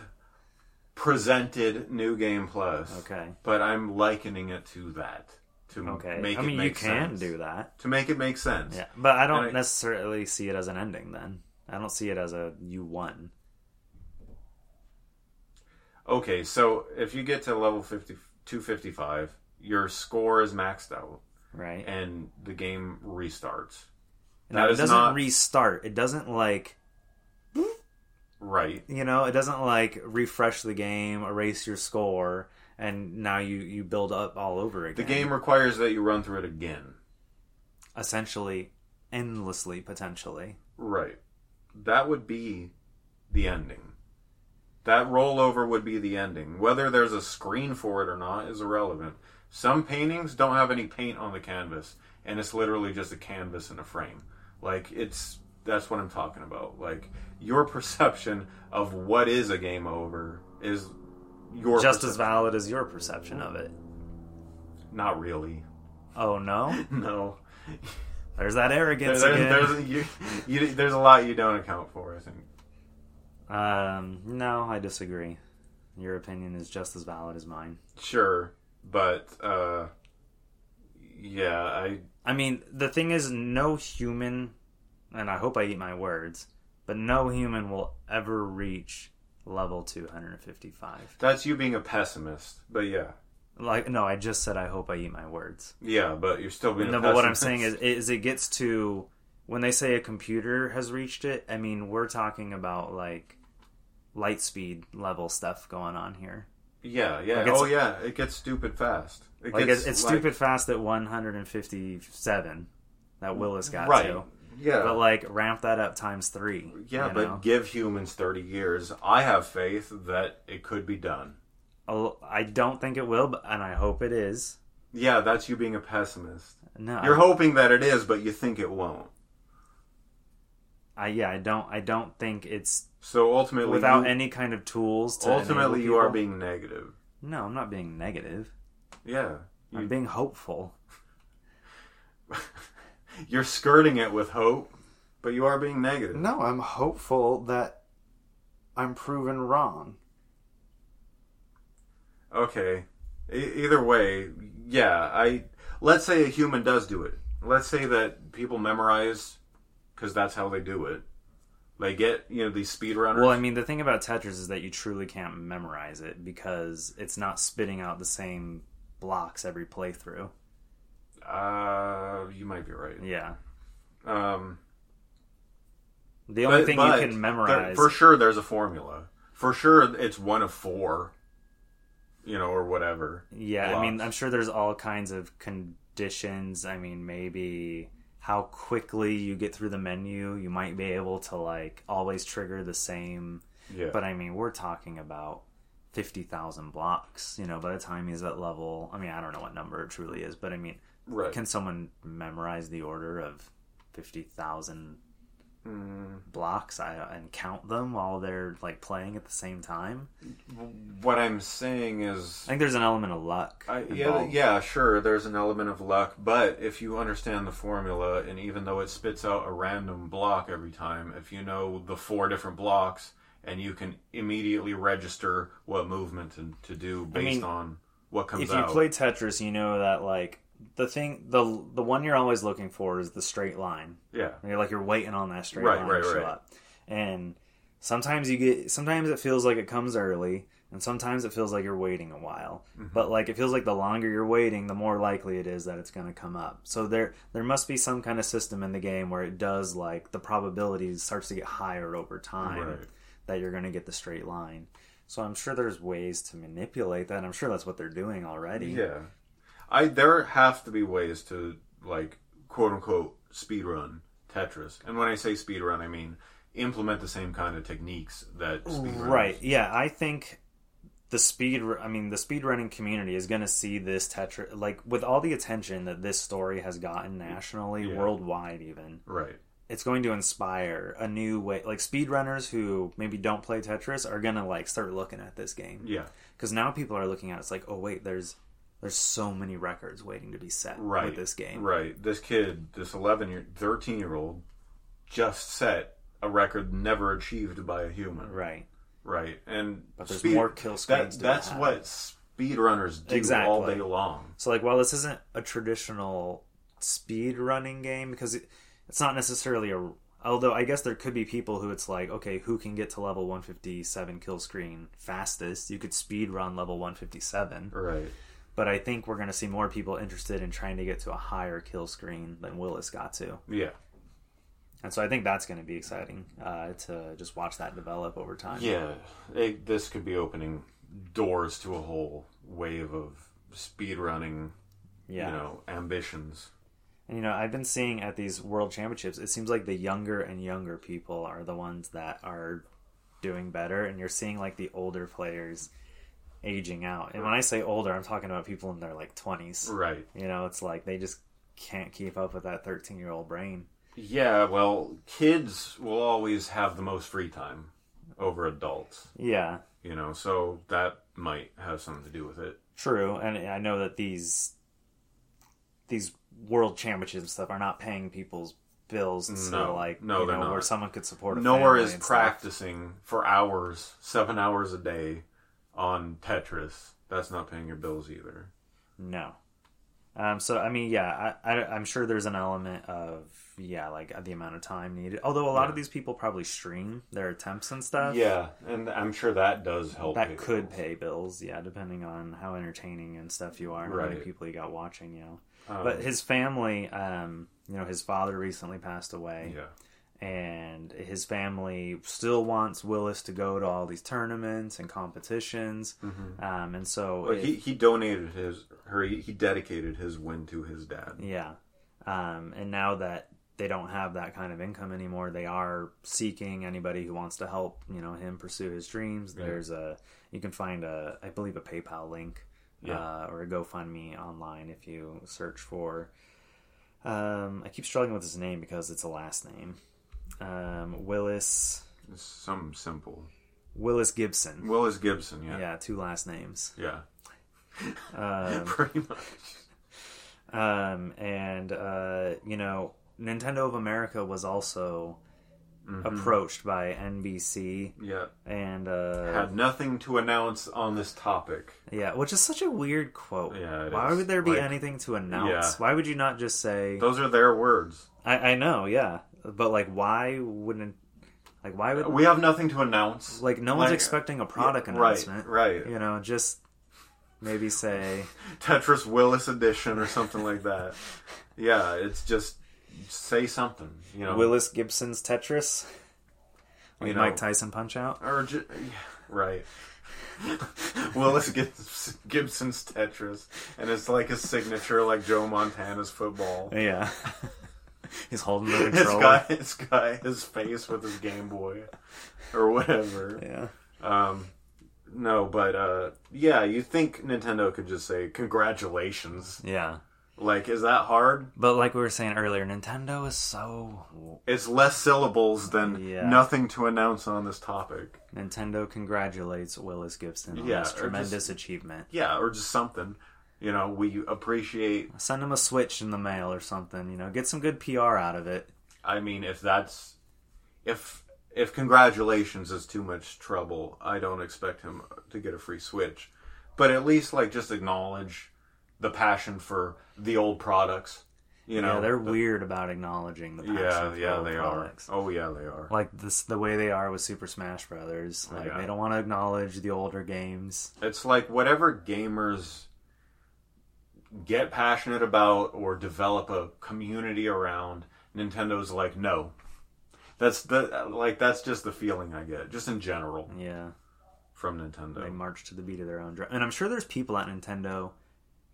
[SPEAKER 2] presented new game plus.
[SPEAKER 1] Okay.
[SPEAKER 2] But I'm likening it to that to
[SPEAKER 1] Okay.
[SPEAKER 2] Mm, make
[SPEAKER 1] I mean,
[SPEAKER 2] it make
[SPEAKER 1] you can
[SPEAKER 2] sense.
[SPEAKER 1] do that.
[SPEAKER 2] to make it make sense.
[SPEAKER 1] Yeah, but I don't
[SPEAKER 2] And I-
[SPEAKER 1] necessarily see it as an ending. Then I don't see it as a you won.
[SPEAKER 2] Okay, so if you get to level 50, 255, your score is maxed out
[SPEAKER 1] right?
[SPEAKER 2] and the game restarts.
[SPEAKER 1] now
[SPEAKER 2] that
[SPEAKER 1] it
[SPEAKER 2] is
[SPEAKER 1] doesn't
[SPEAKER 2] not-
[SPEAKER 1] restart. It doesn't like
[SPEAKER 2] Right.
[SPEAKER 1] you know, it doesn't like refresh the game, erase your score, and now you you build up all over
[SPEAKER 2] The
[SPEAKER 1] again.
[SPEAKER 2] game requires that you run through it again.
[SPEAKER 1] essentially endlessly potentially.
[SPEAKER 2] Right. That would be the ending. That rollover would be the ending. Whether there's a screen for it or not is irrelevant. Some paintings don't have any paint on the canvas, and it's literally just a canvas and a frame. Like, it's that's what I'm talking about. Like, your perception of what is a game over is your
[SPEAKER 1] Just as
[SPEAKER 2] perception.
[SPEAKER 1] valid as your perception of it.
[SPEAKER 2] not really.
[SPEAKER 1] Oh no.
[SPEAKER 2] no.
[SPEAKER 1] There's that arrogance
[SPEAKER 2] There-
[SPEAKER 1] again.
[SPEAKER 2] there's, there's, you, you, there's a lot you don't account for, I think.
[SPEAKER 1] Um, no, I disagree. Your opinion is just as valid as mine.
[SPEAKER 2] Sure, but uh, yeah, I
[SPEAKER 1] I mean, the thing is, no human, and I hope I eat my words, but no human will ever reach level 255.
[SPEAKER 2] that's you being a pessimist. But yeah,
[SPEAKER 1] Like, no, I just said I hope I eat my words.
[SPEAKER 2] yeah, but you're still being.
[SPEAKER 1] No,
[SPEAKER 2] a
[SPEAKER 1] but what I'm
[SPEAKER 2] pessimist.
[SPEAKER 1] saying is, is it gets to when they say a computer has reached it. I mean, we're talking about like light speed level stuff going on here.
[SPEAKER 2] yeah, yeah,
[SPEAKER 1] like it's-
[SPEAKER 2] oh yeah, it gets stupid fast. It
[SPEAKER 1] Like,
[SPEAKER 2] gets
[SPEAKER 1] it's, it's
[SPEAKER 2] like-
[SPEAKER 1] stupid fast at 157 that Willis got
[SPEAKER 2] right?
[SPEAKER 1] to.
[SPEAKER 2] Yeah,
[SPEAKER 1] But like ramp that up times three.
[SPEAKER 2] yeah,
[SPEAKER 1] you
[SPEAKER 2] but
[SPEAKER 1] know?
[SPEAKER 2] give humans thirty years. I have faith that it could be done.
[SPEAKER 1] I'll- I don't think it will, but, and I hope it is.
[SPEAKER 2] Yeah, that's you being a pessimist.
[SPEAKER 1] No,
[SPEAKER 2] You're
[SPEAKER 1] I-
[SPEAKER 2] hoping that it is, but you think it won't.
[SPEAKER 1] I, yeah, I don't. I don't think it's
[SPEAKER 2] So ultimately,
[SPEAKER 1] without
[SPEAKER 2] you,
[SPEAKER 1] any kind of tools. to enable
[SPEAKER 2] ultimately, you are
[SPEAKER 1] people-
[SPEAKER 2] being negative.
[SPEAKER 1] No, I'm not being negative.
[SPEAKER 2] Yeah,
[SPEAKER 1] I'm
[SPEAKER 2] You-
[SPEAKER 1] being hopeful.
[SPEAKER 2] you're skirting it with hope, but you are being negative.
[SPEAKER 1] No, I'm hopeful that I'm proven wrong.
[SPEAKER 2] Okay. E- either way, yeah. I let's say a human does do it. Let's say that people memorize because that's how they do it. They get you know these speedrunners.
[SPEAKER 1] Well, I mean, the thing about Tetris is that you truly can't memorize it because it's not spitting out the same blocks every playthrough.
[SPEAKER 2] uh, you might be right.
[SPEAKER 1] Yeah,
[SPEAKER 2] Um,
[SPEAKER 1] the only
[SPEAKER 2] but-
[SPEAKER 1] thing
[SPEAKER 2] but
[SPEAKER 1] you
[SPEAKER 2] there-
[SPEAKER 1] can memorize.
[SPEAKER 2] for sure. There's a formula. For sure, it's one of four. You know, or whatever.
[SPEAKER 1] Yeah, I mean,
[SPEAKER 2] blocks.
[SPEAKER 1] I'm sure there's all kinds of conditions. I mean, maybe how quickly you get through the menu, you might be able to like always trigger the same.
[SPEAKER 2] Yeah.
[SPEAKER 1] But I mean, we're talking about 50,000 blocks, you know, by the time he's at level. I mean, I don't know what number it truly is, but I mean,
[SPEAKER 2] right.
[SPEAKER 1] can someone memorize the order of 50,000
[SPEAKER 2] Mm,
[SPEAKER 1] blocks I- and count them while they're like playing at the same time?
[SPEAKER 2] what I'm saying is,
[SPEAKER 1] I think there's an element of luck.
[SPEAKER 2] I, yeah,
[SPEAKER 1] involved.
[SPEAKER 2] yeah, sure. There's an element of luck, but if you understand the formula, and even though it spits out a random block every time, if you know the four different blocks, and you can immediately register what movement to, to do based
[SPEAKER 1] mean,
[SPEAKER 2] on what comes
[SPEAKER 1] if you
[SPEAKER 2] out.
[SPEAKER 1] play Tetris, you know that like the thing the the one you're always looking for is the straight line.
[SPEAKER 2] yeah,
[SPEAKER 1] You're like you're waiting on that straight
[SPEAKER 2] Right,
[SPEAKER 1] line
[SPEAKER 2] right,
[SPEAKER 1] to show
[SPEAKER 2] right.
[SPEAKER 1] up. And sometimes you get sometimes it feels like it comes early and sometimes it feels like you're waiting a while.
[SPEAKER 2] Mm-hmm.
[SPEAKER 1] But like it feels like the longer you're waiting, the more likely it is that it's going to come up. So there there must be some kind of system in the game where it does like the probability starts to get higher over time
[SPEAKER 2] Right.
[SPEAKER 1] that you're going to get the straight line. So I'm sure there's ways to manipulate that. I'm sure that's what they're doing already.
[SPEAKER 2] yeah. I there have to be ways to like quote unquote speedrun Tetris, and when I say speedrun, I mean implement the same kind of techniques that speedrunners-
[SPEAKER 1] Right. Yeah, I think the speed I mean the speedrunning community is going to see this Tetris like with all the attention that this story has gotten nationally,
[SPEAKER 2] Yeah.
[SPEAKER 1] worldwide even.
[SPEAKER 2] Right.
[SPEAKER 1] It's going to inspire a new way like speedrunners who maybe don't play Tetris are going to like start looking at this game
[SPEAKER 2] Yeah.
[SPEAKER 1] cuz now people are looking at it, it's like, "Oh wait, there's there's so many records waiting to be set
[SPEAKER 2] Right.
[SPEAKER 1] with this game."
[SPEAKER 2] Right. This kid, this 11 year, 13 year old, just set a record never achieved by a human.
[SPEAKER 1] Right.
[SPEAKER 2] Right. And
[SPEAKER 1] But there's more kill screens to
[SPEAKER 2] that's
[SPEAKER 1] have.
[SPEAKER 2] what speedrunners do all
[SPEAKER 1] Exactly.
[SPEAKER 2] day long.
[SPEAKER 1] So like while this isn't a traditional speed running game because it, it's not necessarily a although I guess there could be people who it's like okay who can get to level 157 kill screen fastest you could speed run level 157
[SPEAKER 2] Right.
[SPEAKER 1] but I think we're going to see more people interested in trying to get to a higher kill screen than Willis got to
[SPEAKER 2] Yeah.
[SPEAKER 1] and so I think that's going to be exciting uh, to just watch that develop over time
[SPEAKER 2] Yeah. It, this could be opening doors to a whole wave of speedrunning,
[SPEAKER 1] yeah
[SPEAKER 2] you know, ambitions.
[SPEAKER 1] And you know, I've been seeing at these world championships, it seems like the younger and younger people are the ones that are doing better, and you're seeing like the older players aging out. And when I say older, I'm talking about people in their like 20s.
[SPEAKER 2] Right.
[SPEAKER 1] You know, it's like they just can't keep up with that 13 year old brain.
[SPEAKER 2] Yeah. Well, kids will always have the most free time over adults.
[SPEAKER 1] Yeah,
[SPEAKER 2] you know so that might have something to do with it
[SPEAKER 1] true. And I know that these
[SPEAKER 3] these world championships and stuff are not paying people's bills. and
[SPEAKER 2] No.
[SPEAKER 3] so like
[SPEAKER 2] No,
[SPEAKER 3] you
[SPEAKER 2] they're
[SPEAKER 3] know, where
[SPEAKER 2] not.
[SPEAKER 3] someone could support a
[SPEAKER 2] Nor
[SPEAKER 3] family
[SPEAKER 2] is
[SPEAKER 3] and stuff.
[SPEAKER 2] practicing for hours, seven hours a day on Tetris. That's not paying your bills either.
[SPEAKER 3] No.
[SPEAKER 1] Um, so I mean, yeah, I, I, I'm sure there's an element of yeah, like the amount of time needed. Although a lot of
[SPEAKER 2] Yeah.
[SPEAKER 1] these people probably stream their attempts and stuff.
[SPEAKER 2] Yeah, and I'm sure that does help.
[SPEAKER 1] that
[SPEAKER 2] pay
[SPEAKER 1] could
[SPEAKER 2] bills.
[SPEAKER 1] pay bills. Yeah, depending on how entertaining and stuff you are, and how many
[SPEAKER 2] Right.
[SPEAKER 1] people you got watching you.
[SPEAKER 2] Um,
[SPEAKER 1] but his family, um, you know, his father recently passed away,
[SPEAKER 2] yeah,
[SPEAKER 1] and his family still wants Willis to go to all these tournaments and competitions. Um, and so,
[SPEAKER 2] Mm-hmm. but
[SPEAKER 1] it-
[SPEAKER 2] he he donated his her he, he dedicated his win to his dad.
[SPEAKER 1] Yeah. Um, and now that they don't have that kind of income anymore, they are seeking anybody who wants to help, you know, him pursue his dreams.
[SPEAKER 2] Yeah.
[SPEAKER 1] There's a, you can find a, I believe a PayPal link, uh,
[SPEAKER 2] Yeah.
[SPEAKER 1] or a GoFundMe online if you search for, um, I keep struggling with his name because it's a last name. Um, Willis,
[SPEAKER 2] It's some simple
[SPEAKER 1] Willis Gibson.
[SPEAKER 2] Willis Gibson. Yeah,
[SPEAKER 1] Yeah. Two last names.
[SPEAKER 2] yeah,
[SPEAKER 1] Um,
[SPEAKER 2] pretty much.
[SPEAKER 1] um, and uh, you know Nintendo of America was also
[SPEAKER 2] Mm-hmm.
[SPEAKER 1] approached by NBC
[SPEAKER 2] Yeah,
[SPEAKER 1] and uh,
[SPEAKER 2] had nothing to announce on this topic.
[SPEAKER 1] yeah, which is such a weird quote.
[SPEAKER 2] Yeah, it
[SPEAKER 1] Why
[SPEAKER 2] is.
[SPEAKER 1] would there be
[SPEAKER 2] Like-
[SPEAKER 1] anything to announce?
[SPEAKER 2] Yeah.
[SPEAKER 1] Why would you not just say?
[SPEAKER 2] Those are their words.
[SPEAKER 1] I, I know, yeah, but like, why wouldn't like why would
[SPEAKER 2] We have nothing to announce.
[SPEAKER 1] like no one's
[SPEAKER 2] like-
[SPEAKER 1] expecting a product
[SPEAKER 2] Yeah, right,
[SPEAKER 1] announcement,
[SPEAKER 2] right.
[SPEAKER 1] You know, just maybe say
[SPEAKER 2] Tetris Willis edition or something like that. Yeah, it's just say something. You know,
[SPEAKER 1] Willis Gibson's Tetris, like
[SPEAKER 2] You know.
[SPEAKER 1] Mike Tyson Punch Out.
[SPEAKER 2] Or ju- yeah, right. Willis Gibs- Gibson's Tetris, and it's like his signature, like Joe Montana's football.
[SPEAKER 1] Yeah. He's holding the
[SPEAKER 2] It's
[SPEAKER 1] controller.
[SPEAKER 2] got, it's got his face with his Game Boy, or whatever.
[SPEAKER 1] Yeah.
[SPEAKER 2] Um, no, but uh, yeah, you think Nintendo could just say congratulations?
[SPEAKER 1] Yeah.
[SPEAKER 2] Like, is that hard?
[SPEAKER 1] But like we were saying earlier, Nintendo is so
[SPEAKER 2] It's less syllables than
[SPEAKER 1] Yeah.
[SPEAKER 2] nothing to announce on this topic.
[SPEAKER 1] Nintendo congratulates Willis Gibson on
[SPEAKER 2] Yeah,
[SPEAKER 1] this
[SPEAKER 2] or
[SPEAKER 1] tremendous
[SPEAKER 2] just-
[SPEAKER 1] achievement.
[SPEAKER 2] Yeah, or just something. You know, we appreciate
[SPEAKER 1] Send him a Switch in the mail or something, you know, get some good PR out of it.
[SPEAKER 2] I mean, if that's if if congratulations is too much trouble, I don't expect him to get a free Switch. But at least like just acknowledge the passion for the old products. You know,
[SPEAKER 1] yeah, they're
[SPEAKER 2] The-
[SPEAKER 1] weird about acknowledging the passion
[SPEAKER 2] yeah,
[SPEAKER 1] for
[SPEAKER 2] yeah,
[SPEAKER 1] old
[SPEAKER 2] they
[SPEAKER 1] products.
[SPEAKER 2] are. Oh yeah, they are.
[SPEAKER 1] Like this the way they are with Super Smash Brothers. Like
[SPEAKER 2] Yeah.
[SPEAKER 1] they don't want to acknowledge the older games.
[SPEAKER 2] It's like whatever gamers get passionate about or develop a community around, Nintendo's like no. That's the like that's just the feeling I get, just in general
[SPEAKER 1] Yeah.
[SPEAKER 2] from Nintendo.
[SPEAKER 1] They march to the beat of their own drum. And I'm sure there's people at Nintendo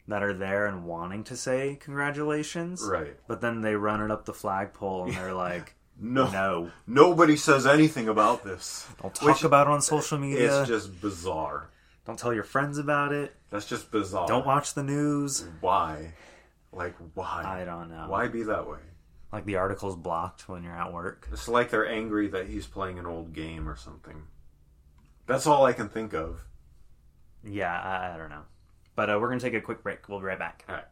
[SPEAKER 1] that are there and wanting to say congratulations.
[SPEAKER 2] Right.
[SPEAKER 1] But then they run it up the flagpole and they're like,
[SPEAKER 2] No,
[SPEAKER 1] no,
[SPEAKER 2] Nobody says anything about this.
[SPEAKER 1] don't talk about it on social media.
[SPEAKER 2] It's just bizarre.
[SPEAKER 1] Don't tell your friends about it.
[SPEAKER 2] That's just bizarre.
[SPEAKER 1] Don't watch the news.
[SPEAKER 2] Why? Like,
[SPEAKER 1] I
[SPEAKER 2] why?
[SPEAKER 1] don't know.
[SPEAKER 2] Why be that way?
[SPEAKER 1] Like the article's blocked when you're at work.
[SPEAKER 2] It's like they're angry that he's playing an old game or something. That's all I can think of.
[SPEAKER 1] Yeah, I, I don't know. But uh, we're going to take a quick break. We'll be right back.
[SPEAKER 2] All right.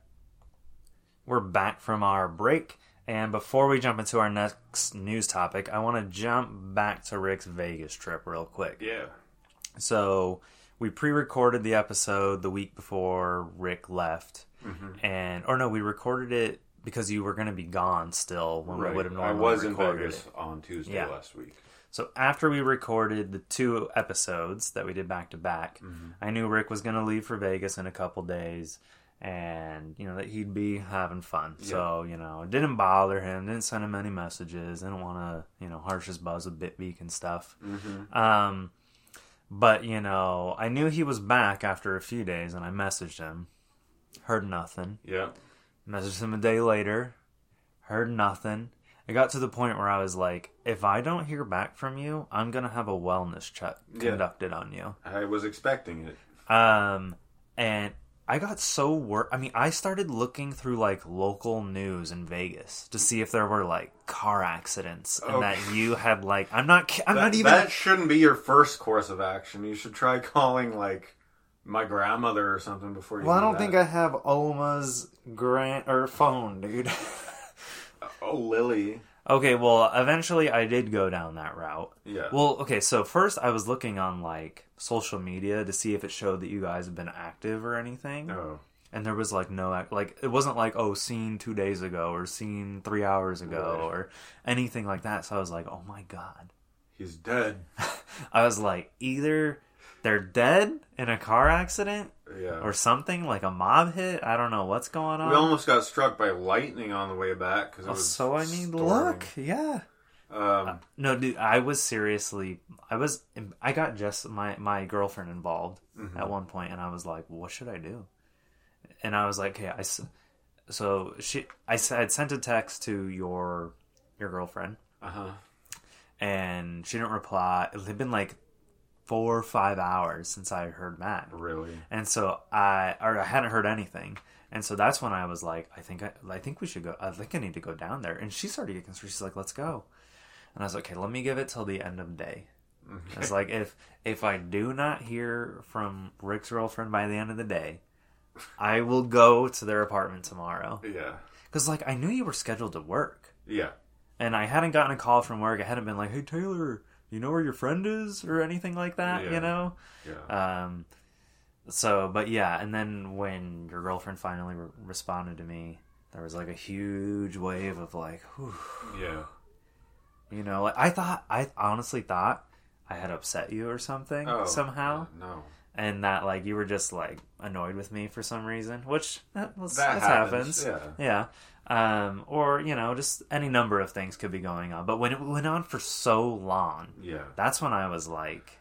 [SPEAKER 1] We're back from our break. And before we jump into our next news topic, I want to jump back to Rick's Vegas trip real quick.
[SPEAKER 2] Yeah.
[SPEAKER 1] So we pre-recorded the episode the week before Rick left,
[SPEAKER 2] Mm-hmm.
[SPEAKER 1] and or no, we recorded it because you were going to be gone still when we would have
[SPEAKER 2] I
[SPEAKER 1] normally
[SPEAKER 2] was in
[SPEAKER 1] recorded
[SPEAKER 2] Vegas
[SPEAKER 1] it.
[SPEAKER 2] on Tuesday
[SPEAKER 1] Yeah.
[SPEAKER 2] last week.
[SPEAKER 1] So after we recorded the two episodes that we did back to back, I knew Rick was going to leave for Vegas in a couple days. And you know that he'd be having fun, so you know it didn't bother him. Didn't send him any messages. Didn't want to you know harsh his buzz with Bitbeak and stuff. Um, but you know, I knew he was back after a few days, and I messaged him. Heard nothing.
[SPEAKER 2] Yeah.
[SPEAKER 1] Messaged him a day later. Heard nothing. It got to the point where I was like, if I don't hear back from you, I'm gonna have a wellness check
[SPEAKER 2] Yeah.
[SPEAKER 1] conducted on you.
[SPEAKER 2] I was expecting it.
[SPEAKER 1] Um, and I got so wor I mean, I started looking through like local news in Vegas to see if there were like car accidents and
[SPEAKER 2] Okay.
[SPEAKER 1] that you had like. I'm not. ki- I'm
[SPEAKER 2] Oh. That,
[SPEAKER 1] not even.
[SPEAKER 2] that shouldn't be your first course of action. You should try calling like my grandmother or something before you.
[SPEAKER 3] Well, I
[SPEAKER 2] do
[SPEAKER 3] don't
[SPEAKER 2] that.
[SPEAKER 3] think I have Oma's grant or phone, dude.
[SPEAKER 2] Oh, Lily.
[SPEAKER 1] Okay, well, eventually I did go down that route.
[SPEAKER 2] Yeah.
[SPEAKER 1] Well, okay, so first I was looking on like social media to see if it showed that you guys have been active or anything.
[SPEAKER 2] oh,
[SPEAKER 1] And there was like no ac- like it wasn't like oh seen 2 days ago or seen 3 hours ago
[SPEAKER 2] Right.
[SPEAKER 1] or anything like that. So I was like, "Oh my god."
[SPEAKER 2] he's dead.
[SPEAKER 1] I was like, either they're dead in a car accident
[SPEAKER 2] Yeah.
[SPEAKER 1] or something like a mob hit. I don't know what's going on.
[SPEAKER 2] we almost got struck by lightning on the way back because it
[SPEAKER 1] Oh,
[SPEAKER 2] was
[SPEAKER 1] so I Uh, mean,
[SPEAKER 2] storming.
[SPEAKER 1] look, yeah.
[SPEAKER 2] Um,
[SPEAKER 1] No, dude, I was seriously, I was, I got just my my girlfriend involved
[SPEAKER 2] mhm.
[SPEAKER 1] at one point, and I was like, what should I do? And I was like, okay, I, s- so she, I s- I'd sent a text to your your girlfriend,
[SPEAKER 2] uh huh.
[SPEAKER 1] and she didn't reply. It had been like four or five hours since I heard Matt.
[SPEAKER 2] Really?
[SPEAKER 1] and so I or I hadn't heard anything, and so that's when I was like, I think I, I think we should go. I think I need to go down there. And she started getting concerned. She's like, let's go. And I was like, okay, let me give it till the end of day.
[SPEAKER 2] Mm-hmm.
[SPEAKER 1] I was like, if if I do not hear from Rick's girlfriend by the end of the day, I will go to their apartment tomorrow.
[SPEAKER 2] Yeah.
[SPEAKER 1] Because like I knew you were scheduled to work,
[SPEAKER 2] Yeah.
[SPEAKER 1] and I hadn't gotten a call from work. I hadn't been like, hey Taylor, you know where your friend is or anything like that.
[SPEAKER 2] Yeah.
[SPEAKER 1] You know.
[SPEAKER 2] Yeah.
[SPEAKER 1] Um, so, but yeah, and then when your girlfriend finally re- responded to me, there was like a huge wave of like, whew,
[SPEAKER 2] yeah.
[SPEAKER 1] you know, like I thought, I honestly thought I had upset you or something
[SPEAKER 2] Oh,
[SPEAKER 1] somehow,
[SPEAKER 2] yeah, no.
[SPEAKER 1] and that like you were just like annoyed with me for some reason, which that, that's-
[SPEAKER 2] That
[SPEAKER 1] that happens.
[SPEAKER 2] happens,
[SPEAKER 1] Yeah. Um, or you know, just any number of things could be going on. But when it went on for so long,
[SPEAKER 2] Yeah.
[SPEAKER 1] that's when I was like,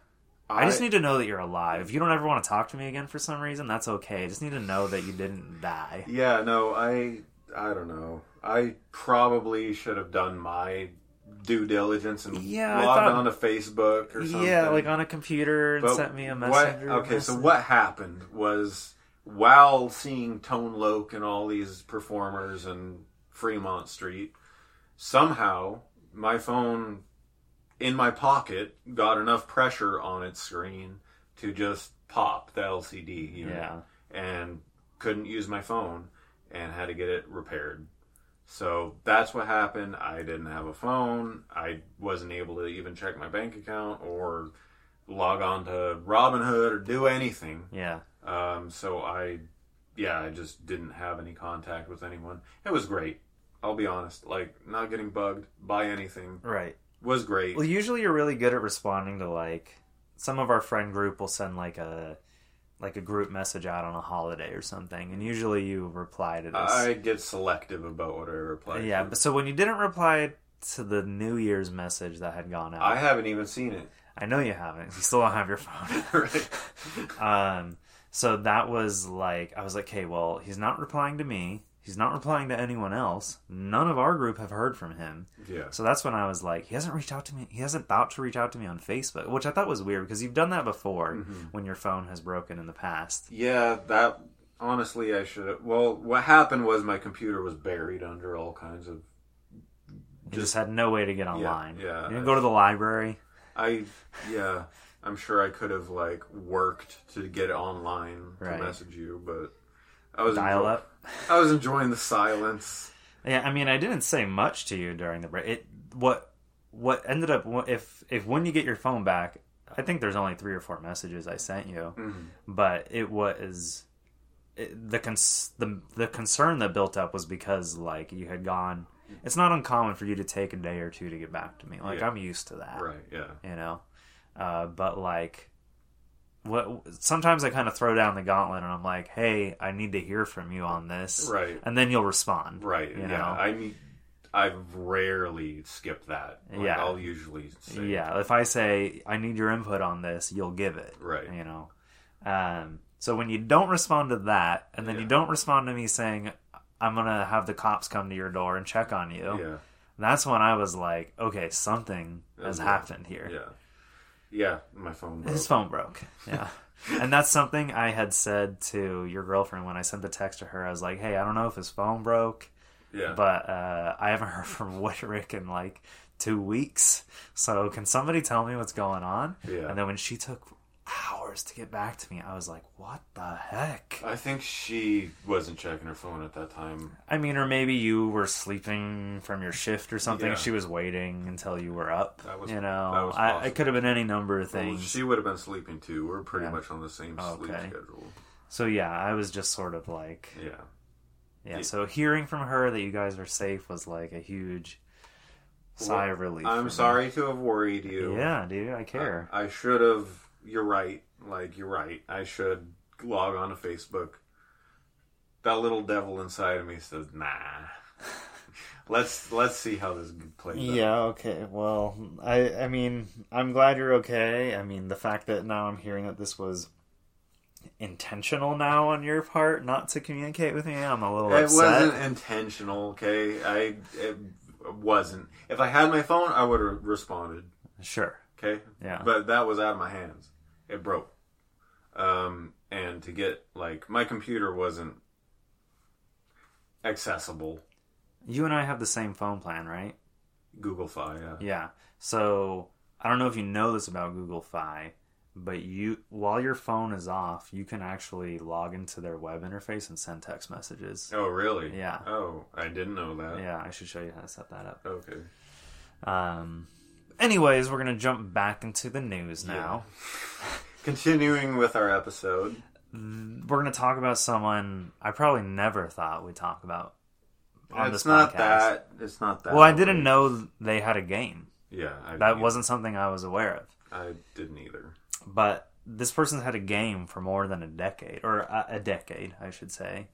[SPEAKER 1] I just need to know that you're alive. If you don't ever want to talk to me again for some reason, that's okay. I just need to know that you didn't die.
[SPEAKER 2] Yeah, no, I I don't know. I probably should have done my due diligence and
[SPEAKER 1] Yeah, I
[SPEAKER 2] logged
[SPEAKER 1] thought-
[SPEAKER 2] on to Facebook or something.
[SPEAKER 1] Yeah, like on a computer and
[SPEAKER 2] But
[SPEAKER 1] sent me a
[SPEAKER 2] what-
[SPEAKER 1] messenger.
[SPEAKER 2] okay, so
[SPEAKER 1] message.
[SPEAKER 2] what happened was while seeing Tone Loc and all these performers in Fremont Street, somehow my phone in my pocket got enough pressure on its screen to just pop the LCD. you know,
[SPEAKER 1] Yeah.
[SPEAKER 2] and couldn't use my phone and had to get it repaired. So that's what happened. I didn't have a phone. I wasn't able to even check my bank account or log on to Robinhood or do anything.
[SPEAKER 1] Yeah.
[SPEAKER 2] Um, so I, yeah, I just didn't have any contact with anyone. It was great. I'll be honest. Like not getting bugged by anything
[SPEAKER 1] Right.
[SPEAKER 2] was great.
[SPEAKER 1] Well, usually you're really good at responding to like some of our friend group will send like a like a group message out on a holiday or something, and usually you reply to this. Uh,
[SPEAKER 2] I get selective about what I reply.
[SPEAKER 1] yeah.
[SPEAKER 2] to.
[SPEAKER 1] But so when you didn't reply to the New Year's message that had gone out,
[SPEAKER 2] I haven't even seen it.
[SPEAKER 1] I know you haven't. You still don't have your phone.
[SPEAKER 2] Right.
[SPEAKER 1] um, so that was like, I was like, okay, well, he's not replying to me. He's not replying to anyone else. None of our group have heard from him.
[SPEAKER 2] Yeah.
[SPEAKER 1] So that's when I was like, he hasn't reached out to me. He hasn't thought to reach out to me on Facebook, which I thought was weird because you've done that before
[SPEAKER 2] Mm-hmm.
[SPEAKER 1] when your phone has broken in the past.
[SPEAKER 2] Yeah, that honestly, I should. have Well, what happened was my computer was buried under all kinds of.
[SPEAKER 1] You just, had no way to get online.
[SPEAKER 2] yeah,
[SPEAKER 1] you didn't
[SPEAKER 2] I-
[SPEAKER 1] go to the library.
[SPEAKER 2] I yeah, I'm sure I could have like worked to get online
[SPEAKER 1] Right.
[SPEAKER 2] to message you, but I was
[SPEAKER 1] Dial
[SPEAKER 2] enjoy-
[SPEAKER 1] up.
[SPEAKER 2] I was enjoying the silence.
[SPEAKER 1] Yeah, I mean, I didn't say much to you during the break. It what what ended up if if when you get your phone back, I think there's only three or four messages I sent you,
[SPEAKER 2] Mm-hmm.
[SPEAKER 1] but it was it, the cons the the concern that built up was because like you had gone. It's not uncommon for you to take a day or two to get back to me. Like
[SPEAKER 2] Yeah.
[SPEAKER 1] I'm used to that,
[SPEAKER 2] Right. Yeah.
[SPEAKER 1] you know. Uh, but like, what? Sometimes I kind of throw down the gauntlet and I'm like, "Hey, I need to hear from you on this,"
[SPEAKER 2] Right.
[SPEAKER 1] And then you'll respond,
[SPEAKER 2] Right.
[SPEAKER 1] You
[SPEAKER 2] yeah.
[SPEAKER 1] know?
[SPEAKER 2] I mean, I've rarely skipped that. Like,
[SPEAKER 1] Yeah.
[SPEAKER 2] I'll usually say.
[SPEAKER 1] Yeah, if I say I need your input on this, you'll give it.
[SPEAKER 2] Right.
[SPEAKER 1] You know. Um, so when you don't respond to that, and then you
[SPEAKER 2] Yeah.
[SPEAKER 1] don't respond to me saying I'm gonna have the cops come to your door and check on you,
[SPEAKER 2] Yeah.
[SPEAKER 1] that's when I was like, okay, something has
[SPEAKER 2] Yeah.
[SPEAKER 1] happened here.
[SPEAKER 2] Yeah. Yeah. My phone. Broke.
[SPEAKER 1] His phone broke. Yeah. and that's something I had said to your girlfriend when I sent the text to her. I was like, hey, I don't know if his phone broke
[SPEAKER 2] Yeah.
[SPEAKER 1] but uh, I haven't heard from Whitrick in like two weeks. So can somebody tell me what's going on?
[SPEAKER 2] Yeah.
[SPEAKER 1] And then when she took hours to get back to me. I was like, what the heck?
[SPEAKER 2] I think she wasn't checking her phone at that time.
[SPEAKER 1] I mean, or maybe you were sleeping from your shift or something.
[SPEAKER 2] Yeah.
[SPEAKER 1] She was waiting until you were up.
[SPEAKER 2] That was-
[SPEAKER 1] you know,
[SPEAKER 2] that was
[SPEAKER 1] I,
[SPEAKER 2] possible.
[SPEAKER 1] it could have been any number of
[SPEAKER 2] Well,
[SPEAKER 1] things.
[SPEAKER 2] she would have been sleeping too. We're pretty
[SPEAKER 1] Yeah. Oh,
[SPEAKER 2] much on the same sleep
[SPEAKER 1] Okay.
[SPEAKER 2] schedule.
[SPEAKER 1] So yeah, I was just sort of like,
[SPEAKER 2] Yeah.
[SPEAKER 1] yeah. So hearing from her that you guys were safe was like a huge sigh of relief. for
[SPEAKER 2] I'm
[SPEAKER 1] me.
[SPEAKER 2] sorry to have worried you.
[SPEAKER 1] Yeah, dude, I care.
[SPEAKER 2] I, I should have. You're right. Like you're right. I should log on to Facebook. That little devil inside of me says, "Nah." let's let's see how this plays out.
[SPEAKER 1] yeah. Okay. Well, I. I mean, I'm glad you're okay. I mean, the fact that now I'm hearing that this was intentional now on your part not to communicate with me, I'm a little
[SPEAKER 2] It
[SPEAKER 1] upset.
[SPEAKER 2] wasn't intentional. Okay, I it wasn't. If I had my phone, I would have responded.
[SPEAKER 1] Sure.
[SPEAKER 2] Okay.
[SPEAKER 1] Yeah.
[SPEAKER 2] But that was out of my hands. It broke. Um, and to get like my computer wasn't accessible.
[SPEAKER 1] You and I have the same phone plan, right?
[SPEAKER 2] Google Fi. Yeah.
[SPEAKER 1] Yeah. So I don't know if you know this about Google Fi, but you while your phone is off, you can actually log into their web interface and send text messages.
[SPEAKER 2] Oh, really?
[SPEAKER 1] Yeah.
[SPEAKER 2] Oh, I didn't know that.
[SPEAKER 1] Yeah, I should show you how to set that up.
[SPEAKER 2] Okay.
[SPEAKER 1] Um anyways, we're going to jump back into the news now.
[SPEAKER 2] Continuing with our episode.
[SPEAKER 1] We're going to talk about someone I probably never thought we'd talk about on
[SPEAKER 2] it's
[SPEAKER 1] this
[SPEAKER 2] not
[SPEAKER 1] podcast.
[SPEAKER 2] that. It's not that.
[SPEAKER 1] Well, I didn't
[SPEAKER 2] way.
[SPEAKER 1] know they had a game.
[SPEAKER 2] Yeah. I
[SPEAKER 1] That
[SPEAKER 2] didn't
[SPEAKER 1] wasn't something I was aware of.
[SPEAKER 2] either. I didn't either.
[SPEAKER 1] but this person's had a game for more than a decade, or a, a decade, I should say,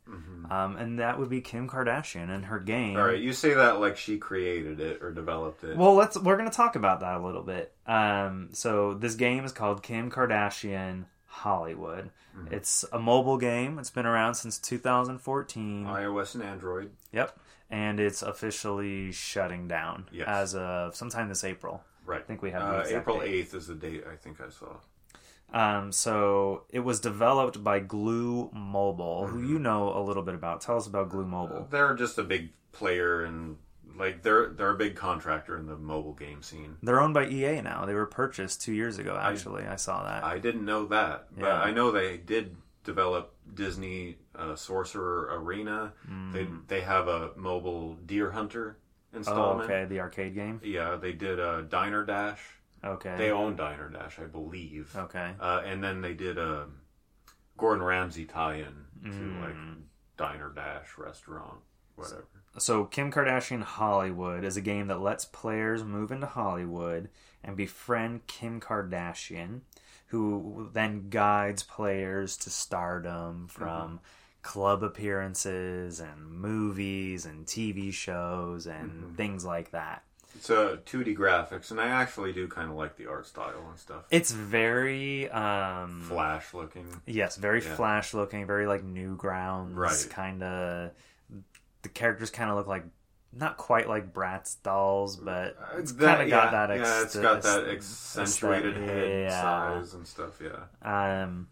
[SPEAKER 1] um, and that would be Kim Kardashian and her game.
[SPEAKER 2] Mm-hmm. All right. You say that like she created it or developed it.
[SPEAKER 1] Well, let's we're going to talk about that a little bit. Um, so this game is called Kim Kardashian Hollywood.
[SPEAKER 2] Mm-hmm.
[SPEAKER 1] It's a mobile game. It's been around since 2014.
[SPEAKER 2] iOS and Android.
[SPEAKER 1] Yep, and it's officially shutting down
[SPEAKER 2] Yes.
[SPEAKER 1] as of sometime this April.
[SPEAKER 2] Right. I
[SPEAKER 1] think we have the
[SPEAKER 2] uh,
[SPEAKER 1] exact
[SPEAKER 2] April
[SPEAKER 1] date.
[SPEAKER 2] eighth is the date I think I saw.
[SPEAKER 1] Um, so it was developed by Glue Mobile, who
[SPEAKER 2] Mm-hmm.
[SPEAKER 1] you know a little bit about. Tell us about Glue Mobile.
[SPEAKER 2] They're just a big player and like they're they're a big contractor in the mobile game scene.
[SPEAKER 1] They're owned by EA now. They were purchased two years ago. Actually, I, saw that.
[SPEAKER 2] I didn't know that, but
[SPEAKER 1] Yeah.
[SPEAKER 2] I know they did develop Disney uh, Sorcerer Arena. They
[SPEAKER 1] Mm-hmm.
[SPEAKER 2] they have a mobile Deer Hunter
[SPEAKER 1] Mm. oh,
[SPEAKER 2] installment.
[SPEAKER 1] okay, the arcade game.
[SPEAKER 2] Yeah, they did a Diner Dash.
[SPEAKER 1] Okay,
[SPEAKER 2] They own Diner Dash, I believe.
[SPEAKER 1] okay,
[SPEAKER 2] Uh, and then they did a Gordon Ramsay tie-in to like
[SPEAKER 1] Mm.
[SPEAKER 2] Diner Dash restaurant, whatever.
[SPEAKER 1] so Kim Kardashian Hollywood is a game that lets players move into Hollywood and befriend Kim Kardashian, who then guides players to stardom from club appearances and movies and TV shows and things like that.
[SPEAKER 2] It's a 2D graphics, and I actually do kind of like the art style and stuff.
[SPEAKER 1] It's very um
[SPEAKER 2] Flash looking.
[SPEAKER 1] Yes, very
[SPEAKER 2] Yeah.
[SPEAKER 1] flash looking, very like Newgrounds
[SPEAKER 2] Right.
[SPEAKER 1] kind of. The characters kind of look like not quite like Bratz dolls, but
[SPEAKER 2] Uh,
[SPEAKER 1] it's
[SPEAKER 2] that-
[SPEAKER 1] kind of got
[SPEAKER 2] yeah,
[SPEAKER 1] that. Ex-
[SPEAKER 2] yeah, it's got that
[SPEAKER 1] ex-
[SPEAKER 2] accentuated head
[SPEAKER 1] yeah.
[SPEAKER 2] size and stuff. Yeah,
[SPEAKER 1] Um,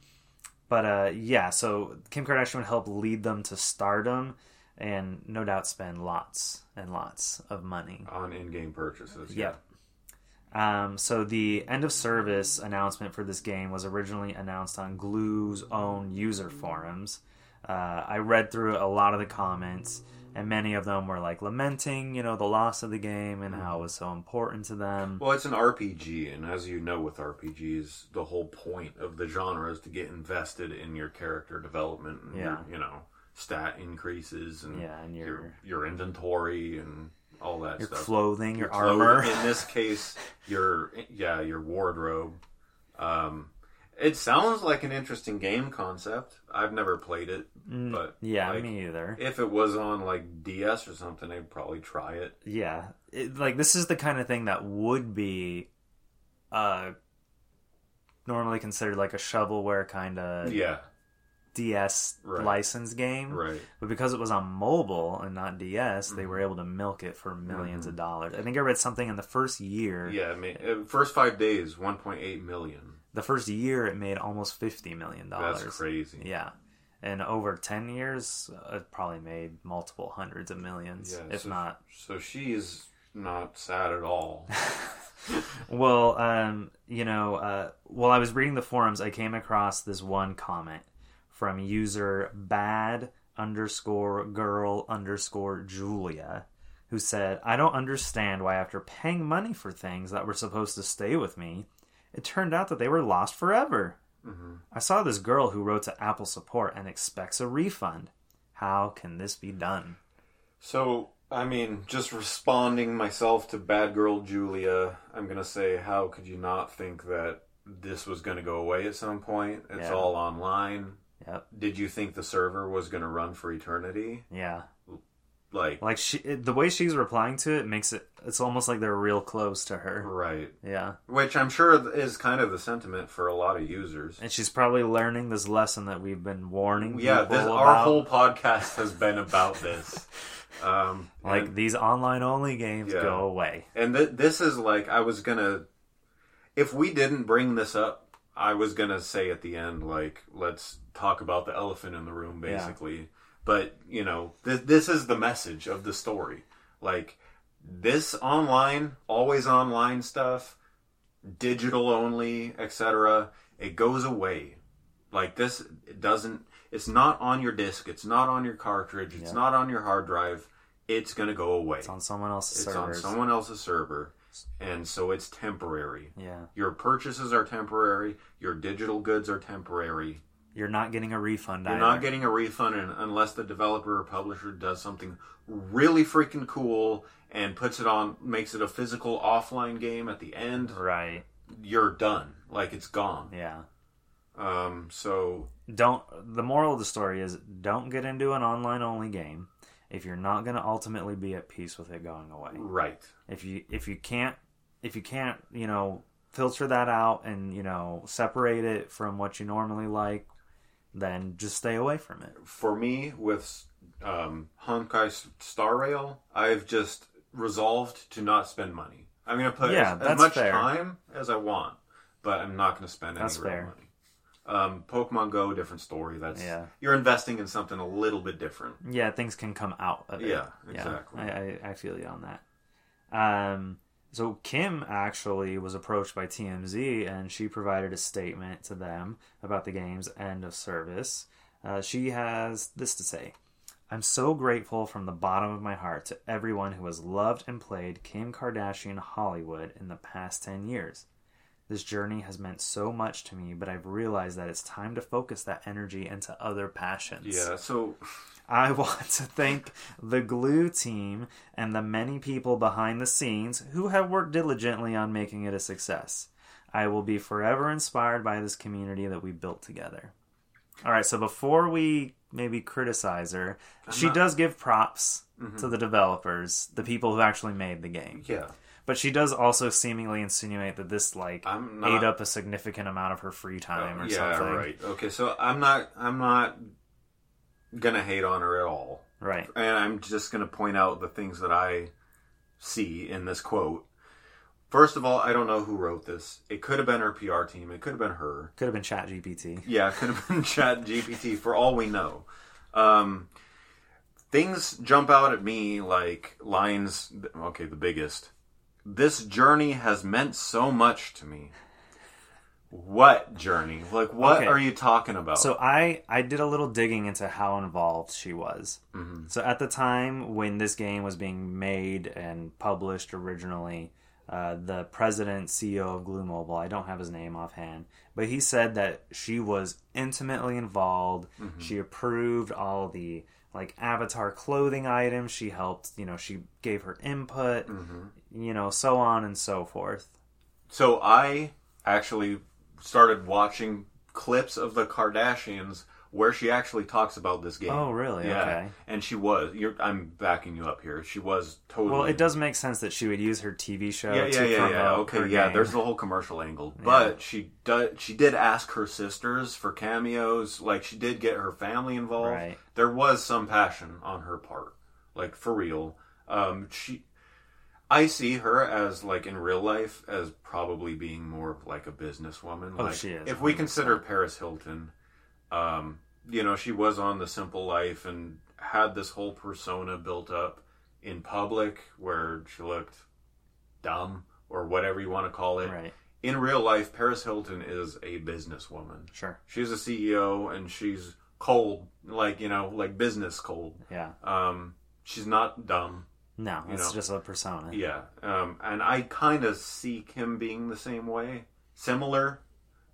[SPEAKER 1] but uh, yeah, so Kim Kardashian would help lead them to stardom, and no doubt spend lots and lots of money.
[SPEAKER 2] on in-game purchases. Yeah.
[SPEAKER 1] Yep. Um, so the end of service announcement for this game was originally announced on Glue's own user forums. Uh, I read through a lot of the comments, and many of them were like lamenting, you know, the loss of the game and how it was so important to them.
[SPEAKER 2] Well, it's an RPG, and as you know, with RPGs, the whole point of the genre is to get invested in your character development. And
[SPEAKER 1] Yeah.
[SPEAKER 2] Your, you know, stat increases and
[SPEAKER 1] Yeah, and
[SPEAKER 2] your
[SPEAKER 1] your
[SPEAKER 2] your inventory and all that
[SPEAKER 1] your
[SPEAKER 2] stuff.
[SPEAKER 1] clothing, your,
[SPEAKER 2] clothes-
[SPEAKER 1] armor.
[SPEAKER 2] In this case, your yeah, your wardrobe. Um, it sounds like an interesting game concept. I've never played it,
[SPEAKER 1] Hmm.
[SPEAKER 2] but
[SPEAKER 1] Mm, yeah,
[SPEAKER 2] like,
[SPEAKER 1] me either.
[SPEAKER 2] if it was on like DS or something, I'd probably try it.
[SPEAKER 1] yeah, it, like this is the kind of thing that would be, uh, normally considered like a shovelware kind of
[SPEAKER 2] Yeah,
[SPEAKER 1] DS
[SPEAKER 2] Right.
[SPEAKER 1] license game.
[SPEAKER 2] right.
[SPEAKER 1] But because it was on mobile and not DS, they
[SPEAKER 2] Mm-hmm.
[SPEAKER 1] were able to milk it for 1000000s of dollars. I think I read something in the first year.
[SPEAKER 2] Yeah, I mean, uh, first five days, one point eight million.
[SPEAKER 1] The first year, it made almost $50 million.
[SPEAKER 2] That's crazy.
[SPEAKER 1] Yeah. And over 10 years, uh, it probably made multiple hundreds of millions,
[SPEAKER 2] Yeah,
[SPEAKER 1] if
[SPEAKER 2] so-
[SPEAKER 1] not.
[SPEAKER 2] So she's not sad at all.
[SPEAKER 1] well, um, you know, uh, while I was reading the forums, I came across this one comment from user bad underscore girl underscore Julia, who said, I don't understand why after paying money for things that were supposed to stay with me, it turned out that they were lost forever.
[SPEAKER 2] Mm-hmm.
[SPEAKER 1] I saw this girl who wrote to Apple support and expects a refund. How can this be done?
[SPEAKER 2] So, I mean, just responding myself to Bad Girl Julia, I'm going to say, how could you not think that this was going to go away at some point? It's
[SPEAKER 1] Yeah.
[SPEAKER 2] all online.
[SPEAKER 1] Yep.
[SPEAKER 2] Did you think the server was going to run for eternity?
[SPEAKER 1] Yeah.
[SPEAKER 2] Like,
[SPEAKER 1] Like she, it- the way she's replying to it makes it. It's almost like they're real close to her.
[SPEAKER 2] right.
[SPEAKER 1] Yeah,
[SPEAKER 2] Which I'm sure is kind of the sentiment for a lot of users.
[SPEAKER 1] and she's probably learning this lesson that we've been warning.
[SPEAKER 2] Yeah,
[SPEAKER 1] people
[SPEAKER 2] this,
[SPEAKER 1] about.
[SPEAKER 2] our whole podcast has been about this. Um,
[SPEAKER 1] like
[SPEAKER 2] and-
[SPEAKER 1] these online only games
[SPEAKER 2] Yeah.
[SPEAKER 1] go away.
[SPEAKER 2] And th- this is like I was gonna. If we didn't bring this up, I was gonna say at the end, like, let's talk about the elephant in the room,
[SPEAKER 1] Yeah.
[SPEAKER 2] basically. But you know, th- this is the message of the story. Like this online, always online stuff, digital only, etc. It goes away. Like this it doesn't. It's not on your disc. It's not on your cartridge. It's
[SPEAKER 1] Yeah.
[SPEAKER 2] not on your hard drive. It's gonna go away
[SPEAKER 1] It's on someone else's
[SPEAKER 2] it's
[SPEAKER 1] servers.
[SPEAKER 2] on someone else's server and so it's temporary
[SPEAKER 1] yeah,
[SPEAKER 2] your purchases are temporary your digital goods are temporary
[SPEAKER 1] you're not getting a refund.
[SPEAKER 2] you're
[SPEAKER 1] either.
[SPEAKER 2] not getting a refund un- unless the developer or publisher does something really freaking cool and puts it on makes it a physical offline game at the end
[SPEAKER 1] right.
[SPEAKER 2] you're done like it's gone
[SPEAKER 1] Yeah.
[SPEAKER 2] um so
[SPEAKER 1] don't the moral of the story is don't get into an online only game if you're not going to ultimately be at peace with it going away
[SPEAKER 2] right
[SPEAKER 1] if you if you can't if you can't you know filter that out and you know separate it from what you normally like then just stay away from it
[SPEAKER 2] for me with um, Honkai S- Star Rail, I've just resolved to not spend money. I'm going to put
[SPEAKER 1] Yeah,
[SPEAKER 2] as, as
[SPEAKER 1] that's
[SPEAKER 2] much
[SPEAKER 1] fair.
[SPEAKER 2] time as I want, but I'm not going to spend any
[SPEAKER 1] That's
[SPEAKER 2] real
[SPEAKER 1] fair.
[SPEAKER 2] money. Um, Pokemon Go, different story. That's
[SPEAKER 1] Yeah.
[SPEAKER 2] you're investing in something a little bit different.
[SPEAKER 1] yeah things can come out of it.
[SPEAKER 2] Yeah, exactly.
[SPEAKER 1] I, I, I feel you on that um so kim actually was approached by tmz and she provided a statement to them about the game's end of service uh, she has this to say I'm so grateful from the bottom of my heart to everyone who has loved and played Kim Kardashian Hollywood in the past 10 years. This journey has meant so much to me, but I've realized that it's time to focus that energy into other passions.
[SPEAKER 2] Yeah, so
[SPEAKER 1] I want to thank the Glue team and the many people behind the scenes who have worked diligently on making it a success. I will be forever inspired by this community that we built together. All right, so before we maybe criticize her, she
[SPEAKER 2] not- Mm-hmm.
[SPEAKER 1] does give props to the developers, the people who actually made the game.
[SPEAKER 2] yeah,
[SPEAKER 1] But she does also seemingly insinuate that this like
[SPEAKER 2] I'm not- Oh,
[SPEAKER 1] ate up a significant amount of her free time or
[SPEAKER 2] yeah,
[SPEAKER 1] something.
[SPEAKER 2] right. Okay, so I'm not I'm not gonna hate on her at all.
[SPEAKER 1] Right.
[SPEAKER 2] and I'm just going to point out the things that I see in this quote. First of all, I don't know who wrote this. It could have been her PR team. It could have been her.
[SPEAKER 1] Could have been Chat GPT.
[SPEAKER 2] Yeah, it could have been Chat GPT for all we know. Um, things jump out at me like lines. Okay, the biggest. This journey has meant so much to me. What journey? Like, what
[SPEAKER 1] Okay.
[SPEAKER 2] are you talking about?
[SPEAKER 1] So I I did a little digging into how involved she was. So at the time when this game was being made and published originally, uh, the president CEO of Glue Mobile, I don't have his name offhand, but he said that she was intimately involved. She approved all the like avatar clothing items. She helped, you know, she gave her input, you know, so on and so forth.
[SPEAKER 2] So I actually started watching clips of the Kardashians where she actually talks about this game.
[SPEAKER 1] Oh, really? Okay.
[SPEAKER 2] And she was. You're, I'm backing you up here. She was totally.
[SPEAKER 1] Well, it does make sense that she would use her TV show.
[SPEAKER 2] Yeah, yeah,
[SPEAKER 1] to
[SPEAKER 2] yeah, yeah.
[SPEAKER 1] promote her
[SPEAKER 2] Okay, yeah.
[SPEAKER 1] game.
[SPEAKER 2] There's the whole commercial angle, but she did. She did ask her sisters for cameos. Like she did get her family involved.
[SPEAKER 1] Right.
[SPEAKER 2] There was some passion on her part, like for real. Um, she, I see her as like in real life as probably being more of like a businesswoman.
[SPEAKER 1] Oh,
[SPEAKER 2] like,
[SPEAKER 1] she is,
[SPEAKER 2] If we consider Paris Hilton, um, you know, she was on The Simple Life and had this whole persona built up in public where she looked dumb or whatever you want to call it.
[SPEAKER 1] Right.
[SPEAKER 2] In real life, Paris Hilton is a businesswoman.
[SPEAKER 3] Sure.
[SPEAKER 2] She's a CEO and she's cold, like, you know, like business cold.
[SPEAKER 3] Yeah.
[SPEAKER 2] Um, she's not dumb.
[SPEAKER 1] No,
[SPEAKER 2] You
[SPEAKER 1] it's
[SPEAKER 2] know.
[SPEAKER 1] just a persona.
[SPEAKER 2] Yeah. Um, and I kind of see Kim being the same way, similar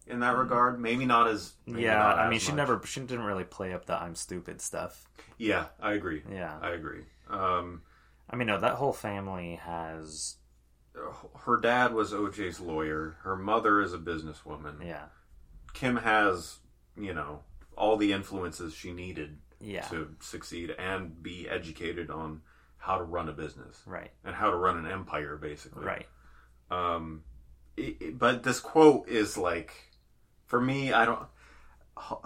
[SPEAKER 2] in that regard. Maybe not as. maybe
[SPEAKER 1] Yeah,
[SPEAKER 2] not
[SPEAKER 1] I
[SPEAKER 2] as
[SPEAKER 1] mean, she
[SPEAKER 2] much.
[SPEAKER 1] never, she didn't really play up the "I'm stupid" stuff.
[SPEAKER 2] Yeah, I agree.
[SPEAKER 1] Yeah,
[SPEAKER 2] I agree. Um,
[SPEAKER 1] I mean, no, that whole family has,
[SPEAKER 2] her dad was OJ's lawyer. Her mother is a businesswoman.
[SPEAKER 1] yeah,
[SPEAKER 2] Kim has, you know, all the influences she needed
[SPEAKER 1] yeah,
[SPEAKER 2] to succeed and be educated on how to run a business
[SPEAKER 1] right,
[SPEAKER 2] and how to run an empire, basically.
[SPEAKER 1] right,
[SPEAKER 2] Um, it, it- but this quote is like, for me, I don't.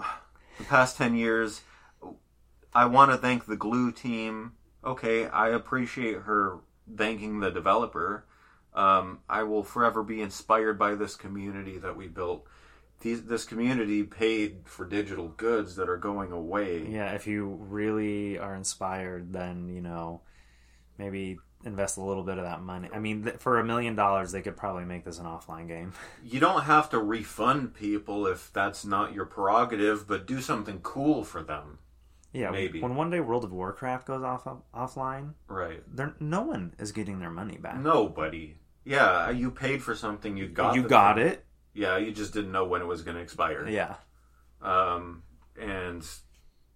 [SPEAKER 2] The past ten years, I want to thank the glue team. Okay, I appreciate her thanking the developer. Um, I will forever be inspired by this community that we built. These, this community paid for digital goods that are going away.
[SPEAKER 1] yeah. If you really are inspired, then you know, maybe invest a little bit of that money. I mean, th- for a million dollars, they could probably make this an offline game.
[SPEAKER 2] you don't have to refund people if that's not your prerogative, but do something cool for them.
[SPEAKER 1] yeah,
[SPEAKER 2] Maybe.
[SPEAKER 1] When one day World of Warcraft goes off offline,
[SPEAKER 2] Right.
[SPEAKER 1] there no one is getting their money back.
[SPEAKER 2] Nobody. Yeah, you paid for something. You got.
[SPEAKER 1] you
[SPEAKER 2] the
[SPEAKER 1] got
[SPEAKER 2] thing.
[SPEAKER 1] it.
[SPEAKER 2] Yeah, you just didn't know when it was going to expire.
[SPEAKER 1] Yeah,
[SPEAKER 2] Um, and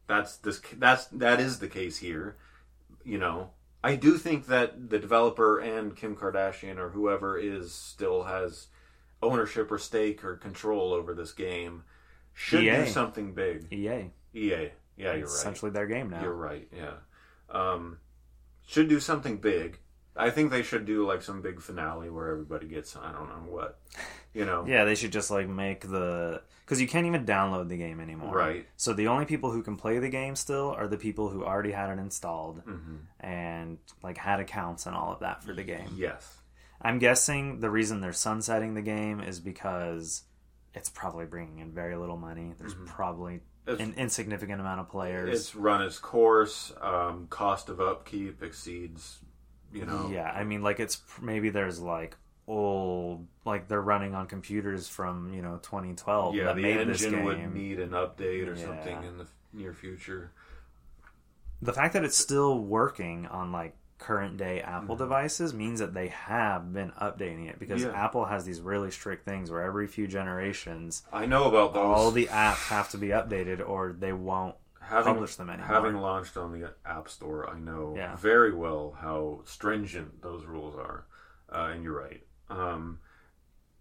[SPEAKER 2] that's this. That's that is the case here. You know, I do think that the developer and Kim Kardashian or whoever is still has ownership or stake or control over this game should
[SPEAKER 1] EA.
[SPEAKER 2] do something big.
[SPEAKER 1] EA.
[SPEAKER 2] EA. Yeah, you're
[SPEAKER 1] E it's
[SPEAKER 2] right.
[SPEAKER 1] Essentially, their game now.
[SPEAKER 2] You're right. Yeah. Um, should do something big. I think they should do like some big finale where everybody gets I don't know what, you know.
[SPEAKER 1] Yeah, they should just like make the because you can't even download the game anymore.
[SPEAKER 2] Right.
[SPEAKER 1] So the only people who can play the game still are the people who already had it installed
[SPEAKER 2] hmm
[SPEAKER 1] and like had accounts and all of that for the game.
[SPEAKER 2] Yes.
[SPEAKER 1] I'm guessing the reason they're sunsetting the game is because it's probably bringing in very little money. There's probably
[SPEAKER 2] It's-
[SPEAKER 1] an insignificant amount of players.
[SPEAKER 2] Mm-hmm. It's run its course. Um, cost of upkeep exceeds, you know.
[SPEAKER 1] Yeah, I mean, like it's maybe there's like old like they're running on computers from you know 2012
[SPEAKER 2] Yeah,
[SPEAKER 1] that
[SPEAKER 2] the
[SPEAKER 1] made this
[SPEAKER 2] engine
[SPEAKER 1] game.
[SPEAKER 2] would need an update or
[SPEAKER 1] Yeah.
[SPEAKER 2] something in the f- near future.
[SPEAKER 1] the fact that it's still working on like current day Apple devices means that they have been updating it because
[SPEAKER 2] Mm-hmm. Yeah.
[SPEAKER 1] Apple has these really strict things where every few generations
[SPEAKER 2] I know about those.
[SPEAKER 1] all the apps have to be updated or they won't.
[SPEAKER 2] having,
[SPEAKER 1] publish them anymore.
[SPEAKER 2] Having launched on the App Store, I know
[SPEAKER 1] Yeah.
[SPEAKER 2] very well how stringent those rules are, uh, and you're right. Um,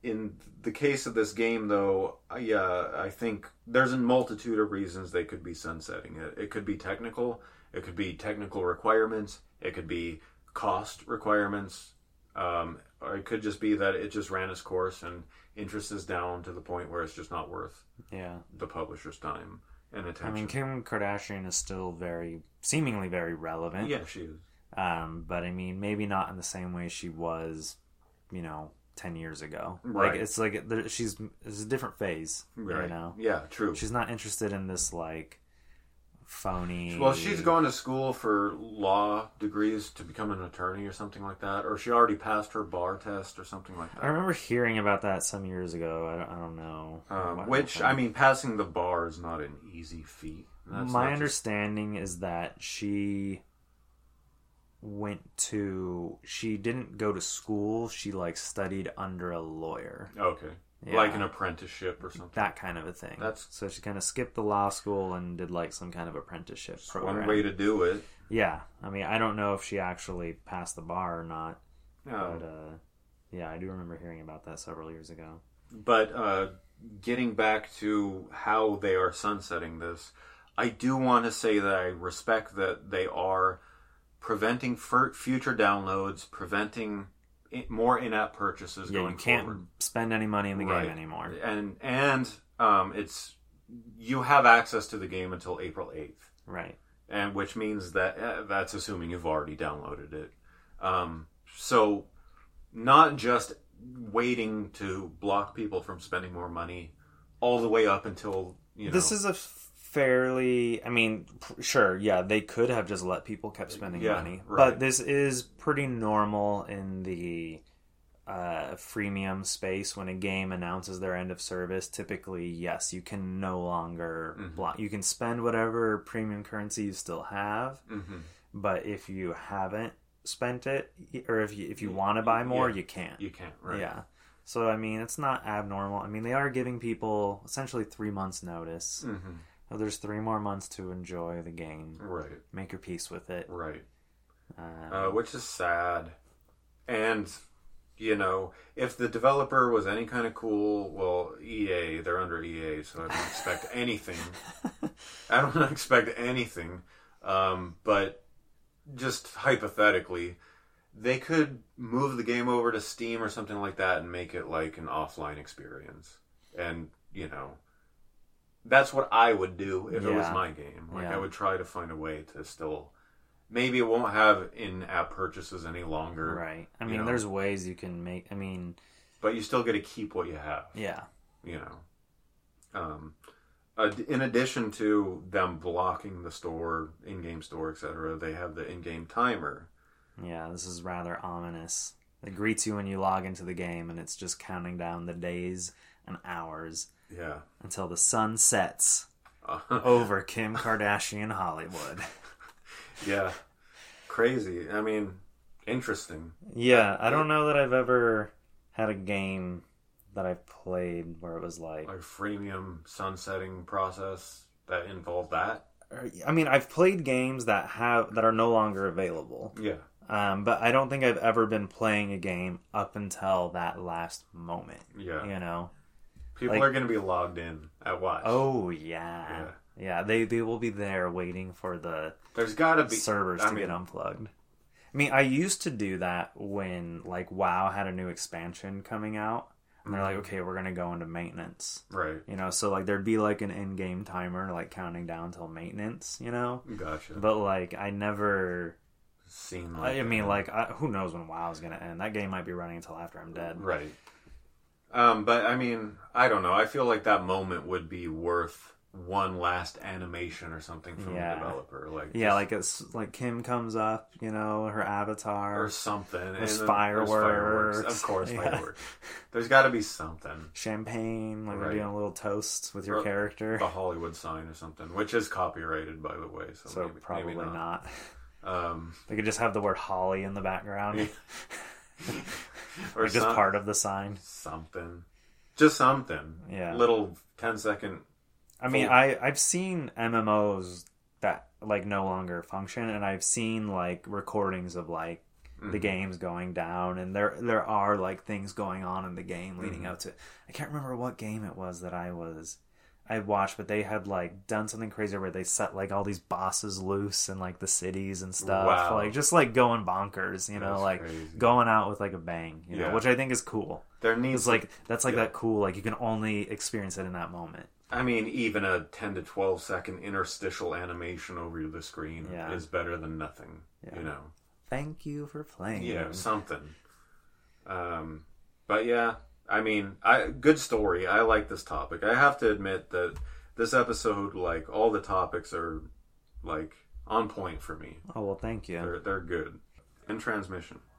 [SPEAKER 2] in the case of this game, though, I, yeah, I think there's a multitude of reasons they could be sunsetting it. It could be technical, it could be technical requirements, it could be cost requirements, um, or it could just be that it just ran its course and interest is down to the point where it's just not worth
[SPEAKER 1] Yeah.
[SPEAKER 2] the publisher's time and attention.
[SPEAKER 1] I mean Kim Kardashian is still very seemingly very relevant.
[SPEAKER 2] yeah, she is.
[SPEAKER 1] Um but I mean maybe not in the same way she was, you know, 10 years ago.
[SPEAKER 2] Right.
[SPEAKER 1] Like it's like there, she's it's a different phase,
[SPEAKER 2] Right.
[SPEAKER 1] you know.
[SPEAKER 2] Yeah, true.
[SPEAKER 1] She's not interested in this like phony
[SPEAKER 2] well, she's going to school for law degrees to become an attorney or something like that, or she already passed her bar test or something like
[SPEAKER 1] I
[SPEAKER 2] that.
[SPEAKER 1] remember hearing about that some years ago. I don't, I don't know.
[SPEAKER 2] Um,
[SPEAKER 1] what
[SPEAKER 2] which, I
[SPEAKER 1] happened.
[SPEAKER 2] mean, passing the bar is not an easy feat. That's
[SPEAKER 1] my
[SPEAKER 2] not just-
[SPEAKER 1] understanding is that she went to. She didn't go to school. She like studied under a lawyer,
[SPEAKER 2] okay,
[SPEAKER 1] Yeah.
[SPEAKER 2] like an apprenticeship or something.
[SPEAKER 1] that kind of a thing.
[SPEAKER 2] That's-
[SPEAKER 1] so she kind of skipped the law school and did like some kind of apprenticeship
[SPEAKER 2] That's
[SPEAKER 1] program.
[SPEAKER 2] one way to do it.
[SPEAKER 1] yeah, I mean, I don't know if she actually passed the bar or not,
[SPEAKER 2] Yeah.
[SPEAKER 1] but uh, yeah, I do remember hearing about that several years ago.
[SPEAKER 2] But uh, getting back to how they are sunsetting this, I do want to say that I respect that they are preventing fur future downloads, preventing i more in-app purchases
[SPEAKER 1] Yeah,
[SPEAKER 2] going
[SPEAKER 1] you can't
[SPEAKER 2] forward,
[SPEAKER 1] spend any money in the
[SPEAKER 2] Right.
[SPEAKER 1] game anymore.
[SPEAKER 2] and and um, it's you have access to the game until April eighth
[SPEAKER 1] Right.
[SPEAKER 2] and which means that uh, that's assuming you've already downloaded it. Um, so, not just waiting to block people from spending more money all the way up until you know.
[SPEAKER 1] This is a fairly, I mean, p- sure, yeah, they could have just let people kept spending
[SPEAKER 2] Yeah,
[SPEAKER 1] money,
[SPEAKER 2] right.
[SPEAKER 1] but this is pretty normal in the uh, freemium space, when a game announces their end of service, typically yes, you can no longer
[SPEAKER 2] Mhm.
[SPEAKER 1] block. You can spend whatever premium currency you still have,
[SPEAKER 2] Mm-hmm.
[SPEAKER 1] but if you haven't spent it, or if you if you want to buy more,
[SPEAKER 2] Yeah.
[SPEAKER 1] you can't.
[SPEAKER 2] You can't, right?
[SPEAKER 1] Yeah. So I mean, it's not abnormal. I mean, they are giving people essentially three months' notice.
[SPEAKER 2] Mm-hmm.
[SPEAKER 1] So Oh, There's three more months to enjoy the game,
[SPEAKER 2] Right.
[SPEAKER 1] make your peace with it.
[SPEAKER 2] Right.
[SPEAKER 1] Um,
[SPEAKER 2] Uh, which is sad. And, you know, if the developer was any kind of cool, well, EA, they're under EA, so I don't expect anything. I don't expect anything. Um, but just hypothetically, they could move the game over to Steam or something like that and make it like an offline experience. And, you know, that's what I would do if it was
[SPEAKER 1] Yeah.
[SPEAKER 2] my game. Like,
[SPEAKER 1] Yeah.
[SPEAKER 2] I would try to find a way to still maybe it won't have in-app purchases any longer
[SPEAKER 1] right. I
[SPEAKER 2] you
[SPEAKER 1] mean,
[SPEAKER 2] know.
[SPEAKER 1] there's ways you can make. I mean,
[SPEAKER 2] but you still get to keep what you have
[SPEAKER 1] yeah.
[SPEAKER 2] you know um ad- in addition to them blocking the store in-game store etc they have the in-game timer
[SPEAKER 1] Yeah, this is rather ominous. It greets you when you log into the game, and it's just counting down the days and hours
[SPEAKER 2] yeah
[SPEAKER 1] until the sun sets
[SPEAKER 2] Uh,
[SPEAKER 1] over Kim Kardashian Hollywood.
[SPEAKER 2] yeah crazy i mean interesting
[SPEAKER 1] Yeah, I don't know that I've ever had a game that I've played where it was like.
[SPEAKER 2] like freemium sunsetting process that involved that
[SPEAKER 1] I mean, I've played games that have that are no longer available,
[SPEAKER 2] yeah
[SPEAKER 1] um, but I don't think I've ever been playing a game up until that last moment.
[SPEAKER 2] yeah,
[SPEAKER 1] You know?
[SPEAKER 2] people
[SPEAKER 1] Like-
[SPEAKER 2] are going to be logged in at watch
[SPEAKER 1] Oh yeah.
[SPEAKER 2] Yeah.
[SPEAKER 1] yeah, They they will be there waiting for the
[SPEAKER 2] there's got to be
[SPEAKER 1] servers
[SPEAKER 2] I
[SPEAKER 1] to
[SPEAKER 2] mean,
[SPEAKER 1] get unplugged. I mean, I used to do that when like WoW had a new expansion coming out, and they're like,
[SPEAKER 2] Mm-hmm.
[SPEAKER 1] okay, we're gonna go into maintenance.
[SPEAKER 2] right
[SPEAKER 1] You know, so like there'd be like an in game timer, like counting down till maintenance, you know?
[SPEAKER 2] gotcha
[SPEAKER 1] But like I never,
[SPEAKER 2] seem like
[SPEAKER 1] I, I mean,
[SPEAKER 2] that.
[SPEAKER 1] like I, who knows when WoW's gonna end? That game might be running until after I'm dead.
[SPEAKER 2] Right. Um, but I mean, I don't know. I feel like that moment would be worth one last animation or something from
[SPEAKER 1] Yeah.
[SPEAKER 2] the developer, like
[SPEAKER 1] Yeah,
[SPEAKER 2] just-
[SPEAKER 1] like it's like Kim comes up, you know, her avatar.
[SPEAKER 2] or something. and then
[SPEAKER 1] there's fireworks.
[SPEAKER 2] Of course,
[SPEAKER 1] Yeah.
[SPEAKER 2] fireworks. There's got to be something.
[SPEAKER 1] Champagne, like they're
[SPEAKER 2] Right.
[SPEAKER 1] doing a little toast with your
[SPEAKER 2] Or-
[SPEAKER 1] character.
[SPEAKER 2] A Hollywood sign or something, which is copyrighted, by the way. So,
[SPEAKER 1] so
[SPEAKER 2] maybe,
[SPEAKER 1] probably
[SPEAKER 2] maybe
[SPEAKER 1] not.
[SPEAKER 2] not. Um,
[SPEAKER 1] They could just have the word Holly in the background,
[SPEAKER 2] Yeah. or
[SPEAKER 1] or just
[SPEAKER 2] some-
[SPEAKER 1] part of the sign.
[SPEAKER 2] something, just something.
[SPEAKER 1] Yeah.
[SPEAKER 2] Little 10 second.
[SPEAKER 1] I mean,
[SPEAKER 2] Full-
[SPEAKER 1] I I've seen MMOs that like no longer function, and I've seen like recordings of like the
[SPEAKER 2] Mhm.
[SPEAKER 1] games going down, and there there are like things going on in the game leading
[SPEAKER 2] Mhm.
[SPEAKER 1] up to. It. I can't remember what game it was that I was I watched, but they had like done something crazy where they set like all these bosses loose in like the cities and stuff,
[SPEAKER 2] Wow.
[SPEAKER 1] like just like going bonkers, you know,
[SPEAKER 2] That's
[SPEAKER 1] like.
[SPEAKER 2] crazy.
[SPEAKER 1] Going out with like a bang, you know,
[SPEAKER 2] Yeah.
[SPEAKER 1] which I think is cool.
[SPEAKER 2] There needs
[SPEAKER 1] It's like that's like
[SPEAKER 2] Yeah.
[SPEAKER 1] that cool. Like you can only experience it in that moment.
[SPEAKER 2] I mean, even a 10 to 12 second interstitial animation over the screen
[SPEAKER 1] Yeah.
[SPEAKER 2] is better than nothing,
[SPEAKER 1] Yeah.
[SPEAKER 2] you know?
[SPEAKER 1] Thank you for playing.
[SPEAKER 2] Yeah, something. Um, but yeah, I mean, I good story. I like this topic. I have to admit that this episode, like, all the topics are, like, on point for me.
[SPEAKER 1] Oh well, thank you.
[SPEAKER 2] They're, they're good. And transmission.